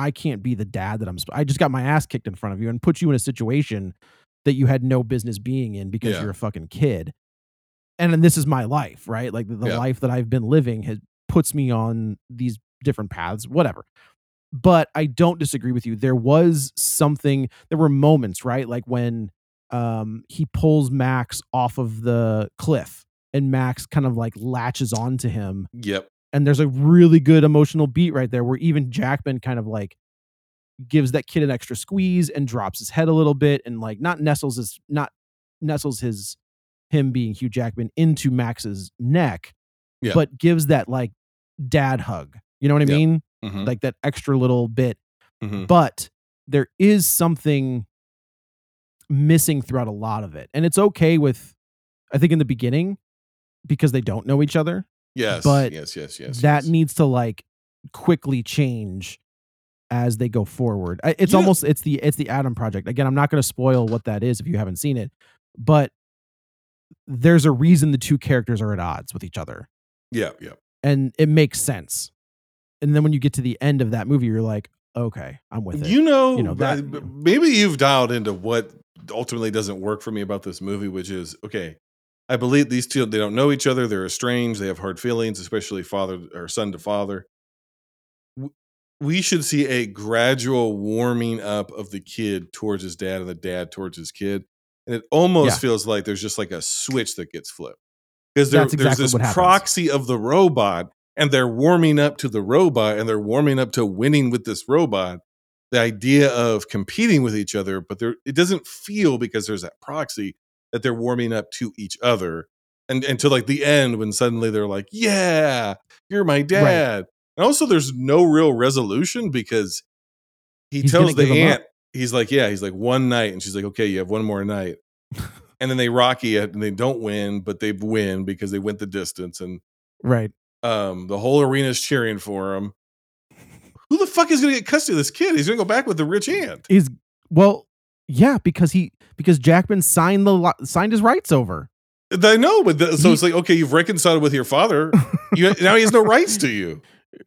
i can't be the dad that i'm sp- i just got my ass kicked in front of you and put you in a situation that you had no business being in because Yeah. you're a fucking kid and then this is my life right like the, the Yeah. life that i've been living has puts me on these different paths whatever but i don't disagree with you there was something there were moments right like when um he pulls max off of the cliff and max kind of like latches onto him yep. and there's a really good emotional beat right there where even Jackman kind of like gives that kid an extra squeeze and drops his head a little bit and like not nestles his not nestles his him being Hugh Jackman into Max's neck, Yeah. but gives that like dad hug. You know what I Yeah. mean? Mhm. Like that extra little bit. Mhm. But there is something missing throughout a lot of it. And it's okay with I think in the beginning because they don't know each other Yes. but yes. Yes. Yes. that yes. needs to like quickly change as they go forward. I- It's You know- almost it's the it's the Adam project. Again, I'm not going to spoil what that is if you haven't seen it, but there's a reason the two characters are at odds with each other Yeah. Yeah. and it makes sense. And then when you get to the end of that movie, you're like, "Okay, I'm with it." You know, You know, that- I- b- maybe you've dialed into what ultimately doesn't work for me about this movie, which is okay. I believe these two they don't know each other. They're estranged. They have hard feelings, especially father or son to father. W- We should see a gradual warming up of the kid towards his dad and the dad towards his kid, and it almost Yeah. feels like there's just like a switch that gets flipped because there, That's exactly there's what this happens. proxy of the robot, and they're warming up to the robot, and they're warming up to winning with this robot the idea of competing with each other, but there it doesn't feel because there's that proxy that they're warming up to each other. And until like the end when suddenly they're like, Yeah, you're my dad. And also there's no real resolution because he He's tells gonna the give 'em aunt, he's like, Yeah, he's like one night, and she's like, Okay, you have one more [LAUGHS] night. and then they rocky it and they don't win, but they win because they went the distance and right. um, the whole arena's cheering for him. Who the fuck is gonna get custody of this kid? He's gonna go back with the rich aunt. Is well, yeah, because he because Jackman signed the li- signed his rights over. I know, but the, so it's like, okay, you've reconciled with your [LAUGHS] father. You, now he has no rights to you.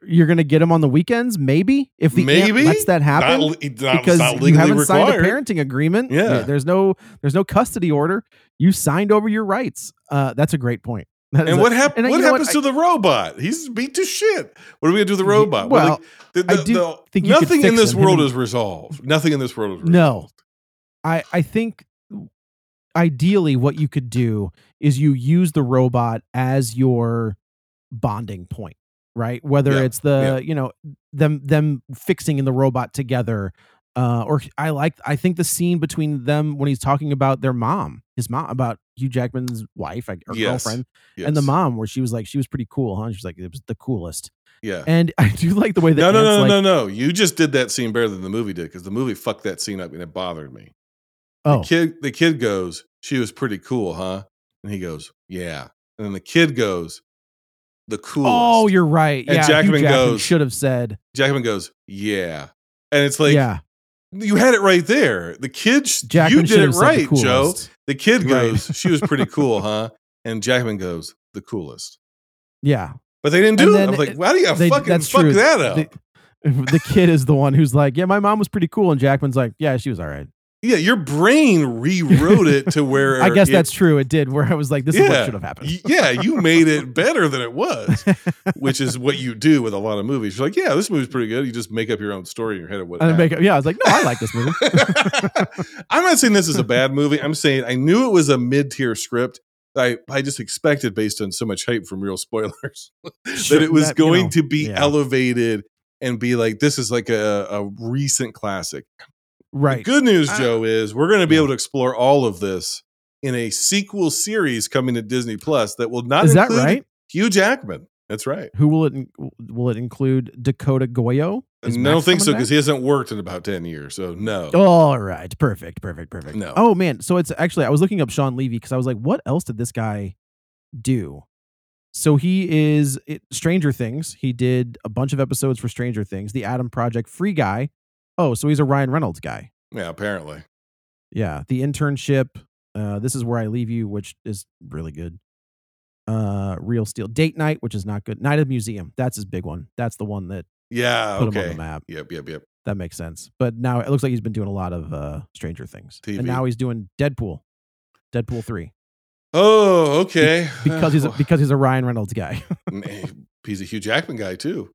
You're going to get him on the weekends maybe if the aunt Maybe lets that happen. Not, le- not, because not you legally haven't signed a required. parenting agreement. Yeah. There- There's no there's no custody order. You signed over your rights. Uh, that's a great point. That is And a- what happened? and you What know happens to the robot? He's beat to shit. What are we gonna do to the robot? We're well, like, the- I the- do the- think you could nothing in fix this him. Him world and- is resolved. Nothing in this world is resolved. No. I, I think ideally what you could do is you use the robot as your bonding point, right? Whether Yeah, it's the, yeah. you know, them them fixing in the robot together Uh, or I like I think the scene between them when he's talking about their mom, his mom about Hugh Jackman's wife like, or Yes. girlfriend, Yes. and the mom where she was like she was pretty cool, huh? She was like it was the coolest, Yeah. and I do like the way that no, no, Ant's no, like, no, no. You just did that scene better than the movie did because the movie fucked that scene up and it bothered me. Oh, The kid, the kid goes, "She was pretty cool, huh?" And he goes, "Yeah." And then the kid goes, "The coolest." oh, you're right. And yeah, Jackman Hugh Jackman goes- should have said, Jackman goes, "Yeah," and it's like, yeah, you had it right there. The kid, sh- Jackman you should did have it said the right, Joe. coolest. The kid Right. goes, "She was [LAUGHS] pretty cool, huh?" And Jackman goes, "The coolest." yeah. But they didn't And do it. then I'm like, it- "Why do you they- fucking that's fuck true. that up?" The, [LAUGHS] the kid is the one who's like, yeah, my mom was pretty cool, and Jackman's like, yeah, she was all right. yeah, your brain rewrote it [LAUGHS] to where I guess it- that's true. It did. Where I was like, this is what should have happened. Y- yeah, you made it better than it was, which is what you do with a lot of movies. You're like, yeah, this movie's pretty good. You just make up your own story in your head of what. And I happened. make yeah, I was like, no, I like [LAUGHS] this movie. [LAUGHS] I'm not saying this is a bad movie. I'm saying I knew it was a mid tier script. I, I just expected based on so much hype from real spoilers [LAUGHS] that Sure, it was that, you going know, to be yeah. elevated and be like this is like a, a recent classic. The right. good news, I- Joe, is we're going to be able to explore all of this in a sequel series coming to Disney Plus that will not Is that include right? Hugh Jackman. That's right. Who will it in- will it include? Dakota Goyo? Is And I don't Max think so coming because back? Oh. he hasn't worked in about ten years. So no. All right, perfect, perfect, perfect. No. Oh man, so it's actually I was looking up Sean Levy because I was like, what else did this guy do? So he is it, Stranger Things. He did a bunch of episodes for Stranger Things, The Adam Project, Free Guy. Oh, so he's a Ryan Reynolds guy. Yeah, apparently. Yeah, the internship. Uh, this is where I leave you, which is really good. Uh, Real Steel, Date Night, which is not good. Night at the Museum, that's his big one. That's the one that Yeah. put him on okay. the map. Yep. Yep. Yep. That makes sense. But now it looks like he's been doing a lot of uh, Stranger Things, TV. and now he's doing Deadpool, [SIGHS] Deadpool three, Oh, okay. because [LAUGHS] he's a, because he's a Ryan Reynolds guy. [LAUGHS] Man, he's a Hugh Jackman guy too.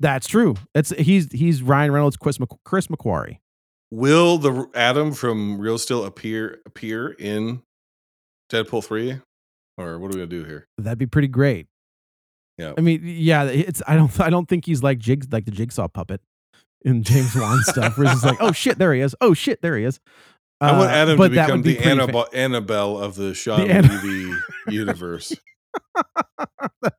that's true. That's he's he's Ryan Reynolds, Chris Mc, Chris McQuarrie. Will the Adam from Real Steel appear appear in Deadpool three, or what are we gonna do here? That'd be pretty great. Yeah. I mean, yeah, it's I don't [LAUGHS] I don't think he's like jig like the jigsaw puppet in [LAUGHS] James Wan stuff, where it's just like, oh shit, there he is. Oh shit, there he is. I want Uh, Adam to but that become would be the pretty fa- Annabelle, Annabelle of the Sean Anna- Levy universe. [LAUGHS] where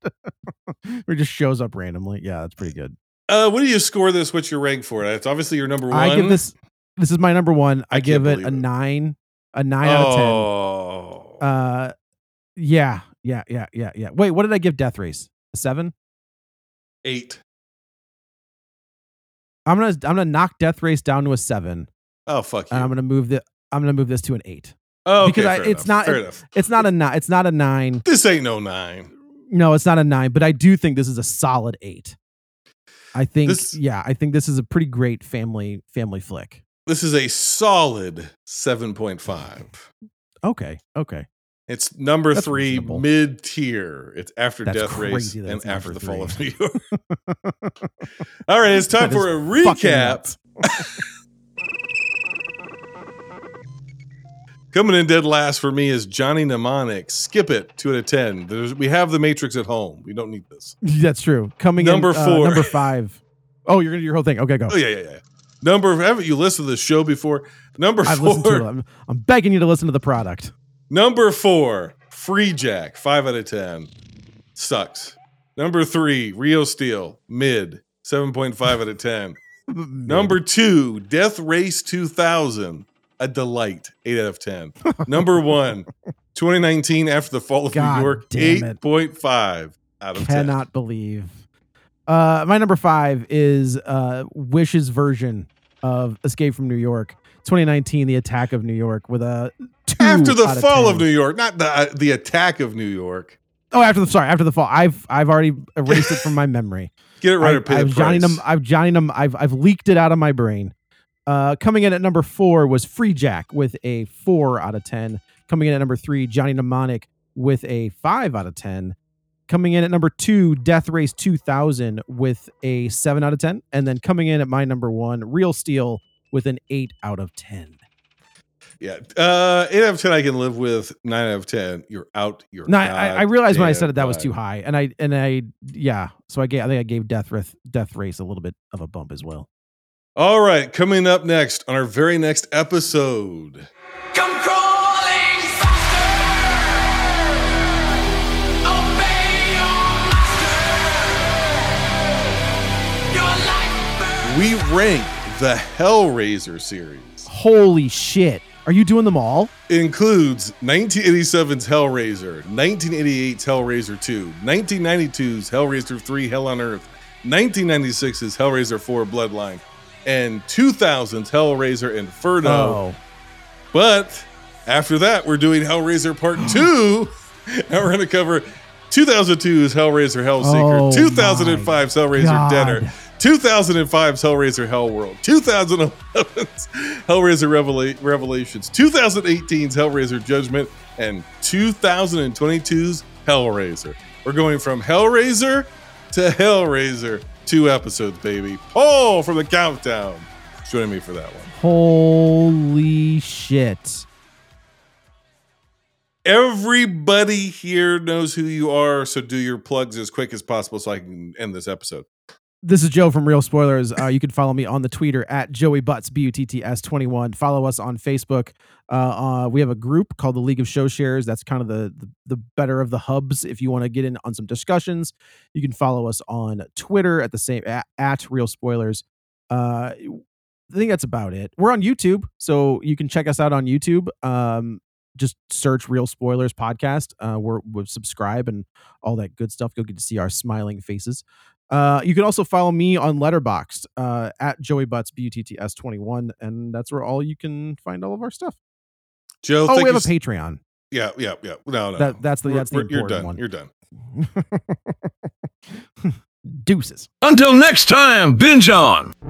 it just shows up randomly. Yeah, that's pretty good. Uh, what do you score this? What's your rank for it? It's obviously your number one. I give this this is my number one. I I, can't give it a believe it. nine, a nine out of ten. Oh, Uh, yeah, yeah, yeah, yeah, yeah. Wait, what did I give Death Race? A seven? eight. I'm gonna I'm gonna knock Death Race down to a seven, Oh fuck you. and I'm gonna move the I'm gonna move this to an eight. oh, okay, um, because I- fair it's enough, not- fair enough. It's not a nine. It's not a nine. This ain't no nine. No, it's not a nine. But I do think this is a solid eight. I think This- yeah, I think this is a pretty great family family flick. This is a solid seven point five. Okay, okay. It's number That's three, reasonable. mid tier. It's after That's Death Race crazy that and it's after the number fall of New three. York. [LAUGHS] All right, it's time That for a is fucking recap. nuts. Coming in dead last for me is Johnny Mnemonic. Skip it, two out of ten. There's, we have the Matrix at home. We don't need this. That's true. Coming Number in, uh, four. number five. Oh, you're gonna do your whole thing. Okay, go. Oh yeah, yeah, yeah. Number haven't you listened to the show before? Number I've listened to it. four. I'm, I'm begging you to listen to the product. [LAUGHS] Number four. Free Jack. Five out of ten. Sucks. Number three. Rio Steel. Mid. Seven point five out of ten. Number two. Death Race two thousand. A delight. Eight out of ten. [LAUGHS] Number one. 2019 after the fall of God New York. damn it. 8.5 out of cannot believe. Uh, my number five is uh, Wish's version of Escape from New York, 2019, The Attack of New York, with a two 10. After the out fall 10. of New York, not the uh, the attack of New York. Oh, after the sorry, after the fall. I've I've already erased it from my memory. Get [LAUGHS] it right I, or pay I've the Johnny price. them. I've Johnny them. I've I've leaked it out of my brain. Uh, coming in at number four was Free Jack with a four out of ten. Coming in at number three, Johnny Mnemonic with a five out of ten. Coming in at number two, Death Race 2000 with a seven out of ten, and then coming in at my number one, Real Steel with an eight out of ten. Yeah. Uh, eight out of ten I can live with. Nine out of ten, you're out. You're No, I, I realized when I said it that was too high. high, and I and I yeah. So I gave I think I gave Death Race Death Race a little bit of a bump as well. All right, coming up next on our very next episode. Come crawling faster. Obey your master. Your life burns. We rank the Hellraiser series. Holy shit. Are you doing them all? Includes 1987's Hellraiser, 1988's Hellraiser 2, 1992's Hellraiser 3 Hell on Earth, 1996's Hellraiser 4 Bloodline, and 2000's Hellraiser Inferno. Oh. But after that, we're doing Hellraiser [GASPS] Part 2, and we're going to cover 2002's Hellraiser Hellseeker, Oh, 2005's Hellraiser God. Denner, 2005's Hellraiser Hellworld, 2011's [LAUGHS] Hellraiser Revela- Revelations, 2018's Hellraiser Judgment, and 2022's Hellraiser. We're going from Hellraiser to Hellraiser. Two episodes, baby. Paul from the Countdown is joining me for that one. Holy shit. Everybody here knows who you are, so do your plugs as quick as possible so I can end this episode. This is Joe from Real Spoilers. Uh, you can follow me on the Twitter at Joey Butts, B U T T S 21. Follow us on Facebook. Uh, uh, we have a group called the League of Show Shares. That's kind of the, the, the better of the hubs. If you want to get in on some discussions, you can follow us on Twitter at the same at, at Real Spoilers. Uh, I think that's about it. We're on YouTube, so you can check us out on YouTube. Um, just search Real Spoilers Podcast. Uh, we're, we subscribe and all that good stuff. You'll get to see our smiling faces. Uh, you can also follow me on Letterboxd uh, at Joey Butts B U T T S twenty one, and that's where all you can find all of our stuff. Joe, Oh, thank we you have a s- Patreon. Yeah, yeah, yeah. No, no. That- that's the- We're- that's the we're- You're important done. You're one. done. Deuces. Until next time, binge on.